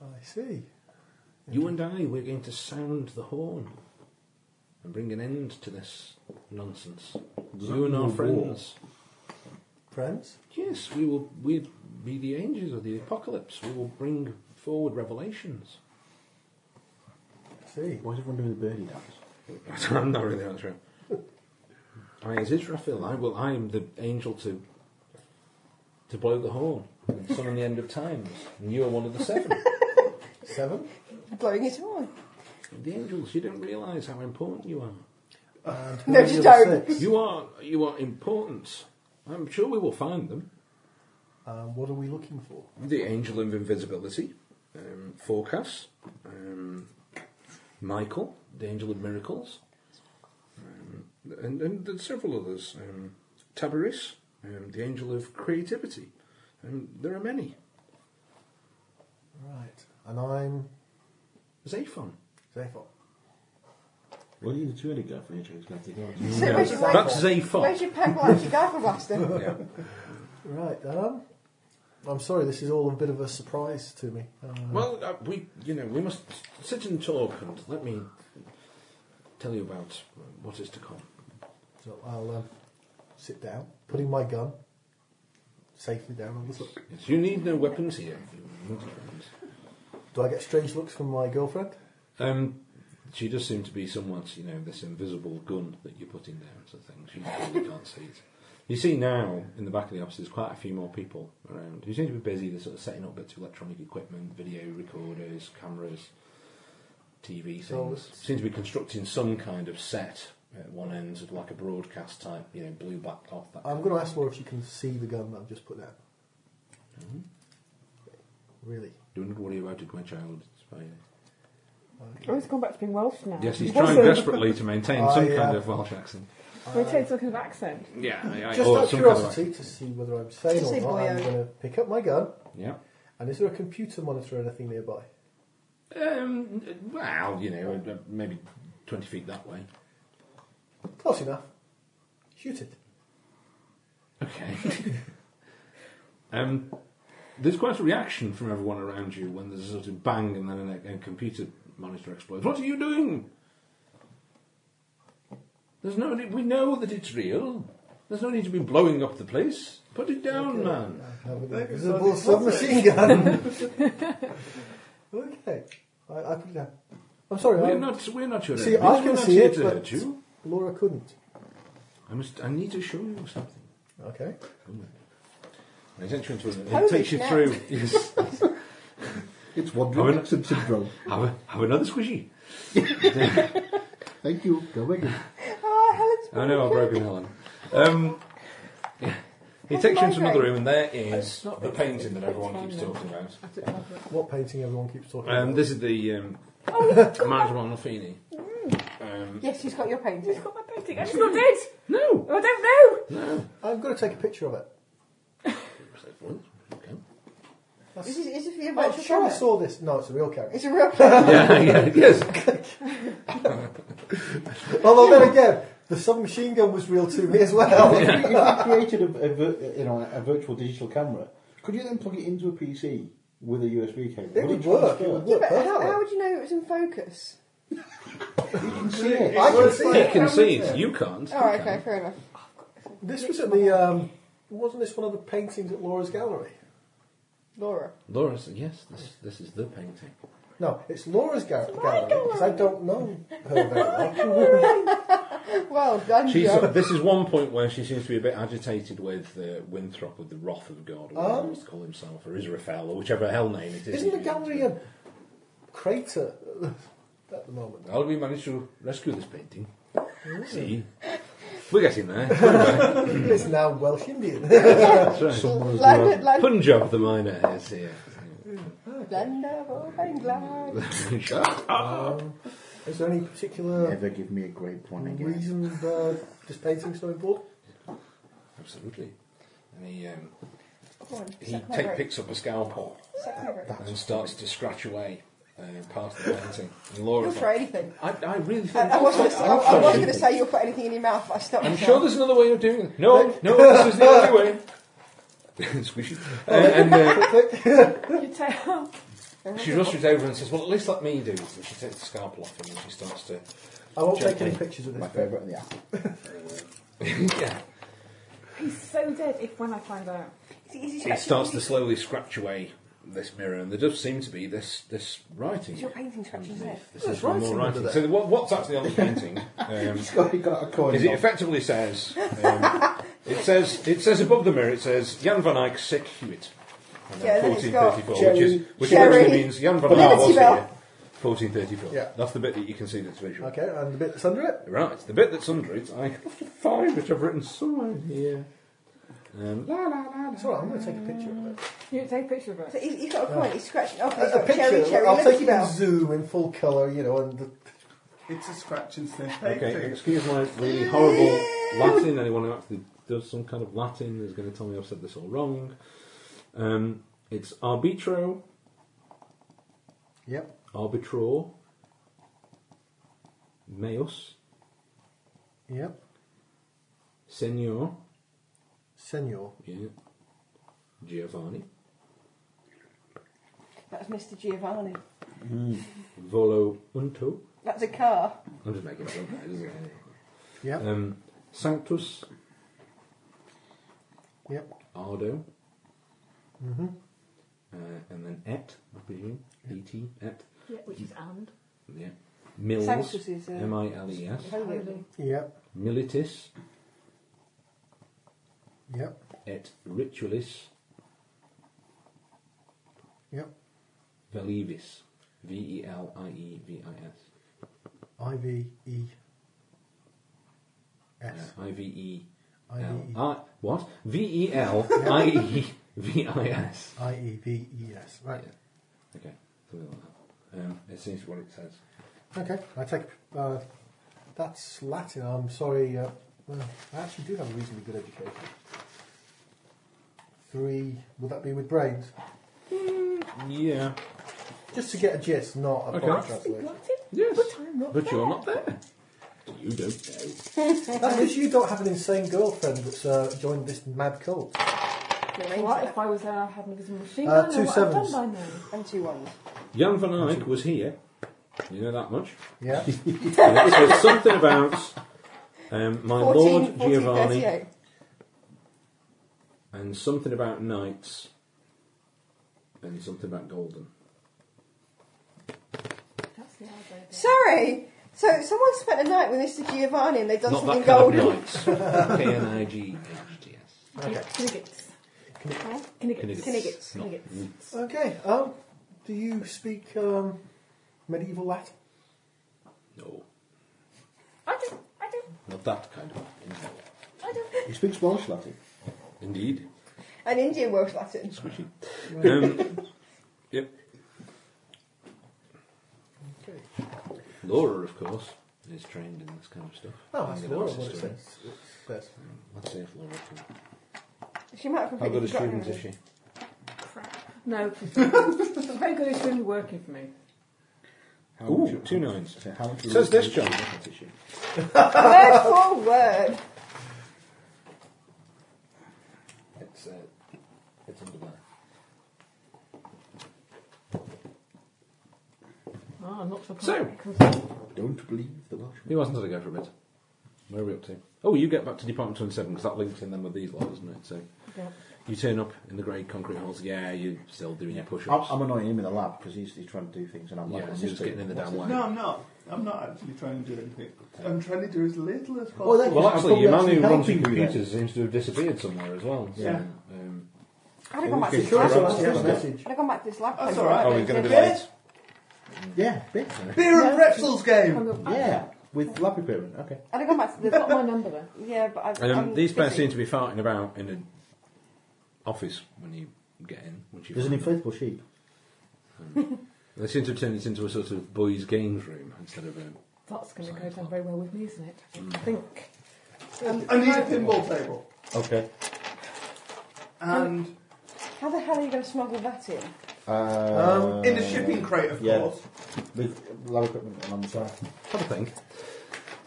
[SPEAKER 2] I see.
[SPEAKER 4] You and I, we're going to sound the horn and bring an end to this nonsense. you and our friends.
[SPEAKER 2] Friends.
[SPEAKER 4] Yes, we will. We'll be the angels of the apocalypse. We will bring forward revelations.
[SPEAKER 2] I see.
[SPEAKER 6] Why is everyone doing the birdie dance?
[SPEAKER 4] I'm not really that sure. I is Israfil. I will. I am the angel to to blow the horn. It's on the end of times, and you are one of the seven.
[SPEAKER 2] Seven.
[SPEAKER 3] Blowing it on.
[SPEAKER 4] the angels. You don't realise how important you are.
[SPEAKER 2] And
[SPEAKER 3] No,
[SPEAKER 2] who's
[SPEAKER 3] you
[SPEAKER 2] the other
[SPEAKER 3] don't.
[SPEAKER 2] six?
[SPEAKER 4] You are. You are important. I'm sure we will find them.
[SPEAKER 2] Um, what are we looking for?
[SPEAKER 4] The angel of invisibility, um, forecasts. Um, Michael, the angel of miracles, um, and and there's several others. Um, Tabaris, um, the angel of creativity. Um, there are many.
[SPEAKER 2] Right. And I'm
[SPEAKER 4] Zaphon.
[SPEAKER 2] Zaphon.
[SPEAKER 12] Well, you two only go for each other's got to go.
[SPEAKER 3] So where's your
[SPEAKER 4] That's
[SPEAKER 3] wife? Where's
[SPEAKER 4] Zaphon.
[SPEAKER 3] your peg? Where's your gaffer blaster?
[SPEAKER 4] Yeah.
[SPEAKER 2] Right. Um, I'm sorry. This is all a bit of a surprise to me. Uh,
[SPEAKER 4] Well, uh, we you know we must sit and talk and let me tell you about what is to come.
[SPEAKER 2] so I'll um, sit down, putting my gun safely down on the floor.
[SPEAKER 4] Yes, you need no weapons here. You need no weapons.
[SPEAKER 2] Do I get strange looks from my girlfriend?
[SPEAKER 4] Um, she does seem to be somewhat, you know, this invisible gun that you're putting down to things. You really can't see it. You see now in the back of the office, there's quite a few more people around who seem to be busy. They're sort of setting up bits of electronic equipment, video recorders, cameras, TV
[SPEAKER 2] So
[SPEAKER 4] things.
[SPEAKER 2] it's-
[SPEAKER 4] Seem to be constructing some kind of set at one end, sort of like a broadcast type, you know, blue back off. That
[SPEAKER 2] I'm
[SPEAKER 4] kind
[SPEAKER 2] going
[SPEAKER 4] of
[SPEAKER 2] to ask
[SPEAKER 4] thing.
[SPEAKER 2] Laura if she can see the gun that I've just put down. Really?
[SPEAKER 3] Mm-hmm.
[SPEAKER 4] Do not worry about it, my child. It's fine.
[SPEAKER 7] Oh, he's gone back to being Welsh now.
[SPEAKER 4] Yes, he's
[SPEAKER 7] He wasn't.
[SPEAKER 4] trying desperately to maintain some
[SPEAKER 2] I, uh,
[SPEAKER 4] kind of Welsh accent.
[SPEAKER 7] Well, he takes some kind of accent.
[SPEAKER 4] Yeah, I, I,
[SPEAKER 3] Oh,
[SPEAKER 2] Just
[SPEAKER 4] or
[SPEAKER 2] out of
[SPEAKER 4] some kind of
[SPEAKER 2] curiosity to see whether I'm sane
[SPEAKER 3] To
[SPEAKER 2] or
[SPEAKER 3] see
[SPEAKER 5] "Oh,
[SPEAKER 2] not, I'm
[SPEAKER 3] Boyo.
[SPEAKER 2] going to pick up my gun.
[SPEAKER 4] yeah.
[SPEAKER 2] And is there a computer monitor or anything nearby?
[SPEAKER 4] Um, well, you know, uh, maybe 20 feet that way.
[SPEAKER 2] Close enough. Shoot it.
[SPEAKER 4] Okay. um, there's quite a reaction from everyone around you when there's a sort of bang and then a, a computer monitor explodes. What are you doing? There's no. need- We know that it's real. There's no need to be blowing up the place. Put it down, man.
[SPEAKER 2] Have an
[SPEAKER 6] Maybe it's
[SPEAKER 2] invisible
[SPEAKER 6] on the
[SPEAKER 2] submachine gun. okay. I, I put it down. I'm sorry,
[SPEAKER 4] We're
[SPEAKER 2] I,
[SPEAKER 4] not. We're not your
[SPEAKER 2] Um, See,
[SPEAKER 4] enemies.
[SPEAKER 2] I
[SPEAKER 4] we're
[SPEAKER 2] can
[SPEAKER 4] not
[SPEAKER 2] see
[SPEAKER 4] here
[SPEAKER 2] it,
[SPEAKER 4] to
[SPEAKER 2] but-
[SPEAKER 4] hurt you.
[SPEAKER 2] Laura couldn't.
[SPEAKER 4] I must. I need to show you something.
[SPEAKER 2] Okay.
[SPEAKER 4] And It takes you into a- it
[SPEAKER 3] Holy
[SPEAKER 4] takes you
[SPEAKER 3] snap.
[SPEAKER 4] through. Yes.
[SPEAKER 5] It's Wandering
[SPEAKER 4] Oh,
[SPEAKER 5] Accent Syndrome.
[SPEAKER 4] Have, a, have another squishy.
[SPEAKER 5] Thank you. Go away.
[SPEAKER 3] Oh, Helen's
[SPEAKER 4] I know I've broken Helen. Um, yeah. He takes you into another room, and there is the painting that everyone keeps talking about.
[SPEAKER 7] I took tablets.
[SPEAKER 2] What painting everyone keeps talking
[SPEAKER 4] Um,
[SPEAKER 2] about?
[SPEAKER 4] this is the um, Marriage of Arnolfini. Um,
[SPEAKER 3] Yes, she's got your painting.
[SPEAKER 7] He's got my painting. And it's not dead.
[SPEAKER 4] no!
[SPEAKER 7] I don't know.
[SPEAKER 2] I'm going to take a picture of it.
[SPEAKER 3] Is this, is this for your
[SPEAKER 2] I'm
[SPEAKER 3] virtual
[SPEAKER 2] sure I
[SPEAKER 3] camera?
[SPEAKER 2] Oh, saw this. No, it's a real character.
[SPEAKER 3] It's a real camera.
[SPEAKER 4] yeah, yeah, yes.
[SPEAKER 2] Although then again, the submachine gun was real to me as well.
[SPEAKER 5] if, you, if you created a, a, vir- you know, a virtual digital camera, could you then plug it into a PC with a USB cable?
[SPEAKER 2] It would work. It would
[SPEAKER 3] Yeah,
[SPEAKER 2] work
[SPEAKER 3] but how,
[SPEAKER 2] perfectly.
[SPEAKER 3] how would you know it was in focus?
[SPEAKER 5] See it.
[SPEAKER 2] I can see
[SPEAKER 4] He
[SPEAKER 2] it.
[SPEAKER 4] can see it. You can't.
[SPEAKER 3] Oh, okay, fair enough.
[SPEAKER 2] This was at the. Um, wasn't this one of the paintings at Laura's gallery?
[SPEAKER 3] Laura.
[SPEAKER 4] Laura said, yes, this, this is the painting.
[SPEAKER 2] No, it's Laura's ga- gallery because I don't know her very well.
[SPEAKER 3] Well done,
[SPEAKER 4] She's,
[SPEAKER 3] Joe.
[SPEAKER 4] this is one point where she seems to be a bit agitated with uh, Winthrop, with the wrath of God, or whatever
[SPEAKER 2] Um.
[SPEAKER 4] he wants to call himself, or Israfel, or whichever hell name it is.
[SPEAKER 2] Isn't the
[SPEAKER 4] he uses.
[SPEAKER 2] gallery a crater at the moment?
[SPEAKER 4] How did we manage to rescue this painting? See? We're getting there.
[SPEAKER 2] It's now Welsh Indian.
[SPEAKER 4] That's right.
[SPEAKER 3] Land, land,
[SPEAKER 4] Punjab the miner is here.
[SPEAKER 3] land of England.
[SPEAKER 4] Shut up.
[SPEAKER 2] Is there any particular
[SPEAKER 5] Never give me a grape one again.
[SPEAKER 2] reason uh, this painting's so important?
[SPEAKER 4] Absolutely. And he, um,
[SPEAKER 3] Come on,
[SPEAKER 4] he
[SPEAKER 3] suck my
[SPEAKER 4] take,
[SPEAKER 3] grape.
[SPEAKER 4] picks up a scalpel
[SPEAKER 3] Suck my grape.
[SPEAKER 4] and starts to scratch away uh, part of the painting. And Laura's
[SPEAKER 3] You'll try
[SPEAKER 4] like,
[SPEAKER 3] anything.
[SPEAKER 4] I, I really think...
[SPEAKER 3] I, I was going to say, I, I was
[SPEAKER 4] sorry.
[SPEAKER 3] going to say you'll put anything in your mouth, but I stopped
[SPEAKER 4] I'm
[SPEAKER 3] myself.
[SPEAKER 4] sure there's another way of doing it. No, no, this is the only way. Squishy. Uh, and uh,
[SPEAKER 7] Your tail.
[SPEAKER 4] she rushes over and says, well, at least let me do it. And she takes the scalpel off him and she starts to...
[SPEAKER 2] I won't take any
[SPEAKER 4] Gently.
[SPEAKER 2] pictures of this.
[SPEAKER 5] My favourite in the apple.
[SPEAKER 4] yeah.
[SPEAKER 7] He's so dead if when I find out.
[SPEAKER 3] Is, is,
[SPEAKER 4] It
[SPEAKER 3] is,
[SPEAKER 4] starts to slowly scratch away this mirror, and there does seem to be this this writing.
[SPEAKER 3] your painting scratches, isn't it?
[SPEAKER 4] This is more writing. So what, what's actually on the painting um,
[SPEAKER 5] It's got, it got a coin.
[SPEAKER 4] is it
[SPEAKER 5] on.
[SPEAKER 4] effectively says um, it says it says above the mirror it says Jan van Eyck sick Hewitt, and
[SPEAKER 3] Yeah,
[SPEAKER 4] then
[SPEAKER 3] and then it's got
[SPEAKER 4] 1434, which is which
[SPEAKER 3] Cherry.
[SPEAKER 4] actually means Jan van Eyck
[SPEAKER 3] Liberty
[SPEAKER 4] was
[SPEAKER 3] Bell.
[SPEAKER 4] here. 1434.
[SPEAKER 2] Yeah.
[SPEAKER 4] That's the bit that you can see that's visual.
[SPEAKER 2] Okay, and the bit that's under it?
[SPEAKER 4] Right, the bit that's under it, I have to find which I've written somewhere here. Um,
[SPEAKER 2] It's alright, I'm going to take a picture of it.
[SPEAKER 7] You take a picture of
[SPEAKER 3] So
[SPEAKER 7] it.
[SPEAKER 3] he's, he's got a point. He's scratching off. and He's
[SPEAKER 2] A
[SPEAKER 3] got cherry,
[SPEAKER 2] picture,
[SPEAKER 3] cherry.
[SPEAKER 2] I'll
[SPEAKER 3] Liberty
[SPEAKER 2] take it in
[SPEAKER 3] Bell.
[SPEAKER 2] zoom in full colour, you know, and the,
[SPEAKER 6] It's a scratch and sniff
[SPEAKER 4] Okay,
[SPEAKER 6] painting.
[SPEAKER 4] excuse my really horrible Latin. Anyone who actually does some kind of Latin is going to tell me I've said this all wrong. Um, it's arbitro,
[SPEAKER 2] Yep.
[SPEAKER 4] arbitro, meus,
[SPEAKER 2] Yep.
[SPEAKER 4] senor,
[SPEAKER 2] Senor.
[SPEAKER 4] yeah, Giovanni,
[SPEAKER 3] That's Mr. Giovanni.
[SPEAKER 4] volo unto.
[SPEAKER 3] That's a car.
[SPEAKER 4] I'm just making it up now, isn't it?
[SPEAKER 2] Yep.
[SPEAKER 4] Um, sanctus,
[SPEAKER 2] Yep.
[SPEAKER 4] ardo, uh, and then et, I presume, et, et,
[SPEAKER 7] Yeah, which is and.
[SPEAKER 4] yeah, mills,
[SPEAKER 3] Sanctus is, uh,
[SPEAKER 4] M I L E S,
[SPEAKER 7] Oh,
[SPEAKER 3] Holy.
[SPEAKER 2] Yep.
[SPEAKER 4] militis,
[SPEAKER 2] Yep.
[SPEAKER 4] et ritualis
[SPEAKER 2] Yep.
[SPEAKER 4] velivis. V E L I E V I S.
[SPEAKER 2] I V E S.
[SPEAKER 4] Uh, I V E
[SPEAKER 2] I
[SPEAKER 4] L.
[SPEAKER 2] V E.
[SPEAKER 4] I- What? V E L I E V I S.
[SPEAKER 2] I E V E S. Right.
[SPEAKER 4] Okay, something like that. Um, it seems what it says.
[SPEAKER 2] Okay, I take. Uh, that's Latin. I'm sorry. Uh, well, I actually do have a reasonably good education. Three. Would that be with brains?
[SPEAKER 4] Yeah.
[SPEAKER 2] Just to get a gist, not a
[SPEAKER 4] Okay.
[SPEAKER 2] proper translation.
[SPEAKER 4] Yes.
[SPEAKER 13] But I'm not
[SPEAKER 4] But
[SPEAKER 13] there.
[SPEAKER 4] you're not there. You don't know.
[SPEAKER 2] That's because you don't have an insane girlfriend that's uh, joined this mad cult.
[SPEAKER 7] What if I was there? I'd have an invisible machine
[SPEAKER 2] Uh,
[SPEAKER 7] gun.
[SPEAKER 2] two
[SPEAKER 7] Two sevens.
[SPEAKER 2] sevens.
[SPEAKER 7] I've done by now.
[SPEAKER 3] And two ones.
[SPEAKER 4] Jan van Eyck was here. You know that much.
[SPEAKER 2] Yeah.
[SPEAKER 4] And it says something about um, my
[SPEAKER 3] 14, 14,
[SPEAKER 4] lord Giovanni
[SPEAKER 3] 38.
[SPEAKER 4] and something about knights and something about golden.
[SPEAKER 7] That's not a good
[SPEAKER 3] Sorry! So someone spent a night with Mr. Giovanni and they've done
[SPEAKER 4] Not
[SPEAKER 3] something
[SPEAKER 4] that kind
[SPEAKER 3] golden.
[SPEAKER 4] of knights. K N I G H T S.
[SPEAKER 2] Okay.
[SPEAKER 7] Kniggets.
[SPEAKER 3] Huh?
[SPEAKER 7] Kniggets.
[SPEAKER 3] Kniggets.
[SPEAKER 7] Kniggets.
[SPEAKER 2] Okay. Um, do you speak um, medieval Latin?
[SPEAKER 4] No,
[SPEAKER 7] I do. I do.
[SPEAKER 4] not that kind of. No.
[SPEAKER 7] I do.
[SPEAKER 5] He speaks Welsh Latin.
[SPEAKER 4] Indeed.
[SPEAKER 3] And Indian Welsh Latin.
[SPEAKER 4] Um, yep.
[SPEAKER 2] Okay.
[SPEAKER 4] Laura, of course, is trained in this kind of stuff.
[SPEAKER 2] Oh, that's
[SPEAKER 4] Being an
[SPEAKER 2] Laura.
[SPEAKER 4] art
[SPEAKER 2] What it
[SPEAKER 4] historian.
[SPEAKER 2] says. It's best.
[SPEAKER 4] Let's see if Laura can.
[SPEAKER 3] She might have
[SPEAKER 4] How
[SPEAKER 3] completely
[SPEAKER 4] good a
[SPEAKER 3] forgotten
[SPEAKER 4] student is she?
[SPEAKER 7] No, it's very good. It's really working for me.
[SPEAKER 5] How much
[SPEAKER 4] Ooh,
[SPEAKER 5] you-
[SPEAKER 4] two nines.
[SPEAKER 5] So how much you-
[SPEAKER 4] Says this, John.
[SPEAKER 3] Word for word.
[SPEAKER 4] It's uh, it's under there.
[SPEAKER 7] Oh, I'm not surprised.
[SPEAKER 4] So-
[SPEAKER 7] it comes out.
[SPEAKER 5] Don't believe the Welshman.
[SPEAKER 4] He wasn't going to go for a bit. Where are we up to? Oh, you get back to Department 27 because that links in then with these lot, doesn't it? So
[SPEAKER 7] Yeah.
[SPEAKER 4] you turn up in the grey concrete halls. Yeah, you're still doing your push
[SPEAKER 5] I'm,
[SPEAKER 4] ups.
[SPEAKER 5] I'm annoying him in the lab because he's, he's trying to do things, and I'm
[SPEAKER 4] Yeah,
[SPEAKER 5] like,
[SPEAKER 4] he's just getting in the damn way.
[SPEAKER 6] No, I'm not. I'm not actually trying to do anything. I'm trying to do as little as possible.
[SPEAKER 2] Well, then-
[SPEAKER 4] Well,
[SPEAKER 2] I'm
[SPEAKER 4] actually, your man
[SPEAKER 2] probably
[SPEAKER 4] who
[SPEAKER 2] actually
[SPEAKER 4] runs the
[SPEAKER 2] helping you
[SPEAKER 4] computers seems to have disappeared somewhere as well. So,
[SPEAKER 6] Yeah.
[SPEAKER 4] Um,
[SPEAKER 3] I'd have gone back to
[SPEAKER 5] Okay,
[SPEAKER 3] this
[SPEAKER 5] sure,
[SPEAKER 3] lab.
[SPEAKER 5] so
[SPEAKER 3] I'd
[SPEAKER 5] that's-
[SPEAKER 3] have
[SPEAKER 5] yeah, that's-
[SPEAKER 3] gone back to this lab.
[SPEAKER 6] That's
[SPEAKER 3] then.
[SPEAKER 6] alright.
[SPEAKER 4] oh, he's going to be
[SPEAKER 6] Yeah.
[SPEAKER 4] late.
[SPEAKER 5] Yeah, bit.
[SPEAKER 6] Beer and pretzels
[SPEAKER 7] I'm
[SPEAKER 6] game!
[SPEAKER 7] not-
[SPEAKER 5] Yeah, with lab equipment. Okay.
[SPEAKER 3] I'd have gone back to
[SPEAKER 7] They've
[SPEAKER 3] the...
[SPEAKER 7] got my number there.
[SPEAKER 3] Yeah, but I've,
[SPEAKER 4] Um,
[SPEAKER 3] I'm
[SPEAKER 4] these pairs
[SPEAKER 3] busy.
[SPEAKER 4] seem to be farting about in an office when you get in. Once you
[SPEAKER 5] There's an
[SPEAKER 4] find them.
[SPEAKER 5] inflatable sheep.
[SPEAKER 4] They seem to have turned it into a sort of boys' games room instead of a.
[SPEAKER 7] That's going to go down very well with me, isn't it? I think.
[SPEAKER 6] I need a pinball table.
[SPEAKER 5] Okay.
[SPEAKER 6] And
[SPEAKER 3] How the hell are you going to smuggle that in?
[SPEAKER 5] Uh,
[SPEAKER 6] um, in a shipping crate, of
[SPEAKER 5] yeah.
[SPEAKER 6] course.
[SPEAKER 5] with lab equipment and on the side.
[SPEAKER 4] Have a think.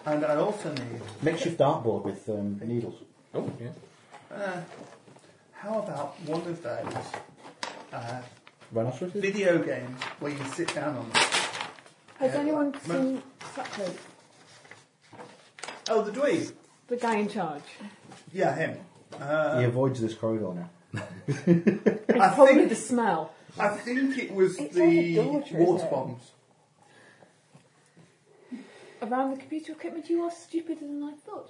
[SPEAKER 6] And I also need.
[SPEAKER 5] Makeshift dartboard with um, needles.
[SPEAKER 4] Oh, yeah.
[SPEAKER 6] Uh, how about one of those uh,
[SPEAKER 5] Rhinoceroses?
[SPEAKER 6] video games where you sit down on them?
[SPEAKER 7] Has
[SPEAKER 6] Yeah,
[SPEAKER 7] anyone
[SPEAKER 6] like-
[SPEAKER 7] seen Sackler,
[SPEAKER 6] Oh, the dweeb.
[SPEAKER 7] the guy in charge?
[SPEAKER 6] Yeah, him. Uh,
[SPEAKER 5] he avoids this corridor now.
[SPEAKER 7] It's
[SPEAKER 6] I
[SPEAKER 7] probably
[SPEAKER 6] think-
[SPEAKER 7] the smell.
[SPEAKER 6] I think it was
[SPEAKER 3] It's
[SPEAKER 6] the
[SPEAKER 3] all adulterous,
[SPEAKER 6] water
[SPEAKER 3] isn't it?
[SPEAKER 6] bombs.
[SPEAKER 7] Around the computer equipment, you are stupider than I thought.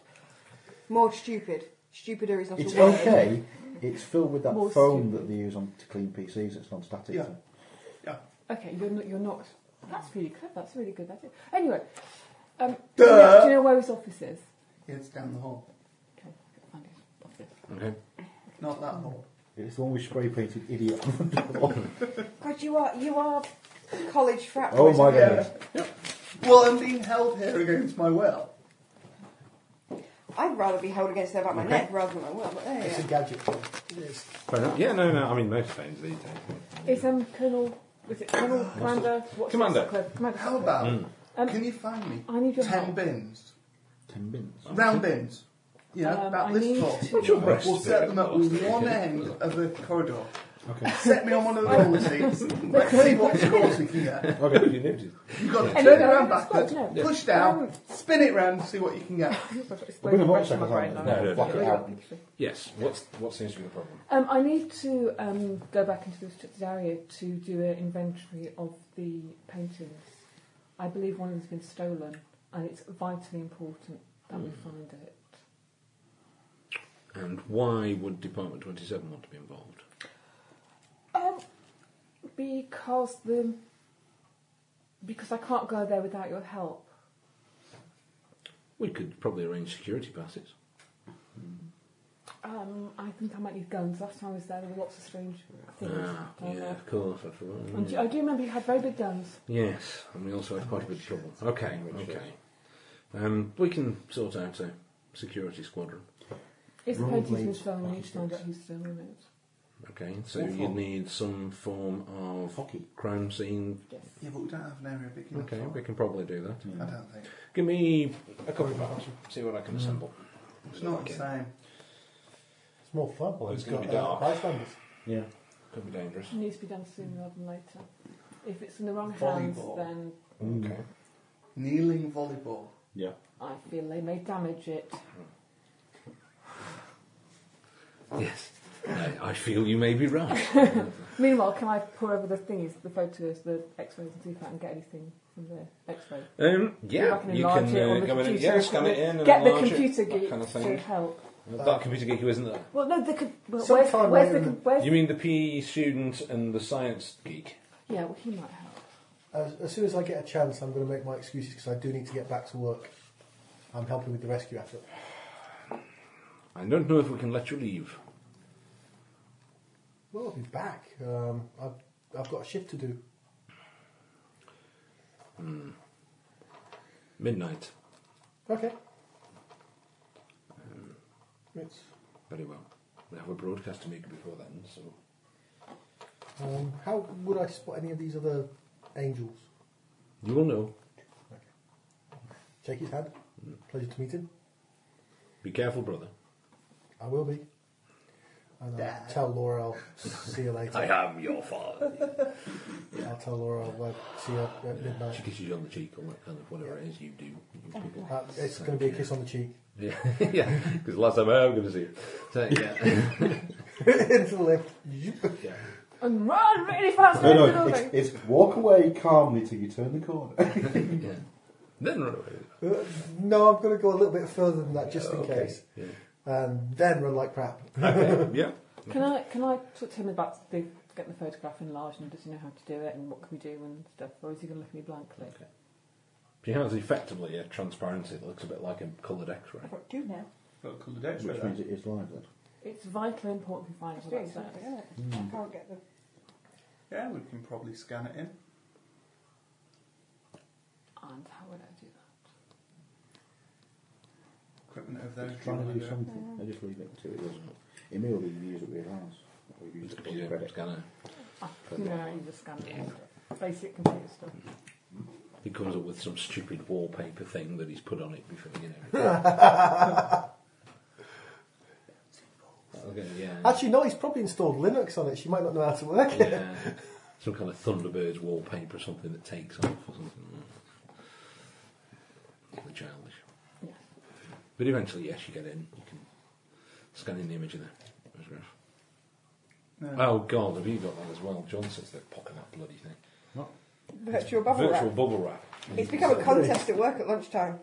[SPEAKER 3] More stupid. Stupider is not
[SPEAKER 5] It's
[SPEAKER 3] a word.
[SPEAKER 5] okay. It's filled with that
[SPEAKER 7] More
[SPEAKER 5] foam
[SPEAKER 7] stupid.
[SPEAKER 5] that they use on to clean PCs. It's non-static.
[SPEAKER 6] Yeah.
[SPEAKER 5] so-
[SPEAKER 6] Yeah.
[SPEAKER 7] Okay, you're not. You're not. That's really clever. That's really good. That's it. Anyway, um,
[SPEAKER 6] Duh.
[SPEAKER 7] do you know where his office is?
[SPEAKER 6] It's down the hall.
[SPEAKER 7] Okay, I'll find his office.
[SPEAKER 4] Okay.
[SPEAKER 6] Not that hall.
[SPEAKER 5] It's the one we spray painted idiot on the door.
[SPEAKER 3] God, you are, you are college frat
[SPEAKER 5] oh
[SPEAKER 3] boys.
[SPEAKER 5] my
[SPEAKER 6] Yeah.
[SPEAKER 5] goodness.
[SPEAKER 6] Well, I'm being held here against my will.
[SPEAKER 3] I'd rather be held against there about my neck rather than my will, but there you
[SPEAKER 2] It's a
[SPEAKER 3] go.
[SPEAKER 2] gadget. Thing. It is.
[SPEAKER 4] Fair enough. Yeah, no, no. I mean, most things these days.
[SPEAKER 7] It's um Colonel. Was it Colonel Commander? What's
[SPEAKER 4] Commander.
[SPEAKER 7] it, Sackler? Commander.
[SPEAKER 6] How
[SPEAKER 7] Sackler.
[SPEAKER 6] about?
[SPEAKER 5] Hmm.
[SPEAKER 7] Um,
[SPEAKER 6] can you find me
[SPEAKER 7] I need your
[SPEAKER 6] ten
[SPEAKER 7] help.
[SPEAKER 6] bins,
[SPEAKER 5] Ten bins.
[SPEAKER 6] round bins? You know,
[SPEAKER 7] Um,
[SPEAKER 6] about
[SPEAKER 7] I
[SPEAKER 6] this
[SPEAKER 7] need
[SPEAKER 6] tall.
[SPEAKER 7] to- What's
[SPEAKER 4] your breast
[SPEAKER 6] We'll set them up
[SPEAKER 4] bit?
[SPEAKER 6] one end of the corridor.
[SPEAKER 5] Okay.
[SPEAKER 6] Set me on one of the roller seats. Let's see what scores we can get.
[SPEAKER 4] Okay. you noticed.
[SPEAKER 6] You've got to
[SPEAKER 7] And
[SPEAKER 6] turn it
[SPEAKER 7] no,
[SPEAKER 6] around
[SPEAKER 7] no,
[SPEAKER 6] backwards,
[SPEAKER 7] no, no.
[SPEAKER 6] push down,
[SPEAKER 7] Um,
[SPEAKER 6] spin it round, see what you can get.
[SPEAKER 5] We'll bring a motorcycle helmet.
[SPEAKER 4] No, no, no,
[SPEAKER 5] Black it
[SPEAKER 4] no.
[SPEAKER 5] out.
[SPEAKER 4] Yes. What's what seems to be the problem?
[SPEAKER 7] Um, I need to um, go back into the restricted area to do an inventory of the paintings. I believe one of them's been stolen, and it's vitally important that we
[SPEAKER 4] Hmm.
[SPEAKER 7] find it.
[SPEAKER 4] And why would Department 27 want to be involved?
[SPEAKER 7] Um, because the because I can't go there without your help.
[SPEAKER 4] We could probably arrange security passes.
[SPEAKER 7] Um, I think I might need guns. Last time I was there, there were lots of strange things.
[SPEAKER 4] Ah,
[SPEAKER 7] going
[SPEAKER 4] yeah,
[SPEAKER 7] on.
[SPEAKER 4] of course, I forgot.
[SPEAKER 7] And do- I do remember you had very big guns.
[SPEAKER 4] Yes, and we also had quite a bit of trouble. Okay, okay. Um, we can sort out a security squadron.
[SPEAKER 7] It's the
[SPEAKER 5] Roll
[SPEAKER 7] Paddington's
[SPEAKER 5] blades,
[SPEAKER 7] phone.
[SPEAKER 4] Oh,
[SPEAKER 7] I need to
[SPEAKER 5] hockey
[SPEAKER 7] find out
[SPEAKER 5] sticks.
[SPEAKER 7] who's still in it.
[SPEAKER 4] Okay, so
[SPEAKER 5] What
[SPEAKER 4] you
[SPEAKER 5] for?
[SPEAKER 4] need some form of
[SPEAKER 5] Hockey.
[SPEAKER 4] crime scene.
[SPEAKER 7] Yes.
[SPEAKER 6] Yeah, but we don't have an area big enough.
[SPEAKER 4] Okay,
[SPEAKER 6] for
[SPEAKER 4] we
[SPEAKER 6] it.
[SPEAKER 4] can probably do that.
[SPEAKER 6] I don't think
[SPEAKER 4] Give me a couple of hours. See what I can assemble.
[SPEAKER 6] it's not the
[SPEAKER 4] Okay.
[SPEAKER 6] same.
[SPEAKER 2] It's more fun.
[SPEAKER 4] Well, it's
[SPEAKER 2] We've
[SPEAKER 4] gonna
[SPEAKER 2] got,
[SPEAKER 4] be
[SPEAKER 2] uh,
[SPEAKER 4] dark.
[SPEAKER 2] bystanders.
[SPEAKER 5] Yeah.
[SPEAKER 4] Could be dangerous.
[SPEAKER 7] It needs to be done sooner rather than later. If it's in the wrong hands,
[SPEAKER 6] Volleyball.
[SPEAKER 7] then
[SPEAKER 5] Mm.
[SPEAKER 4] Okay.
[SPEAKER 6] Kneeling volleyball.
[SPEAKER 5] Yeah.
[SPEAKER 7] I feel they may damage it.
[SPEAKER 4] Yes, I, I feel you may be right.
[SPEAKER 7] Meanwhile, can I pour over the thingies, the photos, the X-rays, and see if I can get anything from the X-ray?
[SPEAKER 4] Um,
[SPEAKER 7] If I
[SPEAKER 4] yeah, you
[SPEAKER 7] enlarge
[SPEAKER 4] can
[SPEAKER 7] it on
[SPEAKER 4] uh,
[SPEAKER 7] the
[SPEAKER 4] go in and
[SPEAKER 7] computer
[SPEAKER 4] yeah, scan it in and
[SPEAKER 7] Get the
[SPEAKER 4] enlarge
[SPEAKER 7] computer
[SPEAKER 4] it, that
[SPEAKER 7] geek
[SPEAKER 4] kind of
[SPEAKER 7] to
[SPEAKER 4] thing.
[SPEAKER 7] help.
[SPEAKER 4] that computer geek, who isn't there?
[SPEAKER 7] Well, no, the com- well, where's,
[SPEAKER 2] Sometime
[SPEAKER 7] where's the
[SPEAKER 2] later.
[SPEAKER 7] com- where's
[SPEAKER 4] You mean the PE student and the science geek?
[SPEAKER 7] yeah? Well, he might help.
[SPEAKER 2] As, as soon as I get a chance, I'm going to make my excuses because I do need to get back to work. I'm helping with the rescue effort.
[SPEAKER 4] I don't know if we can let you leave.
[SPEAKER 2] Well, I'll be back. Um, I've, I've got a shift to do.
[SPEAKER 4] Midnight.
[SPEAKER 2] Okay. It's,
[SPEAKER 4] Very well. We have a broadcast to make before then, so.
[SPEAKER 2] um, how would I spot any of these other angels?
[SPEAKER 4] You will know.
[SPEAKER 2] Shake his hand.
[SPEAKER 4] Hmm.
[SPEAKER 2] Pleasure to meet him.
[SPEAKER 4] Be careful, brother.
[SPEAKER 2] I will be. And I'll tell Laura I'll see you later.
[SPEAKER 4] am your father.
[SPEAKER 2] I'll tell Laura I'll uh, see her at
[SPEAKER 4] she
[SPEAKER 2] midnight.
[SPEAKER 4] kisses you on the cheek or that kind of whatever it is you do. You people.
[SPEAKER 2] Uh, it's going to be a kiss on the cheek.
[SPEAKER 4] Yeah, yeah. Because last time I am going to see you. So, yeah.
[SPEAKER 2] Into the lift. Zoop.
[SPEAKER 4] yeah.
[SPEAKER 7] And run really fast
[SPEAKER 5] No,
[SPEAKER 7] into the
[SPEAKER 5] no,
[SPEAKER 7] building.
[SPEAKER 5] it's, it's walk away calmly till you turn the corner.
[SPEAKER 4] yeah. Then run away.
[SPEAKER 2] Uh, no, I'm going to go a little bit further than that just in
[SPEAKER 4] Okay,
[SPEAKER 2] case.
[SPEAKER 4] Yeah.
[SPEAKER 2] And then run like crap.
[SPEAKER 4] yeah.
[SPEAKER 7] Can I can I talk to him about the, getting the photograph enlarged and does he know how to do it and what can we do and stuff, or is he going to look at me blankly?
[SPEAKER 4] Okay. She has effectively a transparency that looks a bit like a coloured x ray.
[SPEAKER 3] I've got two now.
[SPEAKER 6] Got a couple of days for
[SPEAKER 5] Which
[SPEAKER 6] that.
[SPEAKER 5] means it is live then.
[SPEAKER 7] It's vitally important we find
[SPEAKER 3] It's
[SPEAKER 7] out what
[SPEAKER 3] doing
[SPEAKER 7] that
[SPEAKER 3] something,
[SPEAKER 7] says.
[SPEAKER 3] isn't it? I can't get the.
[SPEAKER 6] Yeah, we can probably scan it in.
[SPEAKER 7] And how would I do that?
[SPEAKER 6] Equipment over there. if you
[SPEAKER 5] Trying to
[SPEAKER 6] wanna
[SPEAKER 5] do
[SPEAKER 6] it.
[SPEAKER 5] something. I just leave it until it doesn't. It may well be used at real house. Or used
[SPEAKER 4] It's a
[SPEAKER 5] to public credit.
[SPEAKER 4] scanner.
[SPEAKER 7] I, you know, I use a scanner. Basic computer stuff.
[SPEAKER 5] Mm-hmm.
[SPEAKER 4] He comes up with some stupid wallpaper thing that he's put on it before, you know. okay, yeah.
[SPEAKER 2] Actually, no, he's probably installed Linux on it. She might not know how to work it.
[SPEAKER 4] yeah. Some kind of Thunderbirds wallpaper, something that takes off or something. Really childish.
[SPEAKER 7] Yeah.
[SPEAKER 4] But eventually, yes, you get in. You can scan in the image of the photograph.
[SPEAKER 6] No.
[SPEAKER 4] Oh, God, have you got that as well? John sits there pocketing that bloody thing.
[SPEAKER 3] Virtual bubble
[SPEAKER 4] Virtual
[SPEAKER 3] wrap.
[SPEAKER 4] bubble wrap.
[SPEAKER 3] It's become a contest at work at lunchtime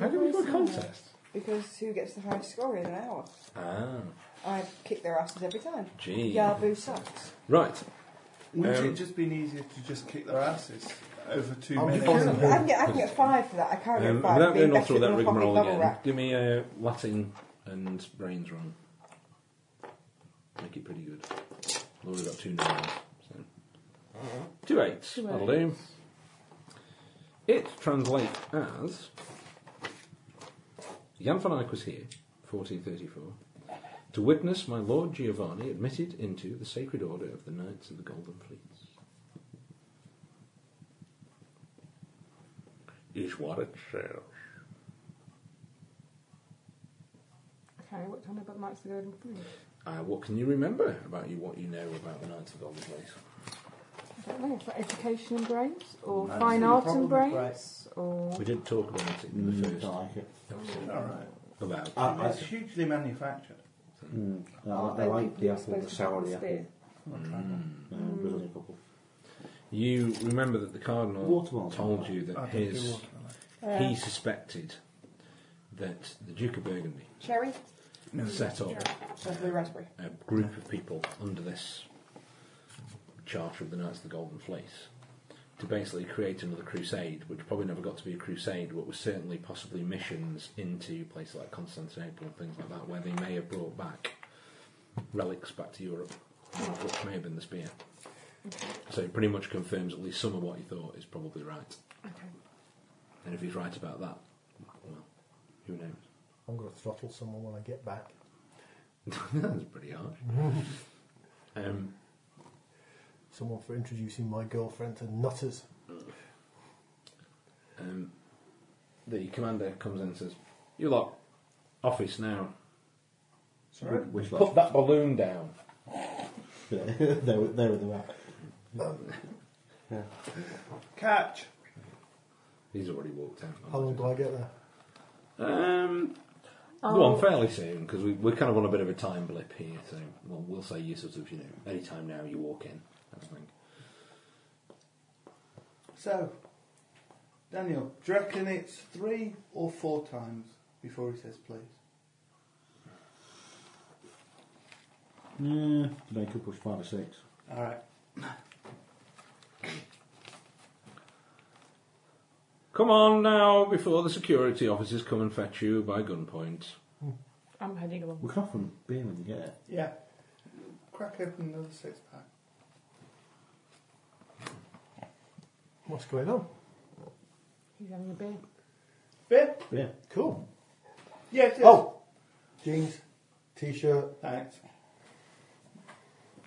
[SPEAKER 4] How do we do a contest?
[SPEAKER 3] because who gets the highest score in an hour?
[SPEAKER 4] Ah,
[SPEAKER 3] I kick their asses every time.
[SPEAKER 4] gee.
[SPEAKER 3] Yaboo sucks.
[SPEAKER 4] Right.
[SPEAKER 6] Wouldn't
[SPEAKER 4] Um,
[SPEAKER 6] it just been easier to just kick their asses over 2
[SPEAKER 2] I'll
[SPEAKER 6] minutes?
[SPEAKER 2] follow
[SPEAKER 3] I can, get, I can get five for that. I can't
[SPEAKER 4] Um,
[SPEAKER 3] get five.
[SPEAKER 4] without
[SPEAKER 3] Being
[SPEAKER 4] going all
[SPEAKER 3] better
[SPEAKER 4] through
[SPEAKER 3] than
[SPEAKER 4] that
[SPEAKER 3] a fucking
[SPEAKER 4] rigmarole
[SPEAKER 3] bubble
[SPEAKER 4] again,
[SPEAKER 3] wrap.
[SPEAKER 4] give me a Latin and brains run. Make it pretty good. Laura got two nines. So. Two eights.
[SPEAKER 7] Two
[SPEAKER 4] That'll do. It translates as Jan van Eyck was here, 1434, to witness my Lord Giovanni admitted into the Sacred Order of the Knights of the Golden Fleece. Is what it says.
[SPEAKER 7] Okay, what do I know about Mike's the Golden Fleece?
[SPEAKER 4] Uh, what can you remember about you? What you know about the Knights of the Golden Fleece?
[SPEAKER 7] I don't know, is that education and brains? Or
[SPEAKER 6] That's
[SPEAKER 7] fine
[SPEAKER 6] the
[SPEAKER 7] art and
[SPEAKER 6] problem,
[SPEAKER 7] brains?
[SPEAKER 6] right.
[SPEAKER 7] Or
[SPEAKER 4] We did talk about it in
[SPEAKER 5] Mm,
[SPEAKER 4] the first
[SPEAKER 5] I like it.
[SPEAKER 4] episode.
[SPEAKER 6] All right.
[SPEAKER 4] About
[SPEAKER 5] I, I,
[SPEAKER 6] It's hugely manufactured.
[SPEAKER 5] mm,
[SPEAKER 7] Aren't
[SPEAKER 5] I, like- I
[SPEAKER 7] Oh, they
[SPEAKER 5] like
[SPEAKER 7] people
[SPEAKER 5] the
[SPEAKER 7] who are
[SPEAKER 5] apple, the
[SPEAKER 7] supposed to Mm. have
[SPEAKER 5] sour
[SPEAKER 7] the
[SPEAKER 5] the apple.
[SPEAKER 7] spear?
[SPEAKER 5] Uh, Brilliant couple.
[SPEAKER 4] you remember that the cardinal
[SPEAKER 5] Watermelon.
[SPEAKER 4] told you that
[SPEAKER 6] I don't do
[SPEAKER 4] his
[SPEAKER 6] watermelon.
[SPEAKER 4] he suspected that the Duke of Burgundy
[SPEAKER 3] Cherry?
[SPEAKER 4] set up
[SPEAKER 3] Or blue raspberry?
[SPEAKER 4] a group of people under this charter of the Knights of the Golden Fleece to basically create another crusade, which probably never got to be a crusade, but was certainly possibly missions into places like Constantinople and things like that, where they may have brought back relics back to Europe, which may have been the spear. So it pretty much confirms at least some of what he thought is probably right.
[SPEAKER 7] Okay.
[SPEAKER 4] And if he's right about that, well, who knows?
[SPEAKER 2] I'm going to throttle someone when I get back.
[SPEAKER 4] That's pretty harsh. um,
[SPEAKER 2] Someone for introducing my girlfriend to nutters.
[SPEAKER 4] um, the commander comes in and says, You lot, office now.
[SPEAKER 5] Sorry? Which
[SPEAKER 4] Put that balloon down.
[SPEAKER 5] there, were- there were the map.
[SPEAKER 6] Catch.
[SPEAKER 4] He's already walked out.
[SPEAKER 2] How long do I get there?
[SPEAKER 4] Um, Go on, fairly soon, because we, we're kind of on a bit of a time blip here, so well, we'll say you sort of, you know, any time now you walk in, I think.
[SPEAKER 6] So, Daniel, do you reckon it's three or four times before he says please?
[SPEAKER 5] Yeah, they could push five or six.
[SPEAKER 6] All right.
[SPEAKER 4] Come on now, before the security officers come and fetch you by gunpoint.
[SPEAKER 7] I'm heading along.
[SPEAKER 5] We can offer them beer when they get it.
[SPEAKER 6] Yeah. Crack open another six pack.
[SPEAKER 2] What's going on?
[SPEAKER 7] He's having a beer.
[SPEAKER 6] Beer?
[SPEAKER 5] Beer.
[SPEAKER 2] Cool.
[SPEAKER 6] Yes, yes.
[SPEAKER 2] Oh, jeans, t-shirt.
[SPEAKER 6] Thanks.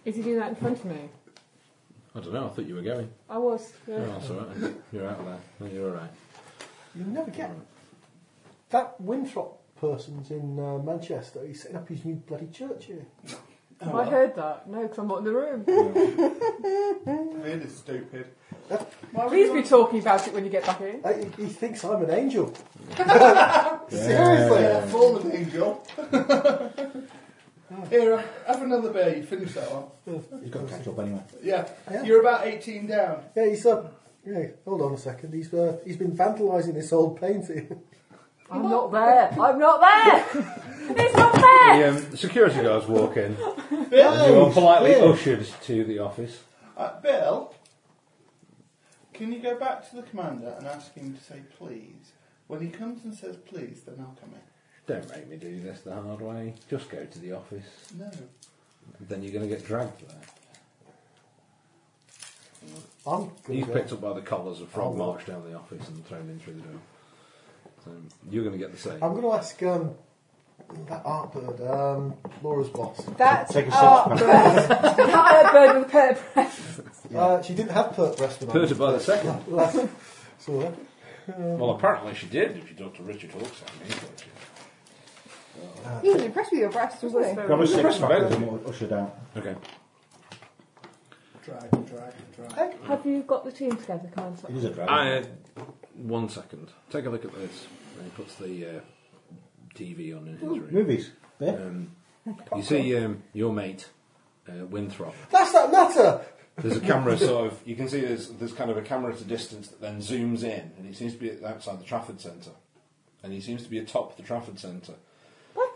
[SPEAKER 7] Is he doing that in front of me?
[SPEAKER 4] I don't know, I thought you were going.
[SPEAKER 7] I was. Yeah.
[SPEAKER 4] Oh, that's all right. You're out of there. No, you're all right.
[SPEAKER 2] You never get that Winthrop person's in uh, Manchester. He's setting up his new bloody church here.
[SPEAKER 7] I heard that. No, because I'm not in the room.
[SPEAKER 6] It is stupid.
[SPEAKER 7] Please be talking about it when you get back in.
[SPEAKER 2] Uh, he, he thinks I'm an angel.
[SPEAKER 6] Seriously, a fallen angel. Here, have- have another beer. You finish that one.
[SPEAKER 5] He's got to catch up anyway.
[SPEAKER 6] Yeah.
[SPEAKER 2] Yeah.
[SPEAKER 6] You're about 18 down.
[SPEAKER 2] Yeah, he's uh, yeah. Hold on a second. He's uh, he's been vandalising this old painting.
[SPEAKER 7] I'm not there. I'm not there. it's not there.
[SPEAKER 4] The um, security guards walk in.
[SPEAKER 6] Bill,
[SPEAKER 4] You are politely
[SPEAKER 2] Bill.
[SPEAKER 4] ushered to the office.
[SPEAKER 6] uh, Bill, can you go back to the commander and ask him to say please? When he comes and says please, then I'll come in.
[SPEAKER 4] Don't make me do this the hard way. Just go to the office.
[SPEAKER 6] No.
[SPEAKER 4] Then you're going to get dragged there.
[SPEAKER 2] I'm
[SPEAKER 4] He's
[SPEAKER 2] gonna go.
[SPEAKER 4] picked up by the collars and frog marched down the office and thrown in through the door. So you're going to get the same.
[SPEAKER 2] I'm going to ask um, that art bird, um, Laura's boss.
[SPEAKER 3] That's
[SPEAKER 5] Take a
[SPEAKER 3] art
[SPEAKER 5] six
[SPEAKER 3] breath. Not a bird with purple breath.
[SPEAKER 2] Uh, she didn't have pert breast. when I
[SPEAKER 4] Hurted
[SPEAKER 2] was
[SPEAKER 4] by the
[SPEAKER 2] there.
[SPEAKER 4] second.
[SPEAKER 2] Last, saw that.
[SPEAKER 4] Well, apparently she did, if you talk to Richard Hawks, I mean. but she-
[SPEAKER 3] He was impressed with your breasts, wasn't he?
[SPEAKER 5] Grab a six pack and we'll usher out.
[SPEAKER 4] Okay.
[SPEAKER 6] Drag, drag, drag.
[SPEAKER 7] Have you got the team together, Commander?
[SPEAKER 5] It is a dragon.
[SPEAKER 4] I, one second. Take a look at this. And he puts the uh, TV on in his room.
[SPEAKER 5] Movies. Beer.
[SPEAKER 4] Um, you see um, your mate, uh, Winthrop.
[SPEAKER 2] That's that matter.
[SPEAKER 4] There's a camera sort of, you can see there's, there's kind of a camera at a distance that then zooms in, and it seems to be outside the Trafford Centre. And he seems to be atop the Trafford Centre.
[SPEAKER 7] What?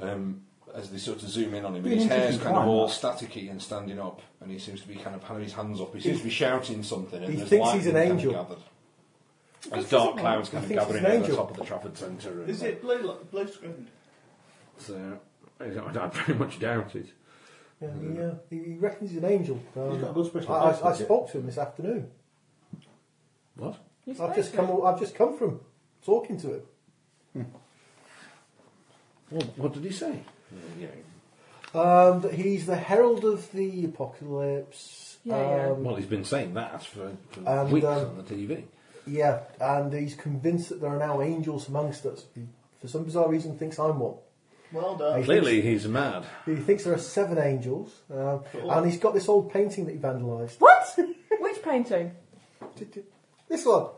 [SPEAKER 4] um, as they sort of zoom in on him,
[SPEAKER 5] Be
[SPEAKER 4] and
[SPEAKER 5] an
[SPEAKER 4] his hair's
[SPEAKER 5] interesting
[SPEAKER 4] kind of
[SPEAKER 5] climb,
[SPEAKER 4] all
[SPEAKER 5] that.
[SPEAKER 4] staticky and standing up, and he seems to be kind of having his hands up. He seems to be shouting something. And
[SPEAKER 2] he
[SPEAKER 4] there's
[SPEAKER 2] thinks he's
[SPEAKER 4] lightning
[SPEAKER 2] an
[SPEAKER 4] kind of
[SPEAKER 2] angel.
[SPEAKER 4] Gathered. There's dark clouds kind
[SPEAKER 2] He
[SPEAKER 4] of
[SPEAKER 2] thinks he's
[SPEAKER 4] gathering
[SPEAKER 2] an
[SPEAKER 4] over the
[SPEAKER 2] angel.
[SPEAKER 4] top of the Trafford Centre. and
[SPEAKER 6] Is it blue, lo- blue screen?
[SPEAKER 4] So I, I very much doubt it.
[SPEAKER 2] Yeah, he, uh, he reckons he's an angel. Um,
[SPEAKER 5] He's got a good special
[SPEAKER 2] I,
[SPEAKER 5] taste,
[SPEAKER 2] I, I
[SPEAKER 5] hasn't he?
[SPEAKER 2] spoke to him this afternoon.
[SPEAKER 4] What?
[SPEAKER 7] You
[SPEAKER 2] I've
[SPEAKER 7] spoke
[SPEAKER 2] just
[SPEAKER 7] to
[SPEAKER 2] come.
[SPEAKER 7] him.
[SPEAKER 2] I've just come from talking to him.
[SPEAKER 4] What, what did he say? yeah.
[SPEAKER 2] Um, that he's the herald of the apocalypse.
[SPEAKER 7] Yeah, yeah.
[SPEAKER 2] Um,
[SPEAKER 4] Well, he's been saying that for, for
[SPEAKER 2] And,
[SPEAKER 4] weeks
[SPEAKER 2] um,
[SPEAKER 4] on the TV.
[SPEAKER 2] yeah, and he's convinced that there are now angels amongst us. He, for some bizarre reason, thinks I'm one.
[SPEAKER 6] Well done.
[SPEAKER 2] Hey.
[SPEAKER 4] Clearly, he's mad.
[SPEAKER 2] He thinks there are seven angels, um, and he's got this old painting that he vandalised.
[SPEAKER 7] What? Which painting?
[SPEAKER 2] This one.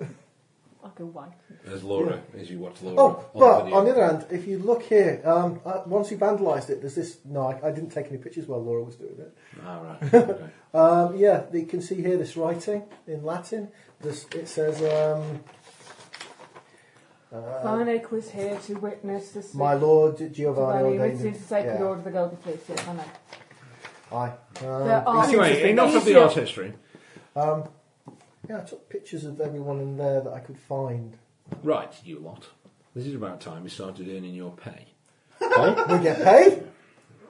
[SPEAKER 7] I'll go white.
[SPEAKER 4] There's Laura, as you watch Laura.
[SPEAKER 2] Oh,
[SPEAKER 4] on
[SPEAKER 2] but
[SPEAKER 4] video.
[SPEAKER 2] on the other hand, if you look here, um, uh, once he vandalised it, there's this. No, I, I didn't take any pictures while Laura was doing it.
[SPEAKER 4] Ah, right. Okay.
[SPEAKER 2] Um, yeah, you can see here this writing in Latin. This it says, um,
[SPEAKER 7] Varnic was here to witness the
[SPEAKER 2] Uh, "My Lord Giovanni."
[SPEAKER 7] Giovanni
[SPEAKER 2] ordained
[SPEAKER 7] was
[SPEAKER 2] him."
[SPEAKER 7] the sacred
[SPEAKER 2] yeah.
[SPEAKER 7] order of the Golden Fleece. Yes, I know.
[SPEAKER 2] Aye. Um,
[SPEAKER 7] There are-
[SPEAKER 4] Anyway,
[SPEAKER 7] Oh, Interesting.
[SPEAKER 4] enough of the
[SPEAKER 7] Easier-
[SPEAKER 4] art history.
[SPEAKER 2] Yeah, I took pictures of everyone in there that I could find.
[SPEAKER 4] Right, you lot. This is about time we started earning your pay.
[SPEAKER 2] We get paid?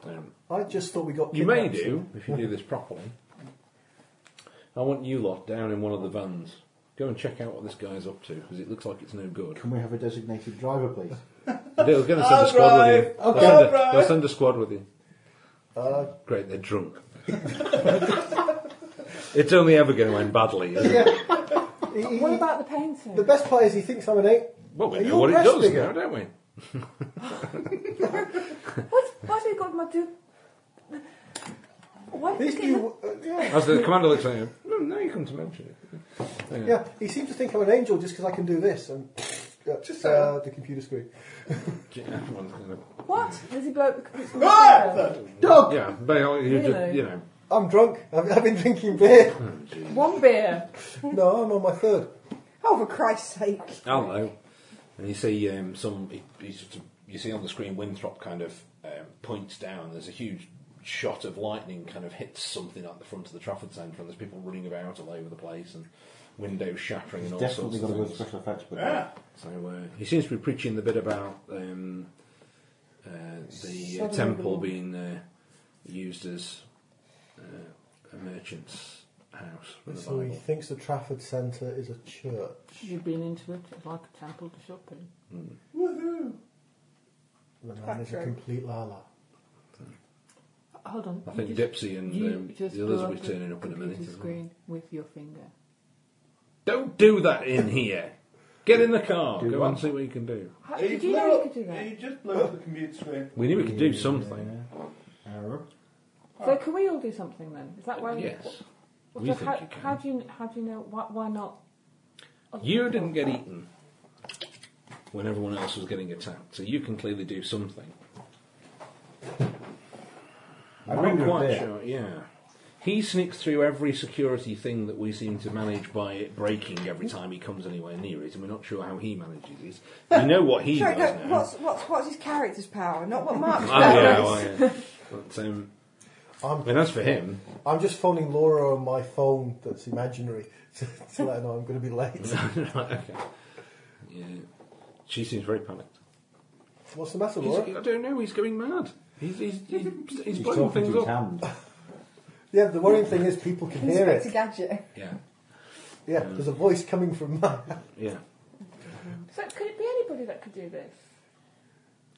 [SPEAKER 4] Um,
[SPEAKER 2] I just thought we got
[SPEAKER 4] you may
[SPEAKER 2] kidnapped.
[SPEAKER 4] do, if you do this properly. I want you lot down in one of the vans. Go and check out what this guy's up to, because it looks like it's no good.
[SPEAKER 5] Can we have a designated driver, please?
[SPEAKER 4] They're going to send
[SPEAKER 6] I'll
[SPEAKER 4] a squad with
[SPEAKER 6] drive.
[SPEAKER 4] you.
[SPEAKER 6] Okay,
[SPEAKER 4] they'll, send
[SPEAKER 6] I'll
[SPEAKER 4] a,
[SPEAKER 6] drive. Uh,
[SPEAKER 4] they'll send a squad with you. Great, they're drunk. it's only ever going to end badly. Isn't it?
[SPEAKER 2] He- he-
[SPEAKER 7] What about the painting?
[SPEAKER 2] the best part is he thinks I'm an eight.
[SPEAKER 4] Well, we
[SPEAKER 2] Are you
[SPEAKER 4] know what it
[SPEAKER 2] breast
[SPEAKER 4] does
[SPEAKER 2] bigger?
[SPEAKER 4] now, don't we?
[SPEAKER 7] What's, what's it got my do? Why
[SPEAKER 2] These
[SPEAKER 7] did
[SPEAKER 2] new, uh, yeah,
[SPEAKER 4] As the commander looks at him, no, now you come to mention it.
[SPEAKER 2] yeah, he seems to think I'm an angel just because I can do this and yeah, just uh, the computer screen.
[SPEAKER 4] Yeah, everyone's gonna-
[SPEAKER 7] What? There's a bloke that puts
[SPEAKER 2] Ah! Dog,
[SPEAKER 4] Yeah, but you, just,
[SPEAKER 7] Really?
[SPEAKER 4] you know.
[SPEAKER 2] I'm drunk. I've, I've been drinking beer.
[SPEAKER 7] One beer.
[SPEAKER 2] no, I'm on my third.
[SPEAKER 3] Oh, for Christ's sake.
[SPEAKER 4] Hello. And you see um, some. he- He's just, you see on the screen Winthrop kind of um, points down. There's a huge shot of lightning kind of hits something at the front of the Trafford Centre, and there's people running about all over the place and windows shattering and all
[SPEAKER 5] Definitely
[SPEAKER 4] sorts
[SPEAKER 5] got to
[SPEAKER 4] of
[SPEAKER 5] go with
[SPEAKER 4] things.
[SPEAKER 5] special effects, but
[SPEAKER 4] So uh, he seems to be preaching the bit about um, uh, the uh,
[SPEAKER 7] Southern
[SPEAKER 4] temple
[SPEAKER 7] Lebanon.
[SPEAKER 4] being uh, used as uh, a merchant's house in the
[SPEAKER 2] So he
[SPEAKER 4] Bible.
[SPEAKER 2] thinks the Trafford Centre is a church.
[SPEAKER 7] You've been into it. It's like a temple to shopping.
[SPEAKER 2] The man is a
[SPEAKER 3] Factory.
[SPEAKER 2] complete lala.
[SPEAKER 7] Hold on.
[SPEAKER 4] I
[SPEAKER 7] you
[SPEAKER 4] think
[SPEAKER 7] just-
[SPEAKER 4] Dipsy and
[SPEAKER 7] you
[SPEAKER 4] um,
[SPEAKER 7] just
[SPEAKER 4] the others
[SPEAKER 7] blew
[SPEAKER 4] will be
[SPEAKER 7] the
[SPEAKER 4] turning up in a minute.
[SPEAKER 7] computer
[SPEAKER 4] as well.
[SPEAKER 7] Screen with your finger.
[SPEAKER 4] Don't do that in here. Get in the car.
[SPEAKER 5] Do
[SPEAKER 4] Go
[SPEAKER 5] what?
[SPEAKER 4] and see what you can do.
[SPEAKER 7] How,
[SPEAKER 6] He
[SPEAKER 7] did you
[SPEAKER 6] blew
[SPEAKER 7] know you
[SPEAKER 6] up-
[SPEAKER 7] could do that?
[SPEAKER 6] He just blew up the computer screen.
[SPEAKER 4] We knew we could do something.
[SPEAKER 5] Arrow.
[SPEAKER 7] So can we all do something then? Is that why?
[SPEAKER 4] Yes.
[SPEAKER 7] Well,
[SPEAKER 4] we
[SPEAKER 7] so
[SPEAKER 4] think
[SPEAKER 7] how,
[SPEAKER 4] you can.
[SPEAKER 7] how do you how do you know why, why not? other
[SPEAKER 4] You
[SPEAKER 7] people?
[SPEAKER 4] didn't get eaten when everyone else was getting attacked, so you can clearly do something.
[SPEAKER 5] I bring you a beer.
[SPEAKER 4] sure. Yeah. He sneaks through every security thing that we seem to manage by it breaking every time he comes anywhere near it, and we're not sure how he manages it. We know what he
[SPEAKER 3] Sorry,
[SPEAKER 4] does
[SPEAKER 3] no,
[SPEAKER 4] now.
[SPEAKER 3] what's, what's, what's his character's power, not what Mark's
[SPEAKER 4] Oh,
[SPEAKER 3] power
[SPEAKER 4] yeah,
[SPEAKER 3] is.
[SPEAKER 4] well, yeah. But, um,
[SPEAKER 2] I'm-
[SPEAKER 4] I mean, as for him,
[SPEAKER 2] I'm just phoning Laura on my phone that's imaginary to, to let her know I'm going to be late.
[SPEAKER 4] Right, okay. Yeah. She seems very panicked.
[SPEAKER 2] What's the matter,
[SPEAKER 4] He's,
[SPEAKER 2] Laura?
[SPEAKER 4] I don't know, he's going mad. He's, he's, he's, he's
[SPEAKER 5] He's
[SPEAKER 4] blowing
[SPEAKER 5] talking
[SPEAKER 4] things
[SPEAKER 5] to his
[SPEAKER 4] up.
[SPEAKER 5] hand.
[SPEAKER 2] Yeah, the worrying thing is people can hear
[SPEAKER 3] Inspector
[SPEAKER 2] it.
[SPEAKER 3] Gadget.
[SPEAKER 4] Yeah,
[SPEAKER 2] Yeah,
[SPEAKER 4] Mm.
[SPEAKER 2] there's a voice coming from my.
[SPEAKER 4] yeah.
[SPEAKER 7] So could it be anybody that could do this?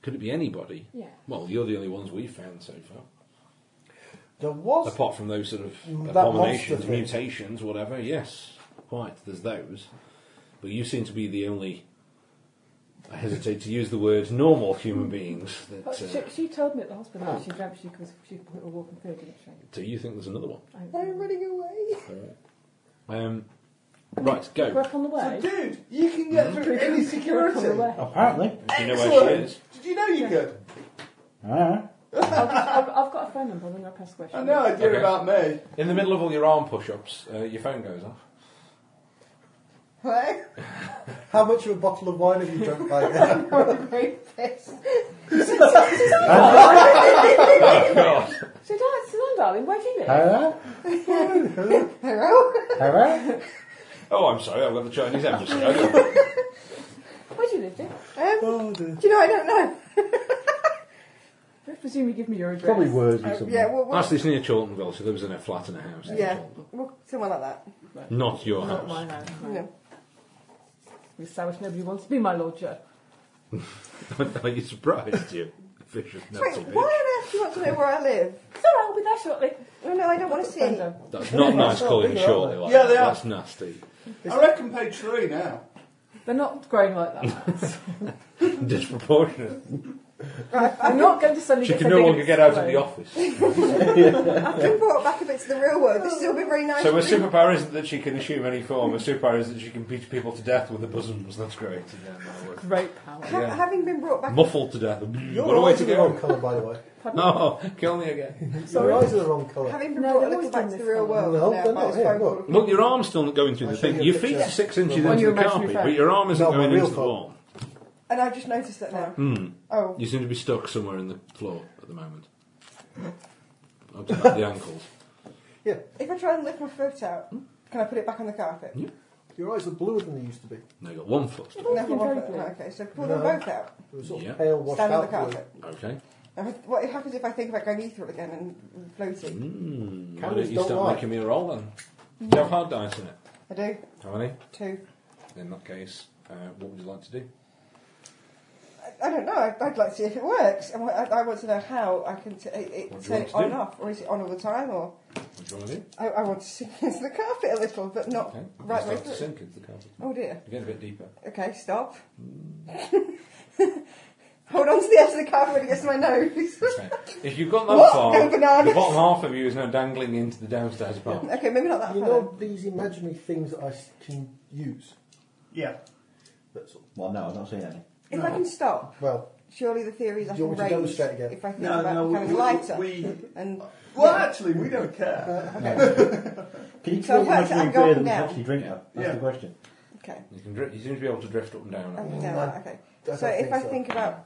[SPEAKER 4] Could it be anybody?
[SPEAKER 7] Yeah.
[SPEAKER 4] Well, you're the only ones we've found so far.
[SPEAKER 2] There was.
[SPEAKER 4] Apart from those sort of
[SPEAKER 2] That
[SPEAKER 4] abominations,
[SPEAKER 2] monster thing.
[SPEAKER 4] mutations, whatever, yes, quite, there's those. But you seem to be the only, I hesitate to use the word, normal human beings. That,
[SPEAKER 7] But
[SPEAKER 4] uh,
[SPEAKER 7] she, she told me at the hospital that she dreamt she could she could walk and feel, didn't she?
[SPEAKER 4] so you think there's another one?
[SPEAKER 7] I don't
[SPEAKER 3] I'm
[SPEAKER 7] know.
[SPEAKER 3] running away.
[SPEAKER 4] Um, right, go.
[SPEAKER 7] We're up on the way.
[SPEAKER 6] Dude, you can get through any
[SPEAKER 7] We're up on the
[SPEAKER 6] security.
[SPEAKER 7] way.
[SPEAKER 5] Apparently.
[SPEAKER 4] Do you know where Mm. she is?
[SPEAKER 6] Did you know you could?
[SPEAKER 5] Alright.
[SPEAKER 7] I'll just, I've, I've got a phone number. I'm going to ask a question.
[SPEAKER 6] I know I did
[SPEAKER 4] Okay.
[SPEAKER 6] about me.
[SPEAKER 4] In the middle of all your arm push-ups, uh, your phone goes off.
[SPEAKER 3] Hello?
[SPEAKER 2] How much of a bottle of wine have you drunk by now?
[SPEAKER 3] I'm very pissed.
[SPEAKER 4] Oh,
[SPEAKER 7] So, Dar- Suzanne, darling, where do you live?
[SPEAKER 5] Hello?
[SPEAKER 3] Hello?
[SPEAKER 5] Hello?
[SPEAKER 4] Oh, I'm sorry, I've got the Chinese embassy. I don't-
[SPEAKER 7] where do you live, dear?
[SPEAKER 3] Um,
[SPEAKER 2] oh dear.
[SPEAKER 3] do you know, I don't know.
[SPEAKER 7] I presume you give me your address.
[SPEAKER 5] Probably words
[SPEAKER 3] Uh,
[SPEAKER 5] or something.
[SPEAKER 3] yeah, well, well,
[SPEAKER 4] Actually, it's near Chaltenville, so there was in a flat and a house. in
[SPEAKER 3] yeah.
[SPEAKER 4] Chaltenville.
[SPEAKER 3] Well, someone like that.
[SPEAKER 4] Not your
[SPEAKER 7] Not
[SPEAKER 4] house.
[SPEAKER 7] my house. right.
[SPEAKER 3] No.
[SPEAKER 7] We established nobody wants to be my lodger.
[SPEAKER 4] Are you surprised, you vicious
[SPEAKER 3] Wait,
[SPEAKER 4] nasty bitch?
[SPEAKER 3] why on earth do you want to know where I live?
[SPEAKER 7] It's all right, I'll be there shortly.
[SPEAKER 3] No, no, I don't want to see.
[SPEAKER 7] Phone down.
[SPEAKER 4] That's not nice calling you
[SPEAKER 2] bigger, aren't
[SPEAKER 4] shortly. Like
[SPEAKER 6] Yeah,
[SPEAKER 4] that.
[SPEAKER 6] they are.
[SPEAKER 4] That's nasty.
[SPEAKER 6] I reckon page three now.
[SPEAKER 7] They're not growing like that.
[SPEAKER 4] Disproportionate.
[SPEAKER 7] I'm not going to suddenly
[SPEAKER 4] She
[SPEAKER 7] get
[SPEAKER 4] can no
[SPEAKER 7] so big
[SPEAKER 4] longer
[SPEAKER 7] and
[SPEAKER 4] get out of
[SPEAKER 7] explode.
[SPEAKER 4] the office.
[SPEAKER 3] I've been brought back a bit to the real world. This has all been very nice.
[SPEAKER 4] So her superpower isn't that she can assume any form. Her superpower is that she can beat people to death with her bosoms. That's great.
[SPEAKER 7] Great power.
[SPEAKER 3] Ha-
[SPEAKER 4] yeah.
[SPEAKER 3] Having been brought back,
[SPEAKER 4] Muffled to death.
[SPEAKER 2] Your
[SPEAKER 4] what a way
[SPEAKER 2] eyes
[SPEAKER 4] to
[SPEAKER 2] are the wrong
[SPEAKER 4] go.
[SPEAKER 2] colour, by the way.
[SPEAKER 4] No, kill me again.
[SPEAKER 2] Your eyes are the wrong colour.
[SPEAKER 3] having been
[SPEAKER 7] No,
[SPEAKER 3] brought
[SPEAKER 7] they've
[SPEAKER 3] a little
[SPEAKER 7] always
[SPEAKER 3] back to
[SPEAKER 7] done
[SPEAKER 3] the
[SPEAKER 7] this
[SPEAKER 3] real
[SPEAKER 7] thing.
[SPEAKER 3] world
[SPEAKER 2] No,
[SPEAKER 3] now
[SPEAKER 2] they're
[SPEAKER 3] by
[SPEAKER 2] not.
[SPEAKER 3] this
[SPEAKER 2] Here,
[SPEAKER 3] phone
[SPEAKER 2] look.
[SPEAKER 3] call.
[SPEAKER 4] Look, your arm's still not going through the
[SPEAKER 2] I'll show
[SPEAKER 4] thing.
[SPEAKER 2] you a
[SPEAKER 4] Your feet
[SPEAKER 2] picture.
[SPEAKER 4] are six inches
[SPEAKER 7] On
[SPEAKER 4] into
[SPEAKER 7] your
[SPEAKER 4] the
[SPEAKER 7] imaginary
[SPEAKER 4] carpet,
[SPEAKER 7] phone.
[SPEAKER 4] but your arm isn't
[SPEAKER 2] No, my
[SPEAKER 4] going
[SPEAKER 2] real
[SPEAKER 4] into the
[SPEAKER 2] phone.
[SPEAKER 4] wall.
[SPEAKER 3] And I've just noticed that now.
[SPEAKER 4] Hmm.
[SPEAKER 3] Oh,
[SPEAKER 4] You seem to be stuck somewhere in the floor at the moment. Up to about the ankles.
[SPEAKER 2] Yeah,
[SPEAKER 4] Hmm?
[SPEAKER 3] if I try and lift my foot out, Can I put it back on the carpet?
[SPEAKER 4] Yeah.
[SPEAKER 2] Your eyes are bluer than they used to be.
[SPEAKER 4] Now you got one foot.
[SPEAKER 7] You've always
[SPEAKER 3] Never
[SPEAKER 7] been
[SPEAKER 3] want
[SPEAKER 7] very
[SPEAKER 3] it.
[SPEAKER 7] blue.
[SPEAKER 3] Okay, so pull them
[SPEAKER 2] No.
[SPEAKER 3] both out.
[SPEAKER 2] They were sort
[SPEAKER 4] Yeah.
[SPEAKER 2] of pale, washed
[SPEAKER 3] Stand on the
[SPEAKER 2] out blue.
[SPEAKER 3] carpet.
[SPEAKER 4] Okay.
[SPEAKER 3] Now, if- What happens if I think about going ethereal again and floating?
[SPEAKER 4] Mm, why
[SPEAKER 2] Candles
[SPEAKER 4] don't you
[SPEAKER 2] don't
[SPEAKER 4] start
[SPEAKER 2] lie.
[SPEAKER 4] making me a roll then? Do you have hard dice in it?
[SPEAKER 3] I do.
[SPEAKER 4] How many?
[SPEAKER 3] Two.
[SPEAKER 4] In that case, uh, what would you like to do?
[SPEAKER 3] I, I don't know. I'd, I'd like to see if it works. I, wa- I, I want to know how I can t- it,
[SPEAKER 4] What
[SPEAKER 3] it
[SPEAKER 4] do
[SPEAKER 3] turn
[SPEAKER 4] you want
[SPEAKER 3] it
[SPEAKER 4] to
[SPEAKER 3] on
[SPEAKER 4] do?
[SPEAKER 3] and off, or is it on all the time? Or
[SPEAKER 4] What do you want to do?
[SPEAKER 3] I, I want to sink into the carpet a little, but not
[SPEAKER 4] Okay. You
[SPEAKER 3] right way
[SPEAKER 4] start to
[SPEAKER 3] through.
[SPEAKER 4] sink into the carpet.
[SPEAKER 3] Oh dear.
[SPEAKER 4] You're getting a bit deeper.
[SPEAKER 3] Okay, stop.
[SPEAKER 4] Hmm.
[SPEAKER 3] Hold on to the edge of the carpet when it gets to my nose.
[SPEAKER 4] Okay. If you've got that
[SPEAKER 3] What?
[SPEAKER 4] far,
[SPEAKER 3] No bananas.
[SPEAKER 4] the bottom half of you is now dangling into the downstairs bar.
[SPEAKER 3] okay, maybe not that
[SPEAKER 2] You
[SPEAKER 3] far.
[SPEAKER 2] know these imaginary things that I s- can use?
[SPEAKER 6] Yeah.
[SPEAKER 2] That's all.
[SPEAKER 5] Well, no, I've not seen any.
[SPEAKER 3] If I can stop,
[SPEAKER 2] Well,
[SPEAKER 3] surely the theory is I
[SPEAKER 2] Do you
[SPEAKER 3] can
[SPEAKER 2] want me to
[SPEAKER 3] raise
[SPEAKER 2] demonstrate again?
[SPEAKER 3] if I think
[SPEAKER 6] No,
[SPEAKER 3] about
[SPEAKER 6] no, we-
[SPEAKER 3] becoming
[SPEAKER 6] we-
[SPEAKER 3] lighter.
[SPEAKER 6] we-
[SPEAKER 3] and
[SPEAKER 6] Well, actually, we don't care.
[SPEAKER 5] Can you
[SPEAKER 3] So what,
[SPEAKER 5] create much
[SPEAKER 3] so I'm
[SPEAKER 5] more
[SPEAKER 3] going
[SPEAKER 5] beer than you
[SPEAKER 3] down?
[SPEAKER 5] actually drink out? That's
[SPEAKER 6] Yeah.
[SPEAKER 5] the question.
[SPEAKER 3] okay,
[SPEAKER 4] You can drift, you seem to be able to drift up and down.
[SPEAKER 3] I
[SPEAKER 4] at
[SPEAKER 3] can
[SPEAKER 4] once.
[SPEAKER 3] do
[SPEAKER 2] I-
[SPEAKER 3] that. Okay,
[SPEAKER 2] don't
[SPEAKER 3] so if
[SPEAKER 2] think
[SPEAKER 3] I
[SPEAKER 2] so.
[SPEAKER 3] think about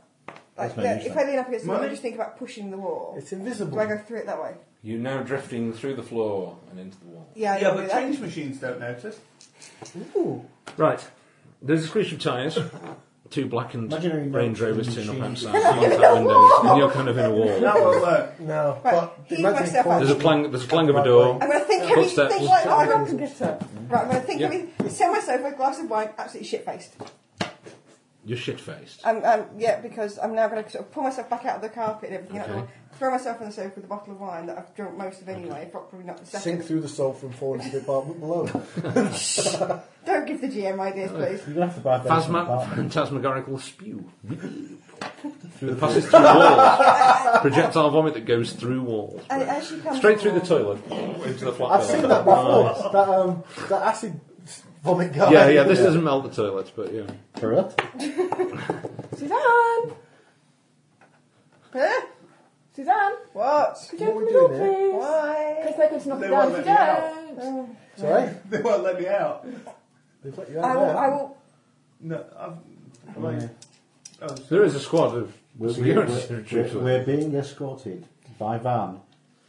[SPEAKER 3] like
[SPEAKER 5] That's no
[SPEAKER 3] the,
[SPEAKER 5] use
[SPEAKER 3] if I
[SPEAKER 5] then.
[SPEAKER 3] lean up against the wall, I
[SPEAKER 6] Money?
[SPEAKER 3] just think about pushing the wall.
[SPEAKER 2] it's invisible.
[SPEAKER 3] Do I go through it that way?
[SPEAKER 4] You're now drifting through the floor and into the wall.
[SPEAKER 3] Yeah, I
[SPEAKER 6] Yeah,
[SPEAKER 3] don't do
[SPEAKER 6] but
[SPEAKER 3] that.
[SPEAKER 6] change machines don't notice.
[SPEAKER 2] Ooh.
[SPEAKER 4] Right. There's a screech of tyres. Two blackened
[SPEAKER 5] Imaginary
[SPEAKER 4] Range
[SPEAKER 5] notes
[SPEAKER 4] Rovers
[SPEAKER 5] and
[SPEAKER 4] turn up
[SPEAKER 5] machines.
[SPEAKER 4] outside outside windows, and you're kind of in a
[SPEAKER 6] That uh,
[SPEAKER 4] wall.
[SPEAKER 6] won't work.
[SPEAKER 2] No,
[SPEAKER 3] Right,
[SPEAKER 2] but
[SPEAKER 3] heave
[SPEAKER 2] imagine
[SPEAKER 3] myself
[SPEAKER 2] if I-
[SPEAKER 4] There's a clang. There's a clang of a door.
[SPEAKER 3] I'm going to think
[SPEAKER 4] Footsteps.
[SPEAKER 3] everything like
[SPEAKER 7] Stand
[SPEAKER 3] that.
[SPEAKER 7] up and get up.
[SPEAKER 3] Right, I'm going to think
[SPEAKER 4] Yeah.
[SPEAKER 3] everything. Set myself a glass of wine, absolutely shit faced.
[SPEAKER 4] You're shit faced.
[SPEAKER 3] Um, um, yeah, because I'm now going to sort of pull myself back out of the carpet and everything, out the
[SPEAKER 4] Okay.
[SPEAKER 3] wall, throw myself on the sofa with a bottle of wine that I've drunk most of anyway, probably not the second.
[SPEAKER 2] sink through the sofa and fall into the apartment below.
[SPEAKER 3] Don't give the GM ideas,
[SPEAKER 4] Oh.
[SPEAKER 3] please.
[SPEAKER 5] You're going to have to buy beer from the
[SPEAKER 4] Phasma-
[SPEAKER 5] apartment.
[SPEAKER 4] phantasmagorical spew. through the passes through walls. Projectile vomit that goes through walls.
[SPEAKER 3] And it actually comes
[SPEAKER 4] Straight through the
[SPEAKER 3] from-
[SPEAKER 4] toilet. Into the flat
[SPEAKER 2] I've
[SPEAKER 4] toilet.
[SPEAKER 2] seen that before. that um, that acid vomit guy.
[SPEAKER 4] Yeah, yeah, this doesn't melt the toilet, but yeah.
[SPEAKER 5] For what?
[SPEAKER 7] Suzanne!
[SPEAKER 3] Huh?
[SPEAKER 7] Suzanne!
[SPEAKER 3] What?
[SPEAKER 7] Could
[SPEAKER 2] What
[SPEAKER 7] you
[SPEAKER 2] are
[SPEAKER 7] open
[SPEAKER 2] we
[SPEAKER 7] the door,
[SPEAKER 2] doing here?
[SPEAKER 7] please?
[SPEAKER 3] Why?
[SPEAKER 7] Because they're going to knock
[SPEAKER 6] They
[SPEAKER 7] it
[SPEAKER 6] won't
[SPEAKER 7] down if you
[SPEAKER 6] let
[SPEAKER 7] don't.
[SPEAKER 2] Sorry,
[SPEAKER 6] They won't let me out.
[SPEAKER 2] they've let you out
[SPEAKER 7] Oh,
[SPEAKER 3] I will.
[SPEAKER 2] there.
[SPEAKER 3] I will.
[SPEAKER 6] No, I've. Like, oh,
[SPEAKER 4] There is a squad of
[SPEAKER 5] We're, we're,
[SPEAKER 4] security
[SPEAKER 5] we're,
[SPEAKER 4] troops.
[SPEAKER 5] we're, we're being escorted by van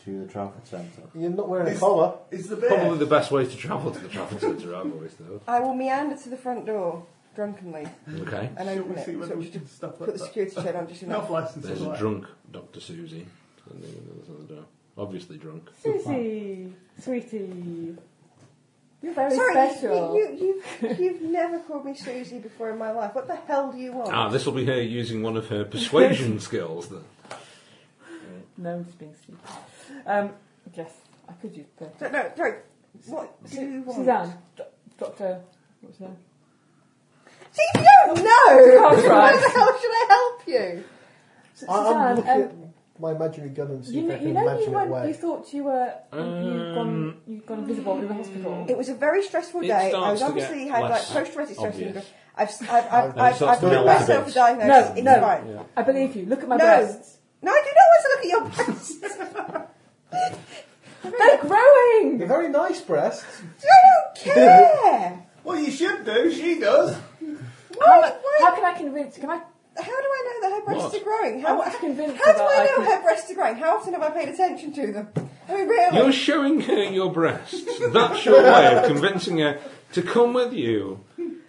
[SPEAKER 5] to the Trafford Centre.
[SPEAKER 2] You're not wearing a
[SPEAKER 6] It's-
[SPEAKER 2] collar.
[SPEAKER 6] It's the bear.
[SPEAKER 4] Probably the best way to travel to the traffic centre, I've always thought.
[SPEAKER 3] I will meander to the front door drunkenly
[SPEAKER 4] Okay.
[SPEAKER 3] and
[SPEAKER 6] Shall
[SPEAKER 3] open
[SPEAKER 6] we
[SPEAKER 3] it.
[SPEAKER 6] see
[SPEAKER 3] So
[SPEAKER 6] whether
[SPEAKER 3] we
[SPEAKER 6] we
[SPEAKER 3] should
[SPEAKER 6] can stop
[SPEAKER 3] put the
[SPEAKER 6] that?
[SPEAKER 3] security shed on just
[SPEAKER 6] Enough
[SPEAKER 3] enough.
[SPEAKER 6] licenses.
[SPEAKER 4] There's a
[SPEAKER 6] right.
[SPEAKER 4] drunk Dr. Susie standing at the other side of the door. Obviously drunk.
[SPEAKER 7] Susie, sweetie, you're very
[SPEAKER 3] Sorry,
[SPEAKER 7] special.
[SPEAKER 3] you, you, you, you've never called me Susie before in my life. What the hell do you want?
[SPEAKER 4] Ah, this will be her using one of her persuasion skills. Then.
[SPEAKER 7] No, I'm just being stupid. Um, yes, I could use the.
[SPEAKER 3] No, no, no. What do you want?
[SPEAKER 7] Suzanne, do- Doctor, what's her name?
[SPEAKER 3] See, you don't know!
[SPEAKER 7] That's right.
[SPEAKER 3] Why the hell should I help you?
[SPEAKER 7] Su-
[SPEAKER 2] I, I'm
[SPEAKER 7] Suzanne,
[SPEAKER 2] looking
[SPEAKER 7] um,
[SPEAKER 2] at my imaginary gun and see
[SPEAKER 7] you,
[SPEAKER 2] if I
[SPEAKER 7] kn-
[SPEAKER 2] can
[SPEAKER 7] you know
[SPEAKER 2] imagine
[SPEAKER 7] you
[SPEAKER 2] it
[SPEAKER 7] went. You
[SPEAKER 2] away.
[SPEAKER 7] thought you were you
[SPEAKER 4] Um,
[SPEAKER 7] you'd gone you'd gone invisible in the hospital.
[SPEAKER 3] It was a very stressful
[SPEAKER 4] It
[SPEAKER 3] day. I
[SPEAKER 4] starts
[SPEAKER 3] was
[SPEAKER 4] to
[SPEAKER 3] obviously
[SPEAKER 4] get
[SPEAKER 3] had like
[SPEAKER 4] less
[SPEAKER 3] post-traumatic stress
[SPEAKER 4] obvious.
[SPEAKER 3] syndrome. I've s- I've I've,
[SPEAKER 4] it
[SPEAKER 3] I've,
[SPEAKER 4] starts
[SPEAKER 3] I've
[SPEAKER 4] to
[SPEAKER 3] given
[SPEAKER 4] melt a
[SPEAKER 3] myself a
[SPEAKER 4] bit.
[SPEAKER 3] diagnosis.
[SPEAKER 7] No,
[SPEAKER 3] it's
[SPEAKER 7] no.
[SPEAKER 3] fine.
[SPEAKER 4] Yeah.
[SPEAKER 7] I believe you. Look at my
[SPEAKER 3] No.
[SPEAKER 7] breasts.
[SPEAKER 3] No, I do not want to look at your breasts.
[SPEAKER 7] They're growing.
[SPEAKER 2] You're very nice breasts.
[SPEAKER 3] I don't care.
[SPEAKER 6] Well, you should do. She does.
[SPEAKER 7] How,
[SPEAKER 3] Why?
[SPEAKER 7] how
[SPEAKER 3] Why?
[SPEAKER 7] can I convince? Can I?
[SPEAKER 3] How do I know that her breasts
[SPEAKER 4] What?
[SPEAKER 3] are growing?
[SPEAKER 7] I
[SPEAKER 3] How,
[SPEAKER 7] want to
[SPEAKER 3] how,
[SPEAKER 7] convince
[SPEAKER 3] how
[SPEAKER 7] her
[SPEAKER 3] do
[SPEAKER 7] that
[SPEAKER 3] I
[SPEAKER 7] I
[SPEAKER 3] know
[SPEAKER 7] can-
[SPEAKER 3] her breasts are growing? How often have I paid attention to them? I mean, really?
[SPEAKER 4] You're showing her your breasts. That's your way of convincing her to come with you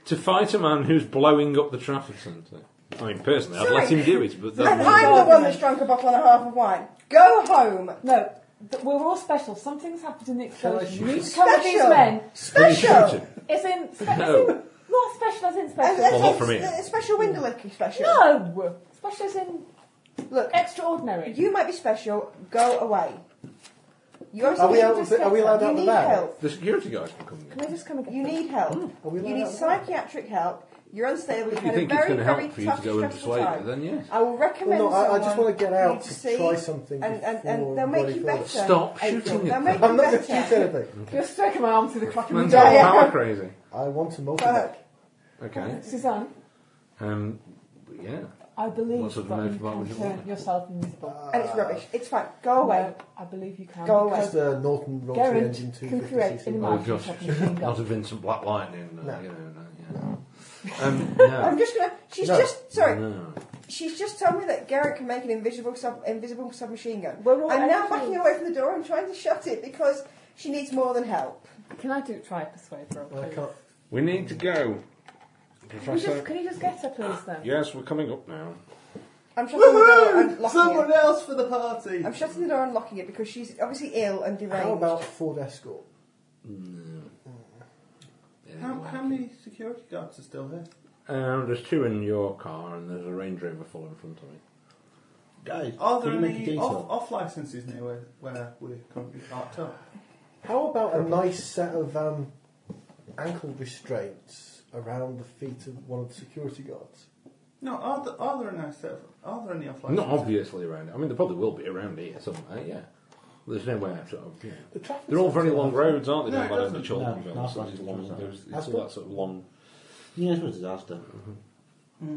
[SPEAKER 4] to fight a man who's blowing up the traffic centre. I mean, personally, I'd let him do it, but
[SPEAKER 3] and
[SPEAKER 4] that's
[SPEAKER 3] I'm the one that's drunk a bottle and a half of wine. Go home.
[SPEAKER 7] No, th- we're all special. Something's happened in the explosion. You need to come with these
[SPEAKER 3] Special.
[SPEAKER 7] men.
[SPEAKER 3] Special.
[SPEAKER 7] It's in. Spe-
[SPEAKER 4] No.
[SPEAKER 7] it's in not special as in
[SPEAKER 3] And
[SPEAKER 7] special.
[SPEAKER 3] that's
[SPEAKER 4] not
[SPEAKER 3] it.
[SPEAKER 4] for me.
[SPEAKER 3] Uh, Special window licky special.
[SPEAKER 7] No! Special as in
[SPEAKER 3] Look,
[SPEAKER 7] extraordinary.
[SPEAKER 3] you might be special. Go away. You obviously
[SPEAKER 2] Are we
[SPEAKER 3] need
[SPEAKER 2] out-
[SPEAKER 3] just
[SPEAKER 2] are we allowed
[SPEAKER 3] help.
[SPEAKER 2] out
[SPEAKER 3] You
[SPEAKER 2] the
[SPEAKER 3] need
[SPEAKER 2] van?
[SPEAKER 3] help.
[SPEAKER 4] the security guys can come with
[SPEAKER 7] Can I just come and get
[SPEAKER 3] You need help.
[SPEAKER 2] Are we
[SPEAKER 3] You
[SPEAKER 2] allowed
[SPEAKER 3] need
[SPEAKER 2] out the van?
[SPEAKER 3] psychiatric help. You're unstable. You've
[SPEAKER 4] you
[SPEAKER 3] had
[SPEAKER 4] think
[SPEAKER 3] a
[SPEAKER 4] it's
[SPEAKER 3] very,
[SPEAKER 4] going to
[SPEAKER 3] very
[SPEAKER 4] help for you
[SPEAKER 3] tough,
[SPEAKER 4] to go and
[SPEAKER 3] stressful
[SPEAKER 4] persuade her,
[SPEAKER 3] time.
[SPEAKER 4] then yes.
[SPEAKER 3] I will recommend
[SPEAKER 2] Well, no, I- I just
[SPEAKER 3] someone
[SPEAKER 2] want to get
[SPEAKER 3] you
[SPEAKER 2] out
[SPEAKER 3] need
[SPEAKER 2] to
[SPEAKER 3] see,
[SPEAKER 2] try something
[SPEAKER 3] and, and,
[SPEAKER 2] before
[SPEAKER 3] and they'll make
[SPEAKER 2] anybody
[SPEAKER 3] you
[SPEAKER 2] further.
[SPEAKER 3] better.
[SPEAKER 4] Stop
[SPEAKER 3] April.
[SPEAKER 4] shooting
[SPEAKER 3] They'll
[SPEAKER 4] at
[SPEAKER 3] make
[SPEAKER 2] I'm
[SPEAKER 3] you
[SPEAKER 2] not going to shoot
[SPEAKER 3] better.
[SPEAKER 2] anything.
[SPEAKER 7] Just stroking my arm through the crack of
[SPEAKER 4] Man's
[SPEAKER 7] the
[SPEAKER 4] all
[SPEAKER 7] door.
[SPEAKER 3] Yeah.
[SPEAKER 4] power crazy.
[SPEAKER 2] I want a multi
[SPEAKER 3] Fuck.
[SPEAKER 4] Okay.
[SPEAKER 7] Suzanne,
[SPEAKER 4] Um, yeah.
[SPEAKER 7] I believe
[SPEAKER 4] What sort of
[SPEAKER 7] that
[SPEAKER 4] motive
[SPEAKER 7] you
[SPEAKER 4] would
[SPEAKER 7] can
[SPEAKER 4] you
[SPEAKER 7] turn
[SPEAKER 4] want?
[SPEAKER 7] yourself invisible.
[SPEAKER 3] And it's rubbish. It's fine. Go away.
[SPEAKER 7] No, I believe you can.
[SPEAKER 3] Go away.
[SPEAKER 2] That's the Norton Rotary
[SPEAKER 7] Garen
[SPEAKER 2] Engine
[SPEAKER 7] can create
[SPEAKER 2] 250cc.
[SPEAKER 7] an
[SPEAKER 4] Oh,
[SPEAKER 7] imaginary
[SPEAKER 4] gosh.
[SPEAKER 7] submachine
[SPEAKER 4] Not
[SPEAKER 7] gun.
[SPEAKER 4] a Vincent Black Lightning. Uh,
[SPEAKER 2] No.
[SPEAKER 4] You know, no, yeah. Um, no.
[SPEAKER 3] I'm just gonna. She's
[SPEAKER 2] No.
[SPEAKER 3] just sorry.
[SPEAKER 4] No.
[SPEAKER 3] She's just told me that Garrett can make an invisible sub, invisible submachine gun.
[SPEAKER 7] We're all
[SPEAKER 3] I'm now
[SPEAKER 7] enemies.
[SPEAKER 3] backing away from the door and trying to shut it because she needs more than help.
[SPEAKER 7] Can I do try persuade roll,
[SPEAKER 2] I
[SPEAKER 7] please?
[SPEAKER 2] can't.
[SPEAKER 4] We need to go.
[SPEAKER 7] Can you, just,
[SPEAKER 4] Professor.
[SPEAKER 7] can you just get her, please, then?
[SPEAKER 4] Yes, we're coming up now.
[SPEAKER 3] I'm shutting the door and
[SPEAKER 6] Woohoo!
[SPEAKER 3] locking
[SPEAKER 6] Someone
[SPEAKER 3] it.
[SPEAKER 6] else for the party.
[SPEAKER 3] I'm shutting the door and locking it because she's obviously ill and deranged.
[SPEAKER 2] How about Ford Escort?
[SPEAKER 6] How, how many security guards are still here?
[SPEAKER 4] Um, there's two in your car, and there's a Range Rover full in front of me.
[SPEAKER 14] Guys,
[SPEAKER 6] Are there
[SPEAKER 14] can you make a
[SPEAKER 6] any
[SPEAKER 14] detail?
[SPEAKER 6] off, off licenses near where, where we're currently parked up?
[SPEAKER 2] How about a nice set of um, ankle restraints around the feet of one of the security guards?
[SPEAKER 6] No, are there, are there any set of, Are there any off licenses?
[SPEAKER 4] Not obviously around. I mean, there probably will be around here somewhere. Yeah. There's no way out. Sort of, yeah.
[SPEAKER 2] The traffic
[SPEAKER 4] They're all
[SPEAKER 2] lights
[SPEAKER 4] very
[SPEAKER 2] are
[SPEAKER 4] long
[SPEAKER 2] off.
[SPEAKER 4] roads, aren't they?
[SPEAKER 6] No,
[SPEAKER 4] down
[SPEAKER 6] it
[SPEAKER 4] by down
[SPEAKER 6] doesn't.
[SPEAKER 4] the Chiltern
[SPEAKER 14] No,
[SPEAKER 4] Vale,
[SPEAKER 14] no,
[SPEAKER 4] so it's
[SPEAKER 14] that's
[SPEAKER 4] long-
[SPEAKER 14] not-
[SPEAKER 4] there's- it's
[SPEAKER 2] that's
[SPEAKER 4] all
[SPEAKER 2] not-
[SPEAKER 4] that sort of long. Mm.
[SPEAKER 14] Yeah, it's a disaster.
[SPEAKER 4] Yeah.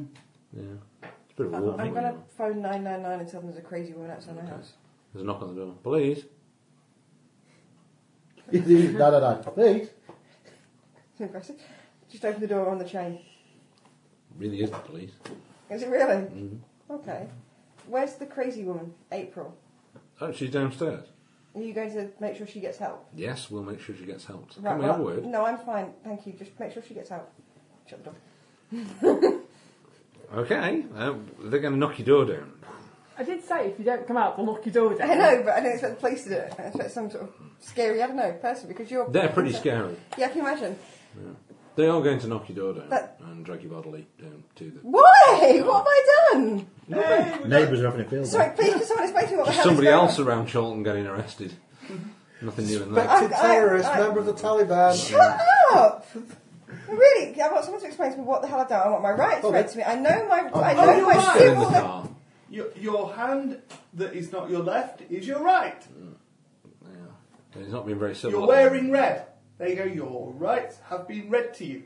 [SPEAKER 4] It's a bit of a
[SPEAKER 3] I'm,
[SPEAKER 4] war.
[SPEAKER 3] I'm going to phone 999 and tell them there's a crazy woman outside my house.
[SPEAKER 4] There's a knock on the door. Police.
[SPEAKER 5] no, no, no. Please.
[SPEAKER 3] It's aggressive. Just open the door on the chain.
[SPEAKER 4] Really is the police.
[SPEAKER 3] Is it really?
[SPEAKER 4] Mm-hmm.
[SPEAKER 3] Okay. Where's the crazy woman? April.
[SPEAKER 4] Oh, she's downstairs.
[SPEAKER 3] Are you going to make sure she gets help?
[SPEAKER 4] Yes, we'll make sure she gets helped. Can we
[SPEAKER 3] well,
[SPEAKER 4] have a word?
[SPEAKER 3] No, I'm fine. Thank you. Just make sure she gets help. Shut the door.
[SPEAKER 4] Okay. Um, they're going to knock your door down.
[SPEAKER 7] I did say if you don't come out, we'll knock your door down.
[SPEAKER 3] I know, but I don't expect the police to do it. I expect some sort of scary, I don't know, person because you're.
[SPEAKER 4] They're pretty scary.
[SPEAKER 3] Yeah, I can imagine.
[SPEAKER 4] They are going to knock your door down
[SPEAKER 3] But-
[SPEAKER 4] and drag you bodily down to the.
[SPEAKER 3] Why? What have I done?
[SPEAKER 5] Neighbours are having a field.
[SPEAKER 3] Sorry, please, can someone explain to me what the hell
[SPEAKER 4] Somebody
[SPEAKER 3] is going
[SPEAKER 4] else around Chiltern getting arrested. Nothing new in that.
[SPEAKER 2] Suspected
[SPEAKER 3] I- I-
[SPEAKER 2] terrorist,
[SPEAKER 3] I-
[SPEAKER 2] member of the Taliban.
[SPEAKER 3] on? Shut up! Really, I want someone to explain to me what the hell I've done. I want my rights read to me. I know my, I know
[SPEAKER 6] oh, you're
[SPEAKER 3] my
[SPEAKER 6] right.
[SPEAKER 4] Still in the
[SPEAKER 3] civil.
[SPEAKER 4] car.
[SPEAKER 6] Your, your hand that is not your left is your right.
[SPEAKER 4] Yeah. He's not being very civil.
[SPEAKER 6] You're wearing red. There you go. Your rights have been read to you.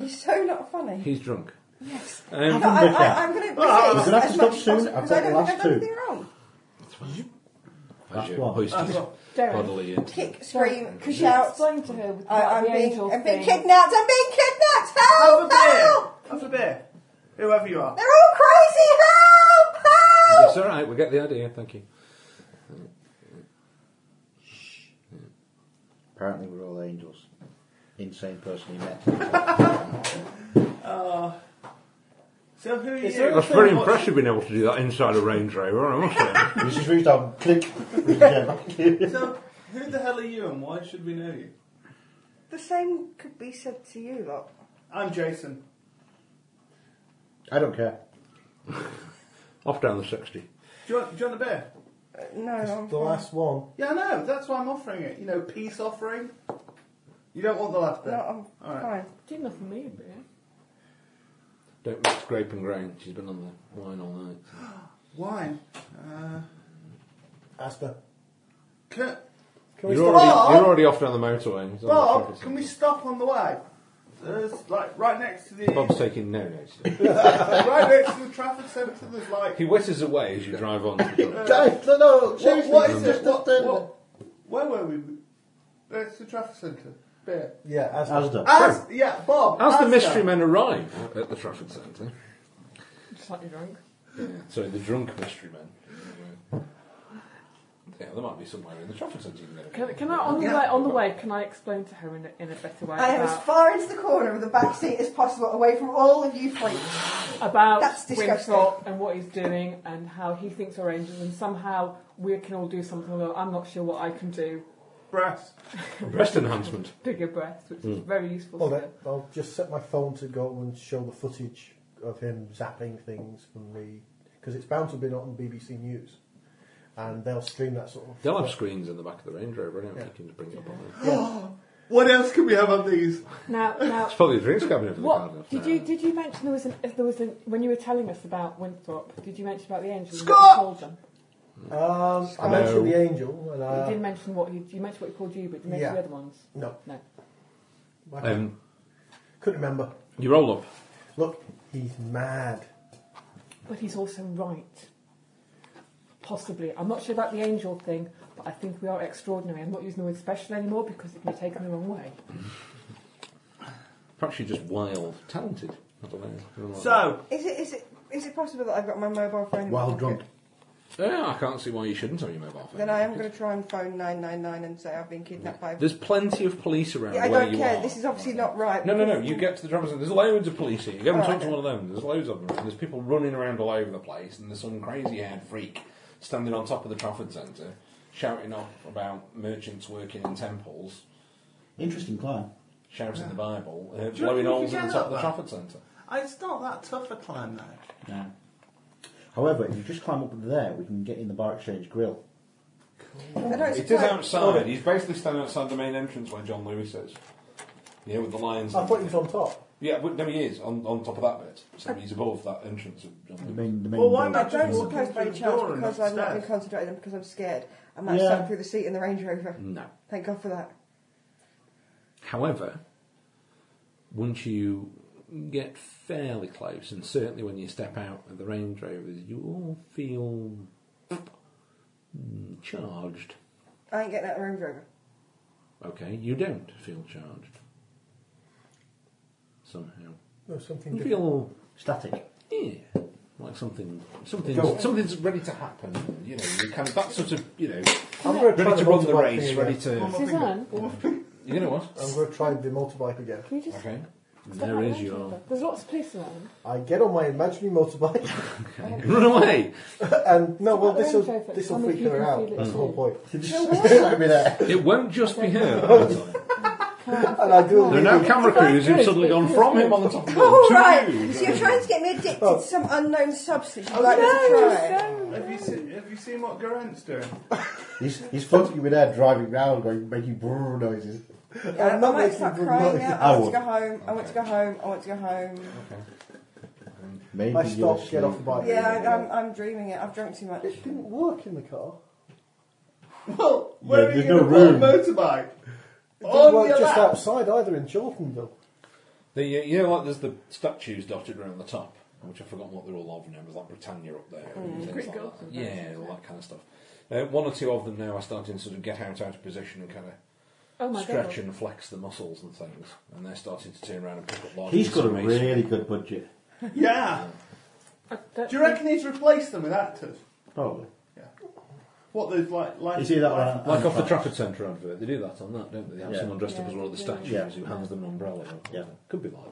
[SPEAKER 3] You're so not funny.
[SPEAKER 4] He's drunk.
[SPEAKER 3] Yes.
[SPEAKER 4] Um,
[SPEAKER 3] No, I, I, I'm going to resist
[SPEAKER 5] gonna
[SPEAKER 3] as
[SPEAKER 5] have to
[SPEAKER 3] much as
[SPEAKER 5] stop soon.
[SPEAKER 3] possible
[SPEAKER 5] I've
[SPEAKER 3] because
[SPEAKER 5] got
[SPEAKER 3] I
[SPEAKER 5] the
[SPEAKER 3] don't think
[SPEAKER 5] last
[SPEAKER 3] I've
[SPEAKER 5] two.
[SPEAKER 3] done anything wrong.
[SPEAKER 4] as you
[SPEAKER 5] one.
[SPEAKER 4] hoist
[SPEAKER 6] That's
[SPEAKER 4] his
[SPEAKER 6] what-
[SPEAKER 7] Darren,
[SPEAKER 4] bodily into
[SPEAKER 3] Kick,
[SPEAKER 7] Sorry.
[SPEAKER 3] scream,
[SPEAKER 7] Can you
[SPEAKER 3] shout.
[SPEAKER 7] explain to her with
[SPEAKER 3] I,
[SPEAKER 7] about
[SPEAKER 3] I'm,
[SPEAKER 7] the
[SPEAKER 3] being,
[SPEAKER 7] angel
[SPEAKER 3] I'm being
[SPEAKER 7] thing?
[SPEAKER 3] kidnapped. I'm being kidnapped.
[SPEAKER 6] Have a
[SPEAKER 3] Help!
[SPEAKER 6] beer.
[SPEAKER 3] Help!
[SPEAKER 6] Have a beer. Whoever you are.
[SPEAKER 3] They're all crazy. Help! Help!
[SPEAKER 4] It's all right. We get the idea. Thank you.
[SPEAKER 5] Apparently, we're all angels. Insane person you met.
[SPEAKER 6] So who are you?
[SPEAKER 2] Is there-
[SPEAKER 4] That's very impressive being able to do that inside a Range Rover. I must say.
[SPEAKER 5] you just reached out, click. reached out.
[SPEAKER 6] so who the hell are you, and why should we know you?
[SPEAKER 3] The same could be said to you lot.
[SPEAKER 6] I'm Jason.
[SPEAKER 5] I don't care.
[SPEAKER 4] Off down the sixty.
[SPEAKER 6] Do you, want, do you want a beer?
[SPEAKER 3] Uh, no, I'm
[SPEAKER 2] The
[SPEAKER 3] fine.
[SPEAKER 2] last one.
[SPEAKER 6] Yeah, I know. That's why I'm offering it. You know, peace offering. You don't want the last bit.
[SPEAKER 3] No, I'm
[SPEAKER 6] All right.
[SPEAKER 3] fine.
[SPEAKER 7] Do nothing me a bit.
[SPEAKER 4] Don't mix grape and grain. She's been on the wine all night.
[SPEAKER 6] Wine. Uh,
[SPEAKER 2] Asda.
[SPEAKER 6] can,
[SPEAKER 2] Can we
[SPEAKER 4] You're
[SPEAKER 2] stop?
[SPEAKER 4] already,
[SPEAKER 6] Bob?
[SPEAKER 4] you're already off down the motorway. He's on the
[SPEAKER 6] Bob,
[SPEAKER 4] traffic
[SPEAKER 6] can we
[SPEAKER 4] signal.
[SPEAKER 6] stop on the way? There's like right next to the uh,
[SPEAKER 4] Bob's taking no notes.
[SPEAKER 6] right next to the traffic centre. There's like
[SPEAKER 4] He whitters away as you drive on. to the-
[SPEAKER 5] Guys, no, no,
[SPEAKER 6] What,
[SPEAKER 5] seriously.
[SPEAKER 6] what is
[SPEAKER 5] just
[SPEAKER 6] it? What,
[SPEAKER 5] just, uh,
[SPEAKER 6] what, where were we? It's the traffic centre. Beer.
[SPEAKER 2] Yeah, Asda. Ah,
[SPEAKER 5] Asda.
[SPEAKER 6] As, yeah, Bob.
[SPEAKER 4] As the
[SPEAKER 6] Asda.
[SPEAKER 4] mystery men arrive at the traffic centre,
[SPEAKER 7] Slightly drunk.
[SPEAKER 4] yeah, sorry, the drunk mystery men. Yeah, there might be somewhere in the traffic centre you can get a
[SPEAKER 7] Can, can I on the
[SPEAKER 6] Yeah.
[SPEAKER 7] way on the way? Can I explain to her in a, in a better way
[SPEAKER 3] I am as
[SPEAKER 7] about,
[SPEAKER 3] far into the corner of the back seat as possible, away from all of you freaks.
[SPEAKER 7] about
[SPEAKER 3] That's disgusting.
[SPEAKER 7] Winthrop and what he's doing and how he thinks we're angels and somehow we can all do something. Although I'm not sure what I can do.
[SPEAKER 6] Brass.
[SPEAKER 4] Breast enhancement.
[SPEAKER 7] Bigger breasts, which is very useful.
[SPEAKER 2] Hold
[SPEAKER 7] to
[SPEAKER 2] it. I'll just set my phone to go and show the footage of him zapping things from the because it's bound to be on BBC News, and they'll stream that sort of.
[SPEAKER 4] They'll have screens in the back of the Range Rover, I don't think you can bring it up on there.
[SPEAKER 6] What else can we have on these?
[SPEAKER 7] Now, now,
[SPEAKER 4] It's probably the drinks cabinet for the garden.
[SPEAKER 7] what did you did you mention there was an if there was an, when you were telling us about Winthrop? Did you mention about the angels? and what you
[SPEAKER 6] Scott!
[SPEAKER 7] called them?
[SPEAKER 2] Um, I
[SPEAKER 4] No.
[SPEAKER 2] mentioned the angel, and
[SPEAKER 7] You did
[SPEAKER 2] uh,
[SPEAKER 7] mention what you, you mentioned what you called you, but did you mention
[SPEAKER 2] Yeah.
[SPEAKER 7] the other ones?
[SPEAKER 2] no,
[SPEAKER 7] No.
[SPEAKER 2] I
[SPEAKER 4] Um,
[SPEAKER 2] couldn't remember.
[SPEAKER 4] you roll up.
[SPEAKER 2] Look, he's mad.
[SPEAKER 7] But he's also right. Possibly. I'm not sure about the angel thing, but I think we are extraordinary. I'm not using the word special anymore because it can be taken the wrong way.
[SPEAKER 4] Perhaps you're just wild, talented. I don't know.
[SPEAKER 6] So,
[SPEAKER 3] Is it is it is it possible that I've got my mobile phone? in my pocket?
[SPEAKER 5] Wild drunk.
[SPEAKER 4] Yeah, I can't see why you shouldn't have your mobile phone.
[SPEAKER 3] Then I am going to try and phone 999 and say I've been kidnapped by.
[SPEAKER 4] There's plenty of police around
[SPEAKER 3] Yeah, I
[SPEAKER 4] where
[SPEAKER 3] don't
[SPEAKER 4] you
[SPEAKER 3] care.
[SPEAKER 4] are.
[SPEAKER 3] This is obviously not right.
[SPEAKER 4] No, no, no. You get to the drama centre. There's loads of police here. You go and
[SPEAKER 3] All
[SPEAKER 4] talk
[SPEAKER 3] right,
[SPEAKER 4] to one of them. There's loads of them. And there's people running around all over the place. And there's some crazy-haired freak standing on top of the Trafford Centre, shouting off about merchants working in temples,
[SPEAKER 5] Interesting climb.
[SPEAKER 4] shouting the Bible, uh,
[SPEAKER 6] you reckon
[SPEAKER 4] blowing
[SPEAKER 6] you
[SPEAKER 4] holes
[SPEAKER 6] could
[SPEAKER 4] in the
[SPEAKER 6] get
[SPEAKER 4] top
[SPEAKER 6] up
[SPEAKER 4] of the
[SPEAKER 6] there?
[SPEAKER 4] Trafford Centre.
[SPEAKER 6] Uh, It's not that tough a climb, though.
[SPEAKER 5] No. However, if you just climb up there, we can get in the Bar Exchange Grill.
[SPEAKER 3] I don't
[SPEAKER 4] It is outside. He's basically standing outside the main entrance where John Lewis is. Yeah, with the lions.
[SPEAKER 2] I
[SPEAKER 4] and
[SPEAKER 2] thought he was
[SPEAKER 4] everything.
[SPEAKER 2] on top.
[SPEAKER 4] Yeah, but no, he is on, on top of that bit. So he's above that entrance of John
[SPEAKER 5] The
[SPEAKER 4] Lewis.
[SPEAKER 5] main, the main
[SPEAKER 6] Well, why
[SPEAKER 5] building.
[SPEAKER 3] I
[SPEAKER 6] not just
[SPEAKER 3] don't
[SPEAKER 6] walk
[SPEAKER 3] suppose
[SPEAKER 6] in
[SPEAKER 3] by
[SPEAKER 6] through the
[SPEAKER 3] chance
[SPEAKER 6] door and
[SPEAKER 3] because I've not been
[SPEAKER 6] upstairs?
[SPEAKER 3] concentrating and because I'm scared. I might
[SPEAKER 5] Yeah.
[SPEAKER 3] slip through the seat in the Range Rover.
[SPEAKER 4] No.
[SPEAKER 3] Thank God for that.
[SPEAKER 4] However, once you get fairly close, and certainly when you step out of the Range Rovers, you all feel mm, charged.
[SPEAKER 3] I ain't getting out of the Range Rover.
[SPEAKER 4] Okay, you don't feel charged. Somehow.
[SPEAKER 2] No, something
[SPEAKER 4] You
[SPEAKER 2] different.
[SPEAKER 4] feel,
[SPEAKER 5] Static.
[SPEAKER 4] yeah, like something, something, something's ready to happen. You know, you kind of, that sort of, you know,
[SPEAKER 2] I'm going
[SPEAKER 4] ready to run the race, ready to.
[SPEAKER 7] Suzanne,
[SPEAKER 4] You know what?
[SPEAKER 2] I'm going to try the motorbike again.
[SPEAKER 7] can you just.
[SPEAKER 4] Okay.
[SPEAKER 7] stop
[SPEAKER 4] There
[SPEAKER 7] that
[SPEAKER 4] is
[SPEAKER 7] Range
[SPEAKER 4] your.
[SPEAKER 7] Rover? There's lots of police around.
[SPEAKER 2] I get on my imaginary motorbike,
[SPEAKER 4] Run away!
[SPEAKER 2] and no, well,
[SPEAKER 7] About the
[SPEAKER 2] this will
[SPEAKER 7] Range Rover,
[SPEAKER 2] this will
[SPEAKER 7] some of
[SPEAKER 2] freak
[SPEAKER 7] you
[SPEAKER 2] her
[SPEAKER 7] can
[SPEAKER 2] out.
[SPEAKER 7] feel it
[SPEAKER 2] That's the
[SPEAKER 7] too.
[SPEAKER 5] Mm-hmm.
[SPEAKER 2] whole point.
[SPEAKER 5] Let me there.
[SPEAKER 4] It won't just be her. all the time.
[SPEAKER 2] And I do.
[SPEAKER 4] There are
[SPEAKER 2] it
[SPEAKER 4] now camera crews who've suddenly gone from him on the top of the
[SPEAKER 3] Oh,
[SPEAKER 4] to
[SPEAKER 3] right.
[SPEAKER 4] you.
[SPEAKER 3] So you're trying to get me addicted to some unknown substance you'd like me to try.
[SPEAKER 6] Have you seen, have you seen what Garant's doing?
[SPEAKER 5] He's, he's fun you with there driving round, going, making brrr noises.
[SPEAKER 3] Yeah, I
[SPEAKER 2] I'm not
[SPEAKER 3] might
[SPEAKER 2] making
[SPEAKER 3] start
[SPEAKER 2] good
[SPEAKER 3] crying
[SPEAKER 2] noise.
[SPEAKER 3] out.
[SPEAKER 5] I
[SPEAKER 3] I want
[SPEAKER 5] would.
[SPEAKER 3] to go home. I want to go home. I want to go home.
[SPEAKER 5] Maybe
[SPEAKER 2] I stop,
[SPEAKER 5] you're
[SPEAKER 2] get off the bike.
[SPEAKER 5] asleep.
[SPEAKER 3] Yeah, I, I'm, I'm dreaming it. I've drunk too much.
[SPEAKER 2] didn't work in the car.
[SPEAKER 6] Well, where are
[SPEAKER 5] there's
[SPEAKER 6] you
[SPEAKER 5] no
[SPEAKER 6] going to put a
[SPEAKER 5] room.
[SPEAKER 6] motorbike?
[SPEAKER 2] It
[SPEAKER 7] Oh,
[SPEAKER 2] didn't
[SPEAKER 6] On
[SPEAKER 2] work
[SPEAKER 6] your
[SPEAKER 2] just
[SPEAKER 6] lap.
[SPEAKER 2] outside either in Chortenville.
[SPEAKER 4] The, uh, you know, like there's the statues dotted around the top, which I've forgotten what they're all of now. There's like Britannia up there, and things
[SPEAKER 7] Mm, Greek
[SPEAKER 4] like
[SPEAKER 7] gods
[SPEAKER 4] that.
[SPEAKER 7] and things,
[SPEAKER 4] Yeah, all that kind of stuff. Uh, one or two of them now are starting to sort of get out out of position and kind of
[SPEAKER 7] Oh my
[SPEAKER 4] stretch
[SPEAKER 7] god.
[SPEAKER 4] and flex the muscles and things, and they're starting to turn around and pick up large.
[SPEAKER 5] He's got a
[SPEAKER 4] pieces of masonry.
[SPEAKER 5] really good budget.
[SPEAKER 6] Yeah.
[SPEAKER 7] I don't
[SPEAKER 6] Do you reckon he's replaced them with actors?
[SPEAKER 5] Probably.
[SPEAKER 6] What those like like?
[SPEAKER 5] You see that one?
[SPEAKER 4] Like off the Trafford Centre advert, they do that on that, don't they? They have
[SPEAKER 5] Yeah.
[SPEAKER 4] someone dressed up
[SPEAKER 7] Yeah,
[SPEAKER 4] as one of the
[SPEAKER 7] they do.
[SPEAKER 4] statues
[SPEAKER 5] Yeah.
[SPEAKER 4] who hands them an umbrella. or
[SPEAKER 5] Yeah.
[SPEAKER 4] something. Could be like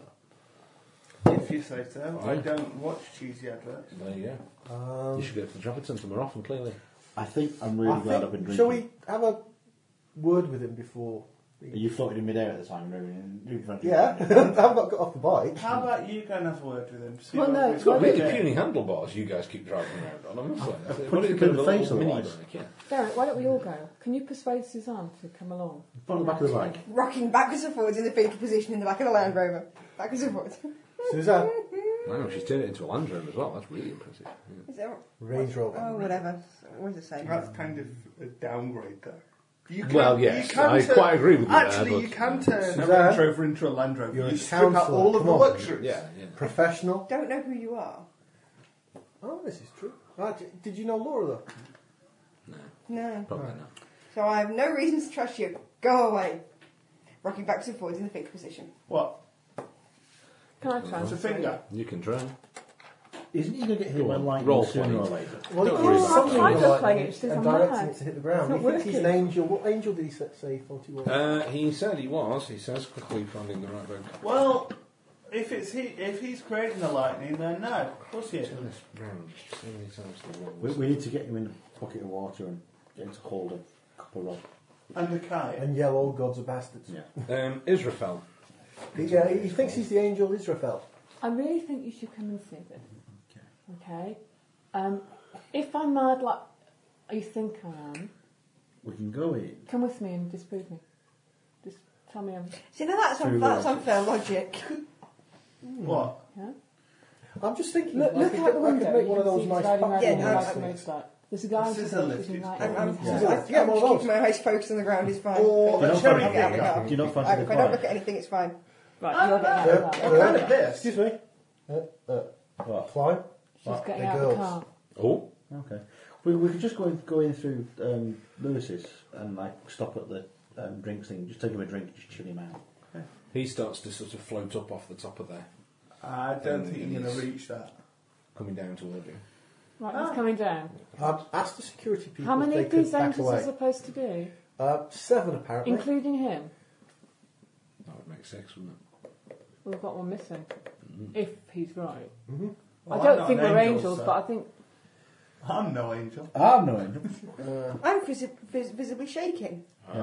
[SPEAKER 4] that.
[SPEAKER 6] If you say so, I don't watch cheesy adverts.
[SPEAKER 4] There you go.
[SPEAKER 5] Um,
[SPEAKER 4] you should go to the Trafford Centre more often, clearly.
[SPEAKER 5] I think I'm really
[SPEAKER 2] I
[SPEAKER 5] glad
[SPEAKER 2] think-
[SPEAKER 5] I've been drinking.
[SPEAKER 2] Shall we have a word with him before?
[SPEAKER 5] You floated in midair at the time, really.
[SPEAKER 2] Yeah, I've not got off the bike.
[SPEAKER 6] How about you go and have a word with him? See
[SPEAKER 5] Well,
[SPEAKER 6] what
[SPEAKER 5] no,
[SPEAKER 6] we-
[SPEAKER 5] it's
[SPEAKER 4] It's got
[SPEAKER 5] Well,
[SPEAKER 4] really
[SPEAKER 5] yeah.
[SPEAKER 4] puny handlebars you guys keep driving around on, I'm not saying.
[SPEAKER 5] put it in the face
[SPEAKER 4] mini
[SPEAKER 5] otherwise.
[SPEAKER 4] break, yeah.
[SPEAKER 7] Derek, why don't we all go? Can you persuade Suzanne to come along?
[SPEAKER 5] From the back of the bike.
[SPEAKER 3] Rocking backwards and forwards in the fetal position in the back of the Land Rover. Backwards and forwards.
[SPEAKER 2] Suzanne,
[SPEAKER 4] Wow, she's turned it into a Land Rover as well. That's really impressive.
[SPEAKER 3] Is there,
[SPEAKER 2] Range
[SPEAKER 3] oh,
[SPEAKER 2] Rover.
[SPEAKER 3] whatever. Always the same.
[SPEAKER 6] That's kind of a downgrade, though. You
[SPEAKER 4] Well, yes, I quite agree with you there,
[SPEAKER 6] Actually,
[SPEAKER 4] but-
[SPEAKER 6] you can turn a
[SPEAKER 2] Suzanne,
[SPEAKER 6] Range Rover into a Land Rover.
[SPEAKER 2] you're
[SPEAKER 6] You
[SPEAKER 2] a
[SPEAKER 6] strip out
[SPEAKER 2] counsellor,
[SPEAKER 6] all of
[SPEAKER 2] come
[SPEAKER 6] the
[SPEAKER 2] on.
[SPEAKER 6] luxuries.
[SPEAKER 4] yeah.
[SPEAKER 2] Professional.
[SPEAKER 3] Don't know who you are.
[SPEAKER 2] Oh, this is true. Ah, d- did you know Laura though?
[SPEAKER 3] No.
[SPEAKER 4] Probably not.
[SPEAKER 3] So I have no reason to trust you. Go away. Rocking backwards and forwards in the fetal position.
[SPEAKER 6] What?
[SPEAKER 7] Can I try?
[SPEAKER 6] It's a finger.
[SPEAKER 4] You can try.
[SPEAKER 5] Isn't he going to get hit
[SPEAKER 4] Go
[SPEAKER 5] by
[SPEAKER 4] on,
[SPEAKER 5] lightning
[SPEAKER 4] roll for
[SPEAKER 5] sooner or
[SPEAKER 4] it.
[SPEAKER 5] later?
[SPEAKER 2] Well,
[SPEAKER 4] Don't
[SPEAKER 2] he
[SPEAKER 4] worry
[SPEAKER 2] did
[SPEAKER 4] about
[SPEAKER 2] something
[SPEAKER 4] that.
[SPEAKER 2] with
[SPEAKER 7] I
[SPEAKER 2] lightning
[SPEAKER 7] just like it, it's just
[SPEAKER 2] and
[SPEAKER 7] I'm
[SPEAKER 2] directing
[SPEAKER 7] mad.
[SPEAKER 2] it to hit the
[SPEAKER 7] It's
[SPEAKER 2] ground.
[SPEAKER 7] not
[SPEAKER 2] You think he's an
[SPEAKER 7] working.
[SPEAKER 2] angel? What angel did he sa- say? Forty-one.
[SPEAKER 4] Uh, he said he was. He says quickly finding the right book.
[SPEAKER 6] Well, if it's he, if he's creating the lightning, then no, of course he isn't.
[SPEAKER 4] This round, so many times the
[SPEAKER 5] We,
[SPEAKER 4] wrong.
[SPEAKER 5] we need to get him in a bucket of water and get him to hold a copper rod.
[SPEAKER 6] And the kite.
[SPEAKER 2] And yell, "All gods are bastards."
[SPEAKER 5] Yeah.
[SPEAKER 4] Um, Israfel.
[SPEAKER 2] He, yeah, he he thinks he's the angel Israfel.
[SPEAKER 7] I really think you should come and see this. Okay. Um, if I'm mad like you think I am,
[SPEAKER 5] We can go in.
[SPEAKER 7] come with me and disprove me. Just tell me everything.
[SPEAKER 3] See, now that's, un-
[SPEAKER 5] Through the
[SPEAKER 3] that's
[SPEAKER 5] logic.
[SPEAKER 3] unfair logic.
[SPEAKER 6] What?
[SPEAKER 7] Yeah?
[SPEAKER 2] I'm just thinking.
[SPEAKER 7] Look,
[SPEAKER 2] I
[SPEAKER 7] look
[SPEAKER 2] could-
[SPEAKER 7] out the
[SPEAKER 2] I could
[SPEAKER 7] window.
[SPEAKER 2] make one
[SPEAKER 7] you
[SPEAKER 2] of
[SPEAKER 7] can
[SPEAKER 2] those
[SPEAKER 7] see
[SPEAKER 2] nice.
[SPEAKER 7] it's riding around
[SPEAKER 2] popcorn
[SPEAKER 3] Yeah,
[SPEAKER 7] on
[SPEAKER 3] no,
[SPEAKER 7] the
[SPEAKER 3] I-
[SPEAKER 7] bike
[SPEAKER 2] things.
[SPEAKER 7] motorbike. There's a guy
[SPEAKER 6] This is
[SPEAKER 7] who's
[SPEAKER 6] a lift,
[SPEAKER 7] right
[SPEAKER 6] it's
[SPEAKER 7] on
[SPEAKER 3] I'm, I'm,
[SPEAKER 7] his
[SPEAKER 2] Yeah.
[SPEAKER 7] hand.
[SPEAKER 3] I'm,
[SPEAKER 2] Yeah,
[SPEAKER 3] I'm
[SPEAKER 2] well,
[SPEAKER 3] keeping my eyes focused on the ground. It's fine.
[SPEAKER 6] Or
[SPEAKER 5] Do you
[SPEAKER 6] a
[SPEAKER 5] not
[SPEAKER 6] cherry
[SPEAKER 5] find
[SPEAKER 3] I'm getting out
[SPEAKER 6] picker.
[SPEAKER 3] of
[SPEAKER 5] Do you not
[SPEAKER 3] I,
[SPEAKER 5] fancy
[SPEAKER 3] if
[SPEAKER 5] the
[SPEAKER 3] I don't look
[SPEAKER 5] quiet?
[SPEAKER 3] at anything, it's fine.
[SPEAKER 7] Right, you're getting out
[SPEAKER 2] Yeah,
[SPEAKER 7] of the car.
[SPEAKER 2] yeah.
[SPEAKER 6] Kind of this.
[SPEAKER 2] Excuse me. Uh, uh,
[SPEAKER 5] What?
[SPEAKER 2] climb.
[SPEAKER 7] She's getting
[SPEAKER 2] the
[SPEAKER 7] out of the
[SPEAKER 2] girls.
[SPEAKER 7] car.
[SPEAKER 4] Oh,
[SPEAKER 5] Okay. We, we could just go in, go in through um, Lewis's and like stop at the um, drinks thing. Just take him a drink and just chill him out.
[SPEAKER 4] he starts to sort of float up off the top of there,
[SPEAKER 6] I don't
[SPEAKER 4] Mm,
[SPEAKER 6] think you're
[SPEAKER 4] yes.
[SPEAKER 6] going to reach that.
[SPEAKER 4] coming down toward you.
[SPEAKER 7] Right, he's coming down.
[SPEAKER 2] Um, ask the security people
[SPEAKER 7] How many
[SPEAKER 2] if
[SPEAKER 7] of
[SPEAKER 2] they
[SPEAKER 7] these
[SPEAKER 2] could back
[SPEAKER 7] entries are
[SPEAKER 2] away.
[SPEAKER 7] supposed to do?
[SPEAKER 2] Uh, seven, apparently.
[SPEAKER 7] Including him?
[SPEAKER 4] That would make sense, wouldn't it?
[SPEAKER 7] We've got one missing. If he's right.
[SPEAKER 6] Well,
[SPEAKER 7] I
[SPEAKER 6] I'm
[SPEAKER 7] don't
[SPEAKER 6] not
[SPEAKER 7] think
[SPEAKER 6] an
[SPEAKER 7] we're
[SPEAKER 6] angel,
[SPEAKER 7] angels,
[SPEAKER 6] so-
[SPEAKER 7] but I think
[SPEAKER 6] I'm no angel.
[SPEAKER 5] I'm Ah, no angel.
[SPEAKER 15] I'm visi- vis- visibly shaking. Like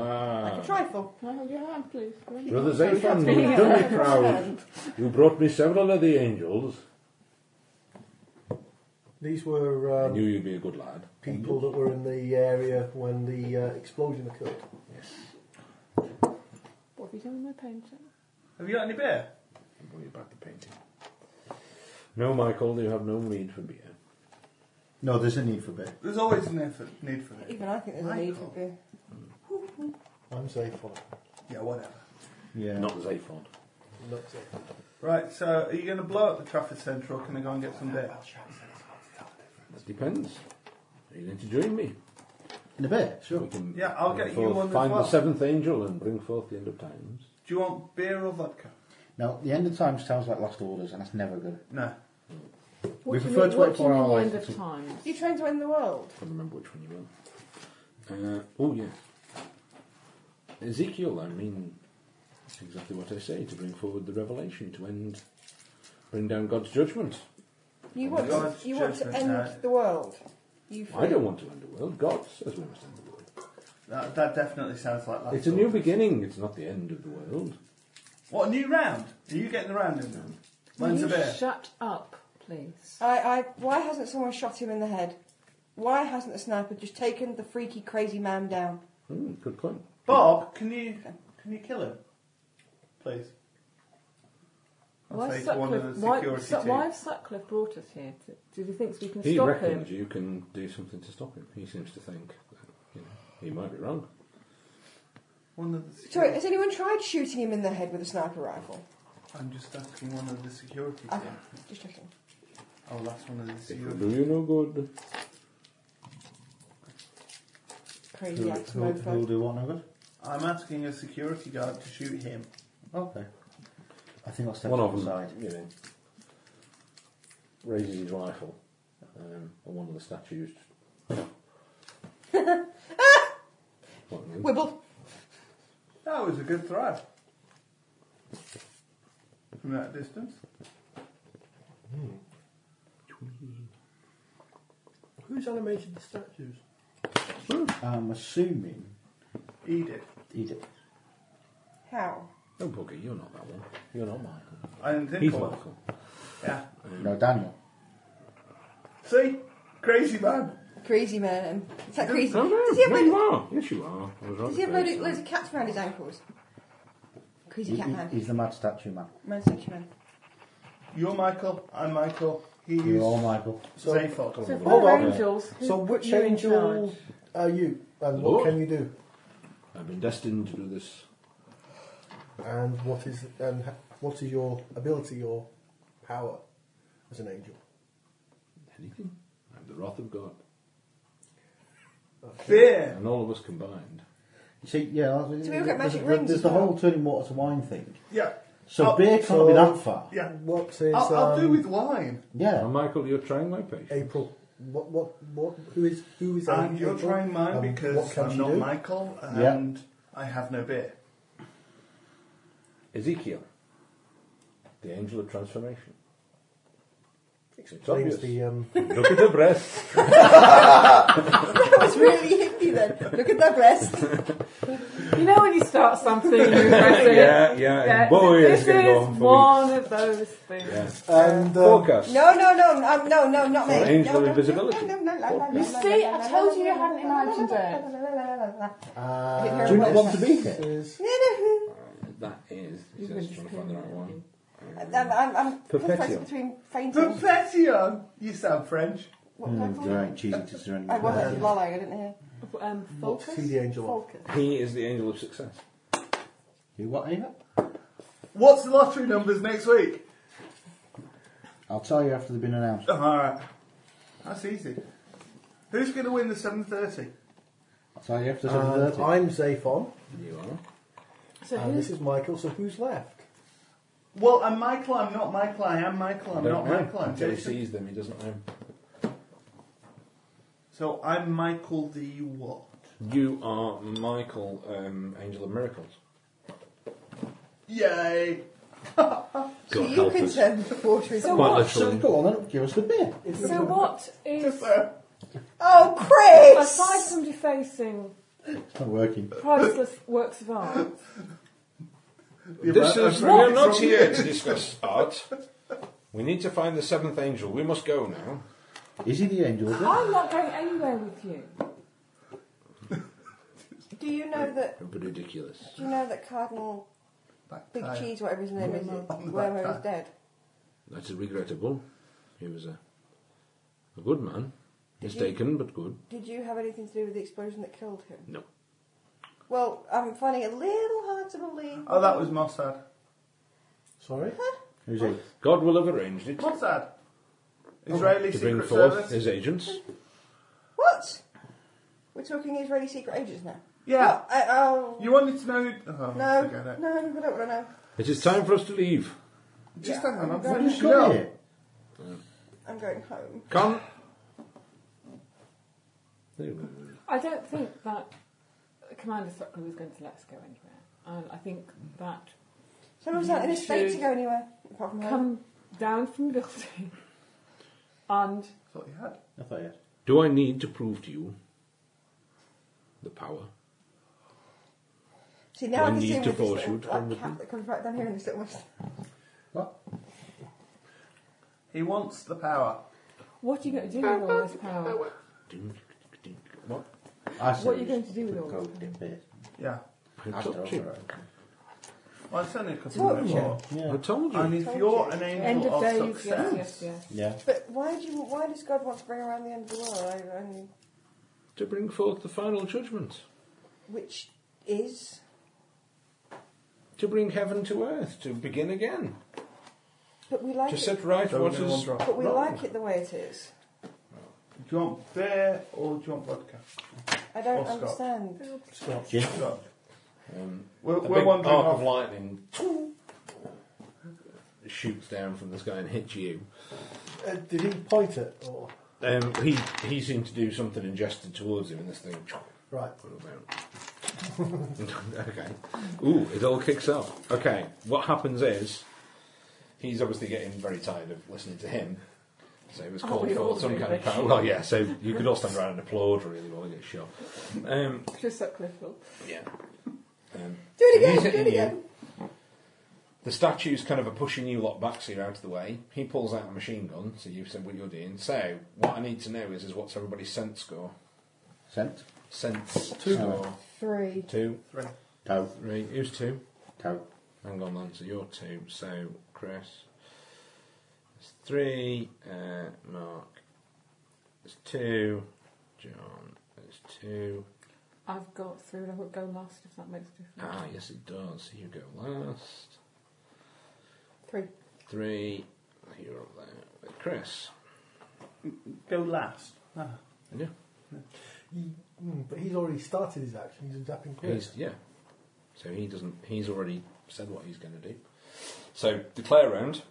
[SPEAKER 15] a trifle.
[SPEAKER 7] Can I hold your hand, please?
[SPEAKER 4] Ah. Brother Zaphon, you've done me proud. You brought me several of the angels.
[SPEAKER 2] These were
[SPEAKER 4] I
[SPEAKER 2] um,
[SPEAKER 4] knew you'd be a good lad.
[SPEAKER 2] people that were in the area when the uh, explosion occurred.
[SPEAKER 7] What have you done with my painting?
[SPEAKER 6] Have you got any beer?
[SPEAKER 4] Don't worry about the painting. No, Michael, you have no need for beer.
[SPEAKER 5] No, there's a need for beer.
[SPEAKER 6] There's always a need for, need for it.
[SPEAKER 3] Even I think there's a need for
[SPEAKER 6] Michael.
[SPEAKER 3] beer.
[SPEAKER 2] I'm safe for it.
[SPEAKER 6] Yeah, whatever.
[SPEAKER 5] Yeah.
[SPEAKER 4] Not Zaphon.
[SPEAKER 2] Not safe.
[SPEAKER 6] Right, so are you going to blow up the traffic centre or can I go and get some beer?
[SPEAKER 4] That depends. Are you going to join me?
[SPEAKER 5] In a beer, sure.
[SPEAKER 4] We can
[SPEAKER 6] Yeah, I'll
[SPEAKER 4] bring
[SPEAKER 6] get you
[SPEAKER 4] forth-
[SPEAKER 6] one as
[SPEAKER 4] Find
[SPEAKER 6] well.
[SPEAKER 4] the seventh angel and bring forth the end of times.
[SPEAKER 6] Do you want beer or vodka?
[SPEAKER 5] Now, the end of times sounds like last orders, and that's never good.
[SPEAKER 6] No.
[SPEAKER 7] What
[SPEAKER 5] We
[SPEAKER 7] do you
[SPEAKER 5] prefer
[SPEAKER 7] mean, what do you
[SPEAKER 5] 24
[SPEAKER 7] mean the
[SPEAKER 5] hours
[SPEAKER 7] end of
[SPEAKER 5] to-
[SPEAKER 7] times?
[SPEAKER 3] Are you trying to end the world?
[SPEAKER 4] I can't remember which one you were. Uh, oh, yes. Ezekiel, I mean, that's exactly what I say to bring forward the revelation, to end, bring down God's judgment.
[SPEAKER 3] You want to,
[SPEAKER 6] God's
[SPEAKER 3] you want to
[SPEAKER 6] judgment
[SPEAKER 3] end
[SPEAKER 6] night.
[SPEAKER 3] the world? You
[SPEAKER 4] I don't want to end the world. God says we must end the world.
[SPEAKER 6] That, that definitely sounds like last
[SPEAKER 4] It's a new
[SPEAKER 6] orders.
[SPEAKER 4] beginning, it's not the end of the world.
[SPEAKER 6] What, a new round? Are you getting the round in now? Mine's a
[SPEAKER 7] Will you
[SPEAKER 6] beer.
[SPEAKER 7] shut up, please?
[SPEAKER 3] I, I, why hasn't someone shot him in the head? Why hasn't the sniper just taken the freaky, crazy man down?
[SPEAKER 4] Hmm, good point.
[SPEAKER 6] Bob, can you can you kill him, please? I'll
[SPEAKER 7] Why
[SPEAKER 6] say
[SPEAKER 7] have,
[SPEAKER 6] to one
[SPEAKER 7] Sutcliffe,
[SPEAKER 6] of the
[SPEAKER 7] why,
[SPEAKER 6] security
[SPEAKER 7] Su-
[SPEAKER 6] team.
[SPEAKER 7] why have Sutcliffe brought us here? Do- Do you think we can
[SPEAKER 4] He
[SPEAKER 7] stop him?
[SPEAKER 4] reckons you can do something to stop him. He seems to think, that, you know, he might be wrong.
[SPEAKER 6] One of the
[SPEAKER 3] Sorry,
[SPEAKER 6] security.
[SPEAKER 3] has anyone tried shooting him in the head with a sniper rifle?
[SPEAKER 6] I'm just asking one of the security.
[SPEAKER 7] Ah.
[SPEAKER 6] team.
[SPEAKER 3] Okay, just checking.
[SPEAKER 6] Oh, that's one of the
[SPEAKER 4] It will
[SPEAKER 6] security.
[SPEAKER 4] do you no good.
[SPEAKER 3] Crazy
[SPEAKER 5] Who,
[SPEAKER 3] ass
[SPEAKER 5] who, who'll
[SPEAKER 3] mofo.
[SPEAKER 5] do what, no good?
[SPEAKER 6] I'm asking a security guard to shoot him.
[SPEAKER 5] Okay. I think I'll step
[SPEAKER 4] One
[SPEAKER 5] to
[SPEAKER 4] of
[SPEAKER 5] the
[SPEAKER 4] them,
[SPEAKER 5] side.
[SPEAKER 4] you know, raises his rifle, um, and one of the statues. What, you?
[SPEAKER 3] Wibble.
[SPEAKER 6] That was a good throw. From that distance.
[SPEAKER 2] Who's animated the statues?
[SPEAKER 5] I'm assuming
[SPEAKER 6] He did.
[SPEAKER 5] he did.
[SPEAKER 3] How?
[SPEAKER 4] No, Boogie, you're not that one. You're not Michael.
[SPEAKER 6] I didn't think
[SPEAKER 4] He's
[SPEAKER 6] of it.
[SPEAKER 4] Michael.
[SPEAKER 6] Yeah.
[SPEAKER 2] Hmm.
[SPEAKER 5] No, Daniel.
[SPEAKER 6] See? Crazy man.
[SPEAKER 3] Crazy man. It's that crazy.
[SPEAKER 5] Oh,
[SPEAKER 4] No, no,
[SPEAKER 3] Does he have,
[SPEAKER 4] no,
[SPEAKER 3] loads,
[SPEAKER 4] you are. Yes, you are. I was right.
[SPEAKER 3] does he have
[SPEAKER 4] about
[SPEAKER 3] loads,
[SPEAKER 4] that.
[SPEAKER 3] loads of cats around his ankles? Crazy
[SPEAKER 5] He,
[SPEAKER 3] cat
[SPEAKER 5] he-
[SPEAKER 3] man.
[SPEAKER 5] he's the mad statue man.
[SPEAKER 3] Man, statue man.
[SPEAKER 6] You're Michael. I'm Michael. He's
[SPEAKER 5] You're all Michael.
[SPEAKER 7] So if
[SPEAKER 6] Zaphod.
[SPEAKER 2] Hold
[SPEAKER 7] we're
[SPEAKER 2] on.
[SPEAKER 7] angels, who
[SPEAKER 2] So
[SPEAKER 7] put
[SPEAKER 2] which
[SPEAKER 7] you in
[SPEAKER 2] angel
[SPEAKER 7] charge?
[SPEAKER 2] are you? And
[SPEAKER 4] Lord.
[SPEAKER 2] what can you do?
[SPEAKER 4] I've been destined to do this.
[SPEAKER 2] And what is and ha- what is your ability or power as an angel?
[SPEAKER 4] Anything? I'm the wrath of God,
[SPEAKER 6] Beer.
[SPEAKER 4] and all of us combined.
[SPEAKER 5] You see, yeah, that's-
[SPEAKER 3] So we all get
[SPEAKER 5] there's,
[SPEAKER 3] magic
[SPEAKER 5] there's,
[SPEAKER 3] rings
[SPEAKER 5] there's
[SPEAKER 3] as
[SPEAKER 5] the
[SPEAKER 3] well.
[SPEAKER 5] whole turning water to wine thing.
[SPEAKER 6] Yeah.
[SPEAKER 5] So
[SPEAKER 6] Oh,
[SPEAKER 5] beer can't
[SPEAKER 2] so-
[SPEAKER 5] be that far.
[SPEAKER 6] Yeah.
[SPEAKER 2] What is
[SPEAKER 6] I'll, I'll do
[SPEAKER 2] um,
[SPEAKER 6] with wine.
[SPEAKER 4] Now,
[SPEAKER 5] Yeah.
[SPEAKER 4] Michael, you're trying my patience.
[SPEAKER 2] April? What what what? Who is who is?
[SPEAKER 6] And you're
[SPEAKER 2] April?
[SPEAKER 6] trying mine
[SPEAKER 2] Um, what
[SPEAKER 6] because
[SPEAKER 2] can
[SPEAKER 6] I'm
[SPEAKER 2] she
[SPEAKER 6] not
[SPEAKER 2] do?
[SPEAKER 6] Michael
[SPEAKER 5] Yeah.
[SPEAKER 6] and I have no beer.
[SPEAKER 4] Ezekiel, the angel of transformation. It's
[SPEAKER 2] Explains
[SPEAKER 4] obvious.
[SPEAKER 2] the um,
[SPEAKER 4] Look at the breast.
[SPEAKER 3] That was really hippie then. Look at that breast.
[SPEAKER 7] You know when you start something, you press it.
[SPEAKER 4] yeah, yeah,
[SPEAKER 7] Yeah,
[SPEAKER 4] and boy,
[SPEAKER 7] this
[SPEAKER 4] it's going to go
[SPEAKER 7] is
[SPEAKER 4] on for
[SPEAKER 7] one
[SPEAKER 4] weeks.
[SPEAKER 7] of those things.
[SPEAKER 4] Yeah.
[SPEAKER 2] and um,
[SPEAKER 4] Forecast.
[SPEAKER 3] No, no, no, no, no, no, not me.
[SPEAKER 4] Or angel
[SPEAKER 3] no,
[SPEAKER 4] of
[SPEAKER 3] no,
[SPEAKER 4] invisibility.
[SPEAKER 3] No, no, no, no, no, no,
[SPEAKER 7] You
[SPEAKER 3] no,
[SPEAKER 7] see,
[SPEAKER 3] no,
[SPEAKER 7] I
[SPEAKER 3] no,
[SPEAKER 7] told
[SPEAKER 3] no,
[SPEAKER 7] you you
[SPEAKER 3] no,
[SPEAKER 7] hadn't
[SPEAKER 3] no, no,
[SPEAKER 7] imagined
[SPEAKER 3] no,
[SPEAKER 7] it.
[SPEAKER 3] no, no, no, no, no.
[SPEAKER 2] uh,
[SPEAKER 5] Do you not want to be here?
[SPEAKER 2] is-
[SPEAKER 4] That is.
[SPEAKER 7] You've
[SPEAKER 4] He's
[SPEAKER 7] been
[SPEAKER 4] just trying to find the right one.
[SPEAKER 3] I'm, I'm, I'm
[SPEAKER 4] Perpetual.
[SPEAKER 3] conflicted um, between fainting.
[SPEAKER 6] Perplexion! You sound French.
[SPEAKER 3] What was I called?
[SPEAKER 5] Hmm, Right, cheesy to surrender.
[SPEAKER 3] Oh. I was actually lolling, I didn't hear.
[SPEAKER 7] Um,
[SPEAKER 2] What's
[SPEAKER 7] Falcus?
[SPEAKER 2] he the angel of?
[SPEAKER 7] Falcus.
[SPEAKER 4] He is the angel of success.
[SPEAKER 5] You what, Ava?
[SPEAKER 6] What's the lottery numbers next week?
[SPEAKER 5] I'll tell you after they've been announced.
[SPEAKER 6] Alright. That's easy. Who's going to win the 7.30?
[SPEAKER 5] I'll tell you after
[SPEAKER 2] And
[SPEAKER 5] 7.30.
[SPEAKER 2] uh, I'm Zaphon,
[SPEAKER 4] You are.
[SPEAKER 7] So
[SPEAKER 2] and Uh, this
[SPEAKER 7] who's
[SPEAKER 2] is Michael. So who's left?
[SPEAKER 6] Well, I'm Michael, I'm not Michael, I am Michael, I'm not Michael, I'm
[SPEAKER 4] Until he
[SPEAKER 6] Jason.
[SPEAKER 4] sees them, he doesn't know.
[SPEAKER 6] So I'm Michael the what?
[SPEAKER 4] You are Michael, um, Angel of Miracles.
[SPEAKER 6] Yay!
[SPEAKER 3] So you can turn the water into
[SPEAKER 7] So
[SPEAKER 3] wine.
[SPEAKER 4] Quite
[SPEAKER 5] So
[SPEAKER 4] literally.
[SPEAKER 5] go on then, give us the beer.
[SPEAKER 7] So what is
[SPEAKER 3] Oh, Chris!
[SPEAKER 7] aside from defacing
[SPEAKER 5] It's not working.
[SPEAKER 7] priceless works of art?
[SPEAKER 4] This
[SPEAKER 6] Yeah,
[SPEAKER 4] is, we
[SPEAKER 6] I'm
[SPEAKER 4] are
[SPEAKER 6] right
[SPEAKER 4] not
[SPEAKER 6] from
[SPEAKER 4] here to discuss art. We need to find the seventh angel. We must go now.
[SPEAKER 5] Is he the angel? of it?
[SPEAKER 7] I'm not going anywhere with you.
[SPEAKER 3] Do you know that?
[SPEAKER 4] Ridiculous.
[SPEAKER 3] Do you know that Cardinal Big
[SPEAKER 6] Backfire.
[SPEAKER 3] Cheese, whatever his name is,
[SPEAKER 6] I'm
[SPEAKER 3] Wormo is dead?
[SPEAKER 4] That is regrettable. He was a, a good man. Mistaken, but good.
[SPEAKER 3] Did you have anything to do with the explosion that killed him?
[SPEAKER 4] No.
[SPEAKER 3] Well, I'm finding it a little hard to believe.
[SPEAKER 6] Oh, that was Mossad.
[SPEAKER 2] Sorry?
[SPEAKER 5] Who's he?
[SPEAKER 4] God will have arranged it
[SPEAKER 6] Mossad.
[SPEAKER 4] Oh,
[SPEAKER 6] Israeli
[SPEAKER 4] to bring
[SPEAKER 6] Secret
[SPEAKER 4] forth
[SPEAKER 6] Service.
[SPEAKER 4] his agents.
[SPEAKER 3] What? We're talking Israeli secret agents now.
[SPEAKER 6] yeah.
[SPEAKER 3] Oh, I, oh
[SPEAKER 6] You wanted to know who... Oh,
[SPEAKER 3] no,
[SPEAKER 6] forget it.
[SPEAKER 3] no, I don't want to know.
[SPEAKER 4] It is time for us to leave.
[SPEAKER 6] Just
[SPEAKER 3] Yeah,
[SPEAKER 6] hang on.
[SPEAKER 3] I'm
[SPEAKER 6] I've
[SPEAKER 3] going-
[SPEAKER 6] finished
[SPEAKER 5] Come
[SPEAKER 6] up.
[SPEAKER 5] here.
[SPEAKER 3] I'm going home.
[SPEAKER 4] Come.
[SPEAKER 7] I don't think that Commander Sutcliffe was going to let us go anywhere. And I think that
[SPEAKER 3] So I was not in a
[SPEAKER 7] You
[SPEAKER 3] state to
[SPEAKER 7] should
[SPEAKER 3] go anywhere apart from home.
[SPEAKER 7] come down from the building and
[SPEAKER 6] Thought you had.
[SPEAKER 5] I thought yes.
[SPEAKER 4] Do I need to prove to you the power?
[SPEAKER 3] See now I
[SPEAKER 4] One
[SPEAKER 3] can see
[SPEAKER 4] need
[SPEAKER 3] him
[SPEAKER 4] to
[SPEAKER 3] with this
[SPEAKER 4] force you
[SPEAKER 3] little
[SPEAKER 4] to
[SPEAKER 3] black
[SPEAKER 4] come with
[SPEAKER 3] cat
[SPEAKER 4] me.
[SPEAKER 3] that comes right down here and this little.
[SPEAKER 6] He wants the power.
[SPEAKER 7] what are you going to do with all this power?
[SPEAKER 4] What?
[SPEAKER 5] I said
[SPEAKER 7] What are you
[SPEAKER 5] we
[SPEAKER 7] going
[SPEAKER 5] just
[SPEAKER 7] to do with all
[SPEAKER 5] Go
[SPEAKER 7] this
[SPEAKER 5] get beer.
[SPEAKER 6] Yeah.
[SPEAKER 4] I
[SPEAKER 5] I
[SPEAKER 4] told you.
[SPEAKER 6] Well, it's only a couple of minutes more.
[SPEAKER 4] I
[SPEAKER 5] Yeah.
[SPEAKER 4] told you.
[SPEAKER 6] And if
[SPEAKER 3] Told
[SPEAKER 6] you're
[SPEAKER 3] you.
[SPEAKER 6] an angel
[SPEAKER 7] End of days,
[SPEAKER 6] success,
[SPEAKER 7] yes, yes, yes.
[SPEAKER 5] Yeah.
[SPEAKER 3] But why do you? Why does God want to bring around the end of the world? I, I mean,
[SPEAKER 4] To bring forth the final judgment.
[SPEAKER 3] which is
[SPEAKER 4] To bring heaven to earth. To begin again.
[SPEAKER 3] but we like
[SPEAKER 4] To
[SPEAKER 3] it.
[SPEAKER 4] set right
[SPEAKER 6] Don't
[SPEAKER 4] what
[SPEAKER 6] know
[SPEAKER 4] is.
[SPEAKER 6] what-
[SPEAKER 3] but we
[SPEAKER 4] wrong.
[SPEAKER 3] like it the way it is.
[SPEAKER 6] do you want beer or do you want vodka?
[SPEAKER 3] I don't
[SPEAKER 6] Or Scotch.
[SPEAKER 3] understand.
[SPEAKER 5] Gin.
[SPEAKER 6] Scotch.
[SPEAKER 4] Um,
[SPEAKER 6] We're,
[SPEAKER 4] a
[SPEAKER 6] we're
[SPEAKER 4] big
[SPEAKER 6] wondering
[SPEAKER 4] arc
[SPEAKER 6] off.
[SPEAKER 4] of lightning shoots down from the sky and hits you.
[SPEAKER 2] Uh, did he point it? Or,
[SPEAKER 4] Um, he he seemed to do something and gestured towards him, and this thing
[SPEAKER 2] right.
[SPEAKER 4] put okay. Ooh, it all kicks off. Okay, what happens is he's obviously getting very tired of listening to him. So it was
[SPEAKER 7] Oh,
[SPEAKER 4] called
[SPEAKER 7] we all
[SPEAKER 4] for some
[SPEAKER 7] do,
[SPEAKER 4] kind of
[SPEAKER 7] but-
[SPEAKER 4] power. Well, yeah. So you could all stand around and applaud, really, while we get shot. Um,
[SPEAKER 7] Just Sutcliffe. will-
[SPEAKER 4] yeah. Um,
[SPEAKER 3] Do it again,
[SPEAKER 4] he's
[SPEAKER 3] do it
[SPEAKER 4] hitting you.
[SPEAKER 3] again.
[SPEAKER 4] The statues kind of are pushing you lot back, so you're out of the way. He pulls out a machine gun, so you've said what you're doing. So, what I need to know is, is what's everybody's sense score?
[SPEAKER 5] Scent.
[SPEAKER 4] Sense score.
[SPEAKER 3] Three.
[SPEAKER 4] Two.
[SPEAKER 5] Toe.
[SPEAKER 4] Three. Who's two?
[SPEAKER 5] Toe.
[SPEAKER 4] Hang on, then. So you're two. So, Chris. It's three. Uh, Mark. It's two. John. It's two.
[SPEAKER 7] I've got three and I would go last if that makes a difference.
[SPEAKER 4] Ah, yes, it does. You go last.
[SPEAKER 3] Three.
[SPEAKER 4] Three. You're up there with Chris.
[SPEAKER 6] Go last. Ah.
[SPEAKER 4] Yeah.
[SPEAKER 2] He, mm, but he's already started his action. He's zapping
[SPEAKER 4] He's,
[SPEAKER 2] Chris.
[SPEAKER 4] yeah. So he doesn't. He's already said what he's going to do. So declare round.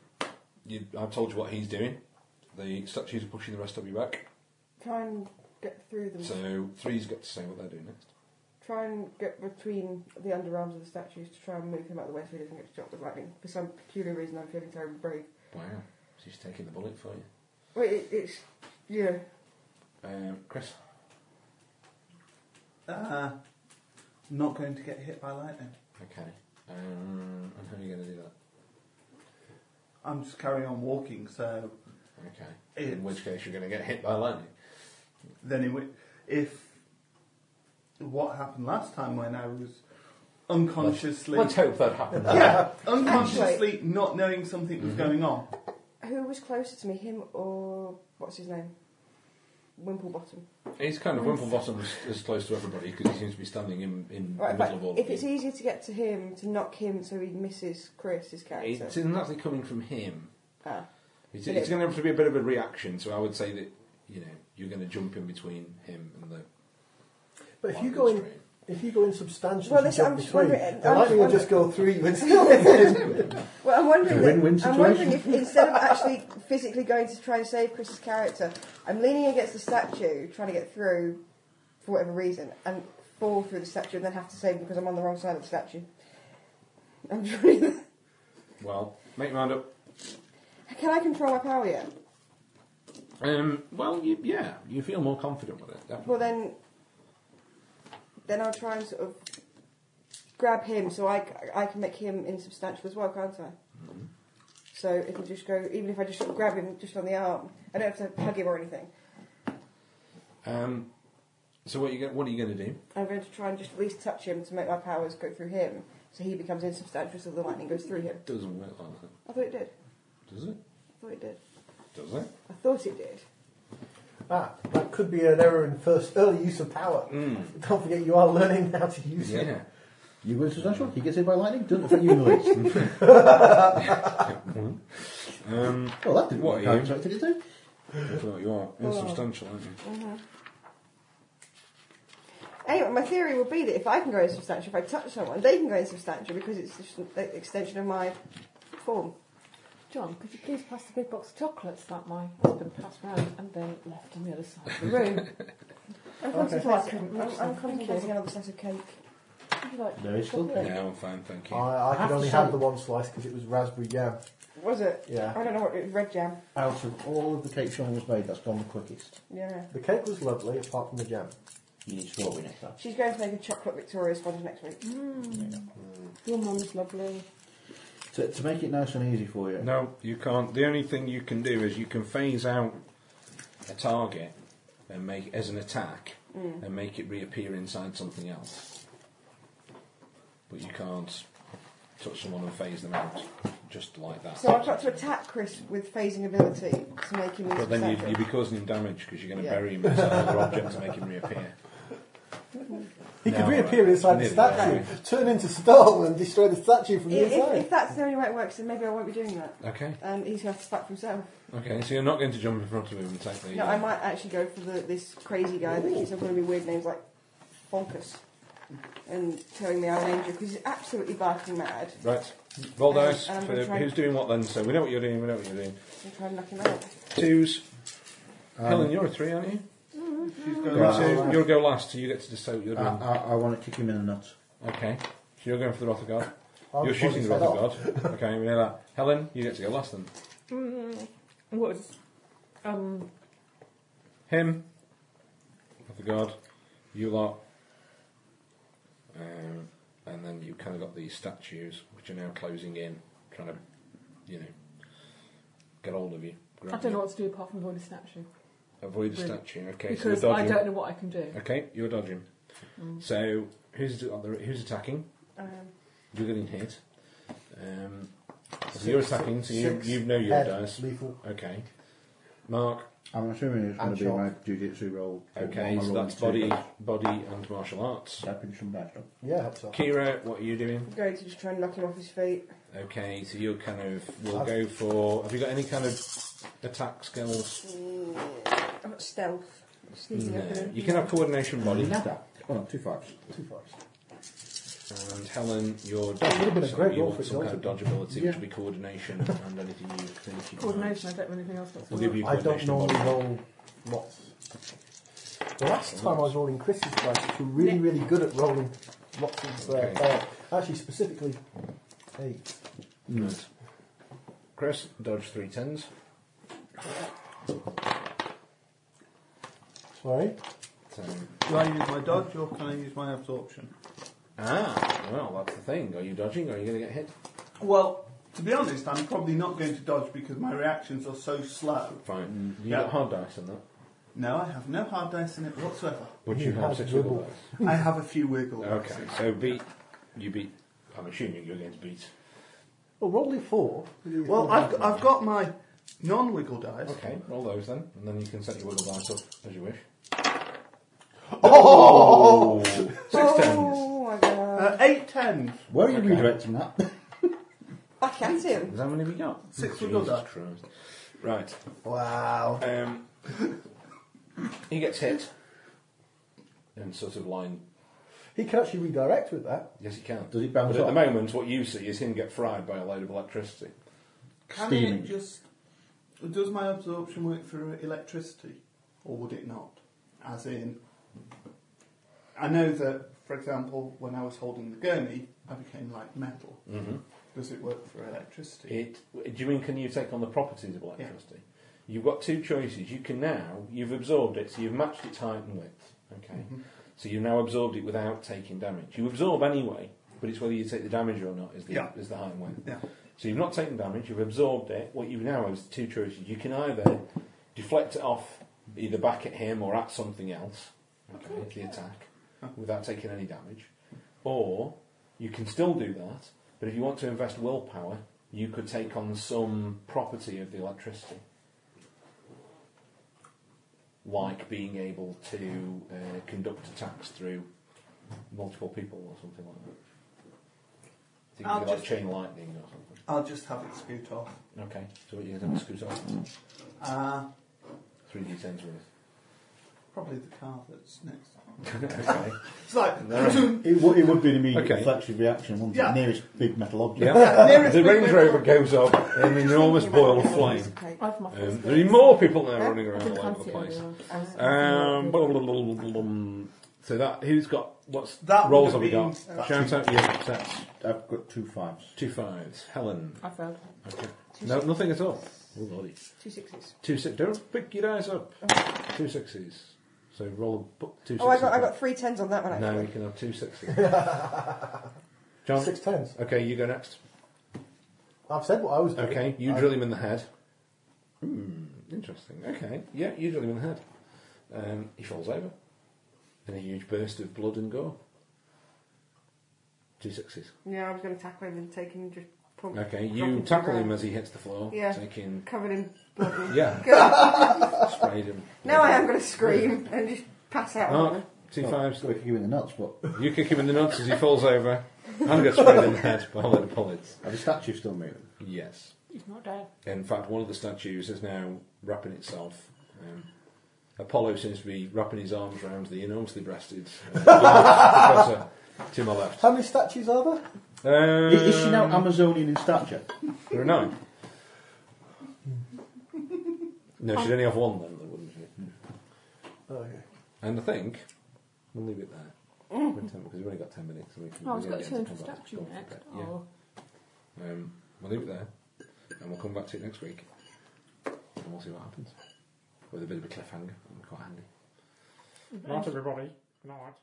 [SPEAKER 4] You, I've told you what he's doing. The statues are pushing the rest of you back.
[SPEAKER 3] Try and get through them.
[SPEAKER 4] So three's got to say what they're doing next.
[SPEAKER 3] Try and get between the underarms of the statues to try and move him out of the way so he doesn't get shot with lightning. For some peculiar reason, I'm feeling terribly brave.
[SPEAKER 4] Wow. She's taking the bullet for you.
[SPEAKER 3] Wait, it, it's yeah.
[SPEAKER 4] Um, Chris.
[SPEAKER 6] Ah. Not going to get hit by lightning.
[SPEAKER 4] Okay. Um, and how are you going to do that?
[SPEAKER 6] I'm just carrying on walking, so
[SPEAKER 4] Okay.
[SPEAKER 6] It's-
[SPEAKER 4] In which case you're going to get hit by lightning.
[SPEAKER 6] then it would, if what happened last time when I was unconsciously
[SPEAKER 4] Let's hope that happens.
[SPEAKER 6] yeah, unconsciously not knowing something
[SPEAKER 2] Mm-hmm.
[SPEAKER 6] was going on.
[SPEAKER 3] Who was closer to me, him or what's his name? Wimplebottom.
[SPEAKER 4] He's kind of Wimplebottom's as close to everybody because he seems to be standing in, in
[SPEAKER 3] Right,
[SPEAKER 4] the
[SPEAKER 3] but
[SPEAKER 4] middle of all.
[SPEAKER 3] if
[SPEAKER 4] of
[SPEAKER 3] it's
[SPEAKER 4] you.
[SPEAKER 3] easier to get to him to knock him so he misses Chris's character.
[SPEAKER 4] it's not actually coming from him.
[SPEAKER 3] ah.
[SPEAKER 4] It's,
[SPEAKER 3] But
[SPEAKER 4] it's
[SPEAKER 3] it-
[SPEAKER 4] going to have to be a bit of a reaction, so I would say that you know you're going to jump in between him and the.
[SPEAKER 2] But if you
[SPEAKER 4] lightning
[SPEAKER 2] go in
[SPEAKER 4] strain.
[SPEAKER 2] If you go in substantial,
[SPEAKER 3] Well,
[SPEAKER 2] well,
[SPEAKER 3] listen,
[SPEAKER 2] jump
[SPEAKER 3] I'm just
[SPEAKER 2] between,
[SPEAKER 3] wondering-
[SPEAKER 2] the
[SPEAKER 3] I'm
[SPEAKER 2] lightning will
[SPEAKER 3] just
[SPEAKER 2] just go through you and still hit you.
[SPEAKER 3] Well, I'm wondering.
[SPEAKER 5] It's a win-win
[SPEAKER 3] I'm wondering if instead of actually physically going to try and save Chris's character, I'm leaning against the statue, trying to get through for whatever reason, and fall through the statue, and then have to save him because I'm on the wrong side of the statue. I'm trying.
[SPEAKER 4] Well, make your mind up.
[SPEAKER 3] Can I control my power yet?
[SPEAKER 4] Um, well, you, yeah, you feel more confident with it. Definitely.
[SPEAKER 3] Well, then, then I'll try and sort of grab him, so I, c- I can make him insubstantial as well, can't I? So it'll just go. Even if I just sort of grab him just on the arm, I don't have to hug him or anything.
[SPEAKER 4] Um, so what you get? What are you going to do?
[SPEAKER 3] I'm going to try and just at least touch him to make my powers go through him, so he becomes insubstantial, so the lightning goes through him.
[SPEAKER 4] Doesn't work like that,
[SPEAKER 3] I thought it did.
[SPEAKER 4] does it?
[SPEAKER 3] I thought it did.
[SPEAKER 4] Does it?
[SPEAKER 3] I thought it did.
[SPEAKER 2] Ah, that could be an error in first early use of power. Don't forget, you are learning how to use it.
[SPEAKER 4] Hmm. Yeah.
[SPEAKER 5] You go substantial, he gets hit by lightning, doesn't affect you in the least.
[SPEAKER 4] Um,
[SPEAKER 5] well, that didn't
[SPEAKER 4] What
[SPEAKER 5] work
[SPEAKER 4] are you?
[SPEAKER 5] out, so did it do?
[SPEAKER 4] I thought you
[SPEAKER 3] Oh.
[SPEAKER 4] are insubstantial, aren't you?
[SPEAKER 3] Anyway, my theory would be that if I can go insubstantial, if I touch someone, they can go insubstantial because it's just an extension of my form.
[SPEAKER 7] John, could you please pass the big box of chocolates that my husband passed round and then left on the other side of the room?
[SPEAKER 3] I'm
[SPEAKER 7] Okay.
[SPEAKER 3] contemplating, I'm, I'm
[SPEAKER 7] Thank
[SPEAKER 3] contemplating
[SPEAKER 7] you.
[SPEAKER 3] another slice of cake.
[SPEAKER 7] Would you like
[SPEAKER 5] There is still
[SPEAKER 7] chocolate?
[SPEAKER 4] No, I'm fine, thank you.
[SPEAKER 2] I, I
[SPEAKER 5] Have
[SPEAKER 2] could
[SPEAKER 5] to
[SPEAKER 2] only
[SPEAKER 5] say-
[SPEAKER 2] have the one slice because it was raspberry jam.
[SPEAKER 3] Was it? I
[SPEAKER 2] Yeah,
[SPEAKER 3] don't know what it was, red jam.
[SPEAKER 5] Out of all of the cakes Sean has made, that's gone the quickest.
[SPEAKER 3] Yeah.
[SPEAKER 2] the cake was lovely apart from the jam.
[SPEAKER 5] You need strawberry next time.
[SPEAKER 3] She's going to make a chocolate Victoria sponge next week.
[SPEAKER 7] Mm. Your mum's lovely.
[SPEAKER 5] To, to make it nice and easy for you,
[SPEAKER 4] No, you can't. The only thing you can do is you can phase out a target and make as an attack
[SPEAKER 3] Mm.
[SPEAKER 4] and make it reappear inside something else. But you can't touch someone and phase them out just like that.
[SPEAKER 3] So I've got to attack Chris with phasing ability to make him
[SPEAKER 4] but then you'd,
[SPEAKER 3] insubstantial.
[SPEAKER 4] you'd be causing him damage because you're going to
[SPEAKER 3] Yeah.
[SPEAKER 4] bury him inside another object to make him reappear.
[SPEAKER 2] He
[SPEAKER 4] No,
[SPEAKER 2] could reappear
[SPEAKER 4] right.
[SPEAKER 2] inside the
[SPEAKER 4] Nearly
[SPEAKER 2] statue, turn into stone, and destroy the statue from the
[SPEAKER 3] If, if,
[SPEAKER 2] inside.
[SPEAKER 3] if that's the only way it works, then maybe I won't be doing that.
[SPEAKER 4] Okay,
[SPEAKER 3] Um, he's going to have to fight for himself.
[SPEAKER 4] okay. So you're not going to jump in front of him and take the.
[SPEAKER 3] No, I might actually go for the, this crazy guy that keeps on calling me weird names like Fonkus and telling me I'm an angel because he's absolutely barking mad.
[SPEAKER 4] Right, roll
[SPEAKER 3] Um,
[SPEAKER 4] dice.
[SPEAKER 3] I'm
[SPEAKER 4] for
[SPEAKER 3] gonna try-
[SPEAKER 4] who's doing what then? So we know what you're doing. We know what you're doing.
[SPEAKER 3] So try and knock him out.
[SPEAKER 4] Twos.
[SPEAKER 2] Um,
[SPEAKER 4] Helen, you're a three, aren't you?
[SPEAKER 6] She's going
[SPEAKER 4] You're
[SPEAKER 5] Right.
[SPEAKER 4] two. You'll go last, so you get to decide what you're
[SPEAKER 5] I,
[SPEAKER 4] doing.
[SPEAKER 5] I, I want to kick him in the nuts.
[SPEAKER 2] Ah.
[SPEAKER 4] okay. So you're going for the Wrath of God.
[SPEAKER 2] Oh,
[SPEAKER 4] You're
[SPEAKER 2] the body's
[SPEAKER 4] shooting the Wrath
[SPEAKER 2] set
[SPEAKER 4] of God. Okay, we know that. Helen, you get to go last then.
[SPEAKER 7] What is. Um,
[SPEAKER 4] Him. Wrath of God. You lot. Um, and then you kind of got these statues, which are now closing in, trying to, you know, get hold of you. grab
[SPEAKER 7] I don't know
[SPEAKER 4] you.
[SPEAKER 7] what to do apart from avoid a statue.
[SPEAKER 4] Avoid the
[SPEAKER 7] really.
[SPEAKER 4] statue. Okay,
[SPEAKER 7] Because
[SPEAKER 4] so you're
[SPEAKER 7] I
[SPEAKER 4] dodging.
[SPEAKER 7] don't know Mm. what I can do.
[SPEAKER 4] Okay, you're dodging. So who's uh, who's attacking?
[SPEAKER 3] Um,
[SPEAKER 4] You're getting hit. Um, so you're attacking, so you,
[SPEAKER 2] Six,
[SPEAKER 4] you know your
[SPEAKER 2] head,
[SPEAKER 4] dice.
[SPEAKER 2] Lethal.
[SPEAKER 4] Okay. Mark,
[SPEAKER 5] I'm assuming it's going
[SPEAKER 2] And
[SPEAKER 5] to be
[SPEAKER 2] shot.
[SPEAKER 5] my jujitsu roll. or
[SPEAKER 4] okay,
[SPEAKER 5] my
[SPEAKER 4] so
[SPEAKER 5] roll
[SPEAKER 4] that's
[SPEAKER 5] is two.
[SPEAKER 4] body, body and martial arts.
[SPEAKER 5] Tapping some bad stuff.
[SPEAKER 2] Yeah, I hope so.
[SPEAKER 4] Kira, what are you doing?
[SPEAKER 3] I'm going to just try and knock him off his feet.
[SPEAKER 4] Okay, so you're kind of, we'll
[SPEAKER 2] I've-
[SPEAKER 4] go for, have you got any kind of attack skills?
[SPEAKER 3] I've got stealth. Sneaking up on
[SPEAKER 4] No.
[SPEAKER 3] him.
[SPEAKER 4] You can have coordination body.
[SPEAKER 5] Nada. Oh, no, two fives.
[SPEAKER 2] Two fives.
[SPEAKER 4] And Helen, your dodge,
[SPEAKER 2] been a
[SPEAKER 4] so
[SPEAKER 2] great
[SPEAKER 4] you
[SPEAKER 2] roll
[SPEAKER 4] want
[SPEAKER 2] for
[SPEAKER 4] some kind of
[SPEAKER 2] dodge.
[SPEAKER 4] dodgeability,
[SPEAKER 5] Yeah.
[SPEAKER 4] which would be coordination and anything you think you can-
[SPEAKER 7] Coordination, I don't know anything else that's
[SPEAKER 4] We'll give you
[SPEAKER 2] I don't
[SPEAKER 4] coordination.
[SPEAKER 2] normally
[SPEAKER 4] body.
[SPEAKER 2] roll lots. The last time I was rolling Chris's dice, which were really, really good at rolling lots of. Uh,
[SPEAKER 4] Okay.
[SPEAKER 2] uh, actually, specifically, hey,
[SPEAKER 4] Chris, dodge three tens.
[SPEAKER 2] sorry.
[SPEAKER 4] So,
[SPEAKER 6] Do I use my dodge or can I use my absorption?
[SPEAKER 4] ah, well, that's the thing. Are you dodging? Or are you going to get hit?
[SPEAKER 6] Well, to be honest, I'm probably not going to dodge because my reactions are so slow.
[SPEAKER 4] Fine.
[SPEAKER 2] Mm-hmm.
[SPEAKER 4] You
[SPEAKER 6] Yeah.
[SPEAKER 4] got hard dice in that.
[SPEAKER 6] No, I have no hard dice in it whatsoever.
[SPEAKER 4] Would
[SPEAKER 2] You
[SPEAKER 4] you, have
[SPEAKER 2] have
[SPEAKER 4] six
[SPEAKER 2] dribble.
[SPEAKER 4] wiggle dice?
[SPEAKER 6] I have a few wiggle dice.
[SPEAKER 4] Okay, so beat. You beat. I'm assuming you're going to beat.
[SPEAKER 2] Well, rolling four.
[SPEAKER 6] Well, I've, got- I've got my non wiggle dice.
[SPEAKER 4] Okay, roll those then, and then you can set your wiggle dice up as you wish. Oh! Six tens.
[SPEAKER 3] Oh my god.
[SPEAKER 6] Uh, eight tens.
[SPEAKER 5] Where are you
[SPEAKER 4] Okay.
[SPEAKER 5] redirecting that?
[SPEAKER 3] Back at him.
[SPEAKER 4] Is that how many we got?
[SPEAKER 6] Six wiggle
[SPEAKER 4] Jesus
[SPEAKER 6] dice.
[SPEAKER 4] Christ. Right.
[SPEAKER 2] Wow.
[SPEAKER 4] Um, he gets hit and sort of lying
[SPEAKER 2] He can actually redirect with that.
[SPEAKER 4] Yes, he can.
[SPEAKER 5] Does it bounce
[SPEAKER 4] but at
[SPEAKER 5] off?
[SPEAKER 4] the moment, what you see is him get fried by a load of electricity.
[SPEAKER 6] Can
[SPEAKER 5] Steaming.
[SPEAKER 6] it just. Does my absorption work through electricity? Or would it not? As in. I know that, for example, when I was holding the gurney, I became like metal.
[SPEAKER 4] Mm-hmm.
[SPEAKER 6] Does it work for electricity?
[SPEAKER 4] It. Do you mean can you take on the properties of electricity? You've got two choices. You can now. You've absorbed it, so you've matched its height and width. Okay.
[SPEAKER 6] Mhm.
[SPEAKER 4] So you've now absorbed it without taking damage. You absorb anyway, but it's whether you take the damage or not is the
[SPEAKER 6] Yeah.
[SPEAKER 4] is the height and width.
[SPEAKER 6] Yeah.
[SPEAKER 4] So you've not taken damage. You've absorbed it. What you now have is two choices. You can either deflect it off either back at him or at something else. Okay, the attack without taking any damage, or you can still do that. But if you want to invest willpower, you could take on some property of the electricity, like being able to uh, conduct attacks through multiple people or something like that. So you
[SPEAKER 6] I'll
[SPEAKER 4] can do like
[SPEAKER 6] just-
[SPEAKER 4] chain lightning or something.
[SPEAKER 6] I'll just have it scoot off.
[SPEAKER 4] Okay, so what you're going to scoot off?
[SPEAKER 6] Uh,
[SPEAKER 4] Three d10s worth.
[SPEAKER 6] probably the car that's next.
[SPEAKER 4] okay.
[SPEAKER 6] It's like.
[SPEAKER 5] It, would, it would be an immediate
[SPEAKER 4] Okay.
[SPEAKER 5] reflexive reaction, wouldn't
[SPEAKER 6] Yeah.
[SPEAKER 5] it? Nearest big metal object.
[SPEAKER 4] Yeah. the
[SPEAKER 6] big
[SPEAKER 4] Range
[SPEAKER 6] metal-
[SPEAKER 4] Rover goes up in an enormous boil of flame.
[SPEAKER 7] I've
[SPEAKER 4] Um,
[SPEAKER 7] my first
[SPEAKER 4] there are
[SPEAKER 7] bit.
[SPEAKER 4] more people now
[SPEAKER 7] Huh?
[SPEAKER 4] running
[SPEAKER 7] I
[SPEAKER 4] around
[SPEAKER 7] didn't
[SPEAKER 4] all over
[SPEAKER 7] fancy
[SPEAKER 4] the
[SPEAKER 7] it
[SPEAKER 4] place.
[SPEAKER 7] anyway. I was-
[SPEAKER 4] Um, blah, blah, blah, blah, blah, blah. So that who's got what's
[SPEAKER 6] That
[SPEAKER 4] rolls have we
[SPEAKER 6] would have
[SPEAKER 4] got?
[SPEAKER 6] been- uh,
[SPEAKER 4] Shout out your upsets.
[SPEAKER 5] I've got two fives.
[SPEAKER 4] Two fives. Helen.
[SPEAKER 7] I failed.
[SPEAKER 4] Okay. No, nothing at all. Oh, lordy.
[SPEAKER 3] Two sixes.
[SPEAKER 4] Two six. Don't pick your eyes up. Two sixes. So roll a bu- two sixes.
[SPEAKER 3] Oh, I got I got three tens on that one.
[SPEAKER 4] No,
[SPEAKER 3] Actually.
[SPEAKER 4] you can have two sixes. John.
[SPEAKER 2] Six tens.
[SPEAKER 4] Okay, you go next.
[SPEAKER 2] I've said what I was doing.
[SPEAKER 4] Okay, you
[SPEAKER 2] I-
[SPEAKER 4] drill him in the head. Hmm, interesting. Okay, yeah, you drill him in the head. Um, he falls over in a huge burst of blood and gore. Two sixes.
[SPEAKER 3] Yeah, I was going to tackle him and take him and just pump.
[SPEAKER 4] Okay,
[SPEAKER 3] drop
[SPEAKER 4] you
[SPEAKER 3] to the
[SPEAKER 4] tackle
[SPEAKER 3] ground.
[SPEAKER 4] him as he hits the floor.
[SPEAKER 3] Yeah.
[SPEAKER 4] Taking.
[SPEAKER 3] Covered in blood. and-
[SPEAKER 4] Yeah. sprayed him.
[SPEAKER 3] Now I am going to scream and just pass out. on
[SPEAKER 4] Mark,
[SPEAKER 3] them.
[SPEAKER 4] two fives.
[SPEAKER 5] So we could give him the nuts, but
[SPEAKER 4] You kick him in the nuts as he falls over and gets sprayed in the head by a load of bullets.
[SPEAKER 5] are the statues still moving?
[SPEAKER 4] Yes.
[SPEAKER 7] He's not dead.
[SPEAKER 4] In fact, one of the statues is now wrapping itself. Um, Apollo seems to be wrapping his arms around the enormously breasted uh, professor to my left.
[SPEAKER 2] How many statues are there?
[SPEAKER 4] Um,
[SPEAKER 5] I- Is, she now Amazonian in stature?
[SPEAKER 4] There are nine. No, she'd only have one then, though, wouldn't she?
[SPEAKER 2] Oh, okay.
[SPEAKER 4] And I think we'll leave it there. We're ten- Because we've only got ten minutes. And we can
[SPEAKER 7] Oh, I've
[SPEAKER 4] we're
[SPEAKER 7] got
[SPEAKER 4] gonna get
[SPEAKER 7] to turn
[SPEAKER 4] into
[SPEAKER 7] to
[SPEAKER 4] combat.
[SPEAKER 7] statue
[SPEAKER 4] Go on,
[SPEAKER 7] next.
[SPEAKER 4] yeah.
[SPEAKER 7] Oh.
[SPEAKER 4] Um, we'll leave it there, and we'll come back to it next week, and we'll see what happens. With a bit of a cliffhanger, I'm quite handy.
[SPEAKER 7] Right,
[SPEAKER 4] everybody.
[SPEAKER 7] Night.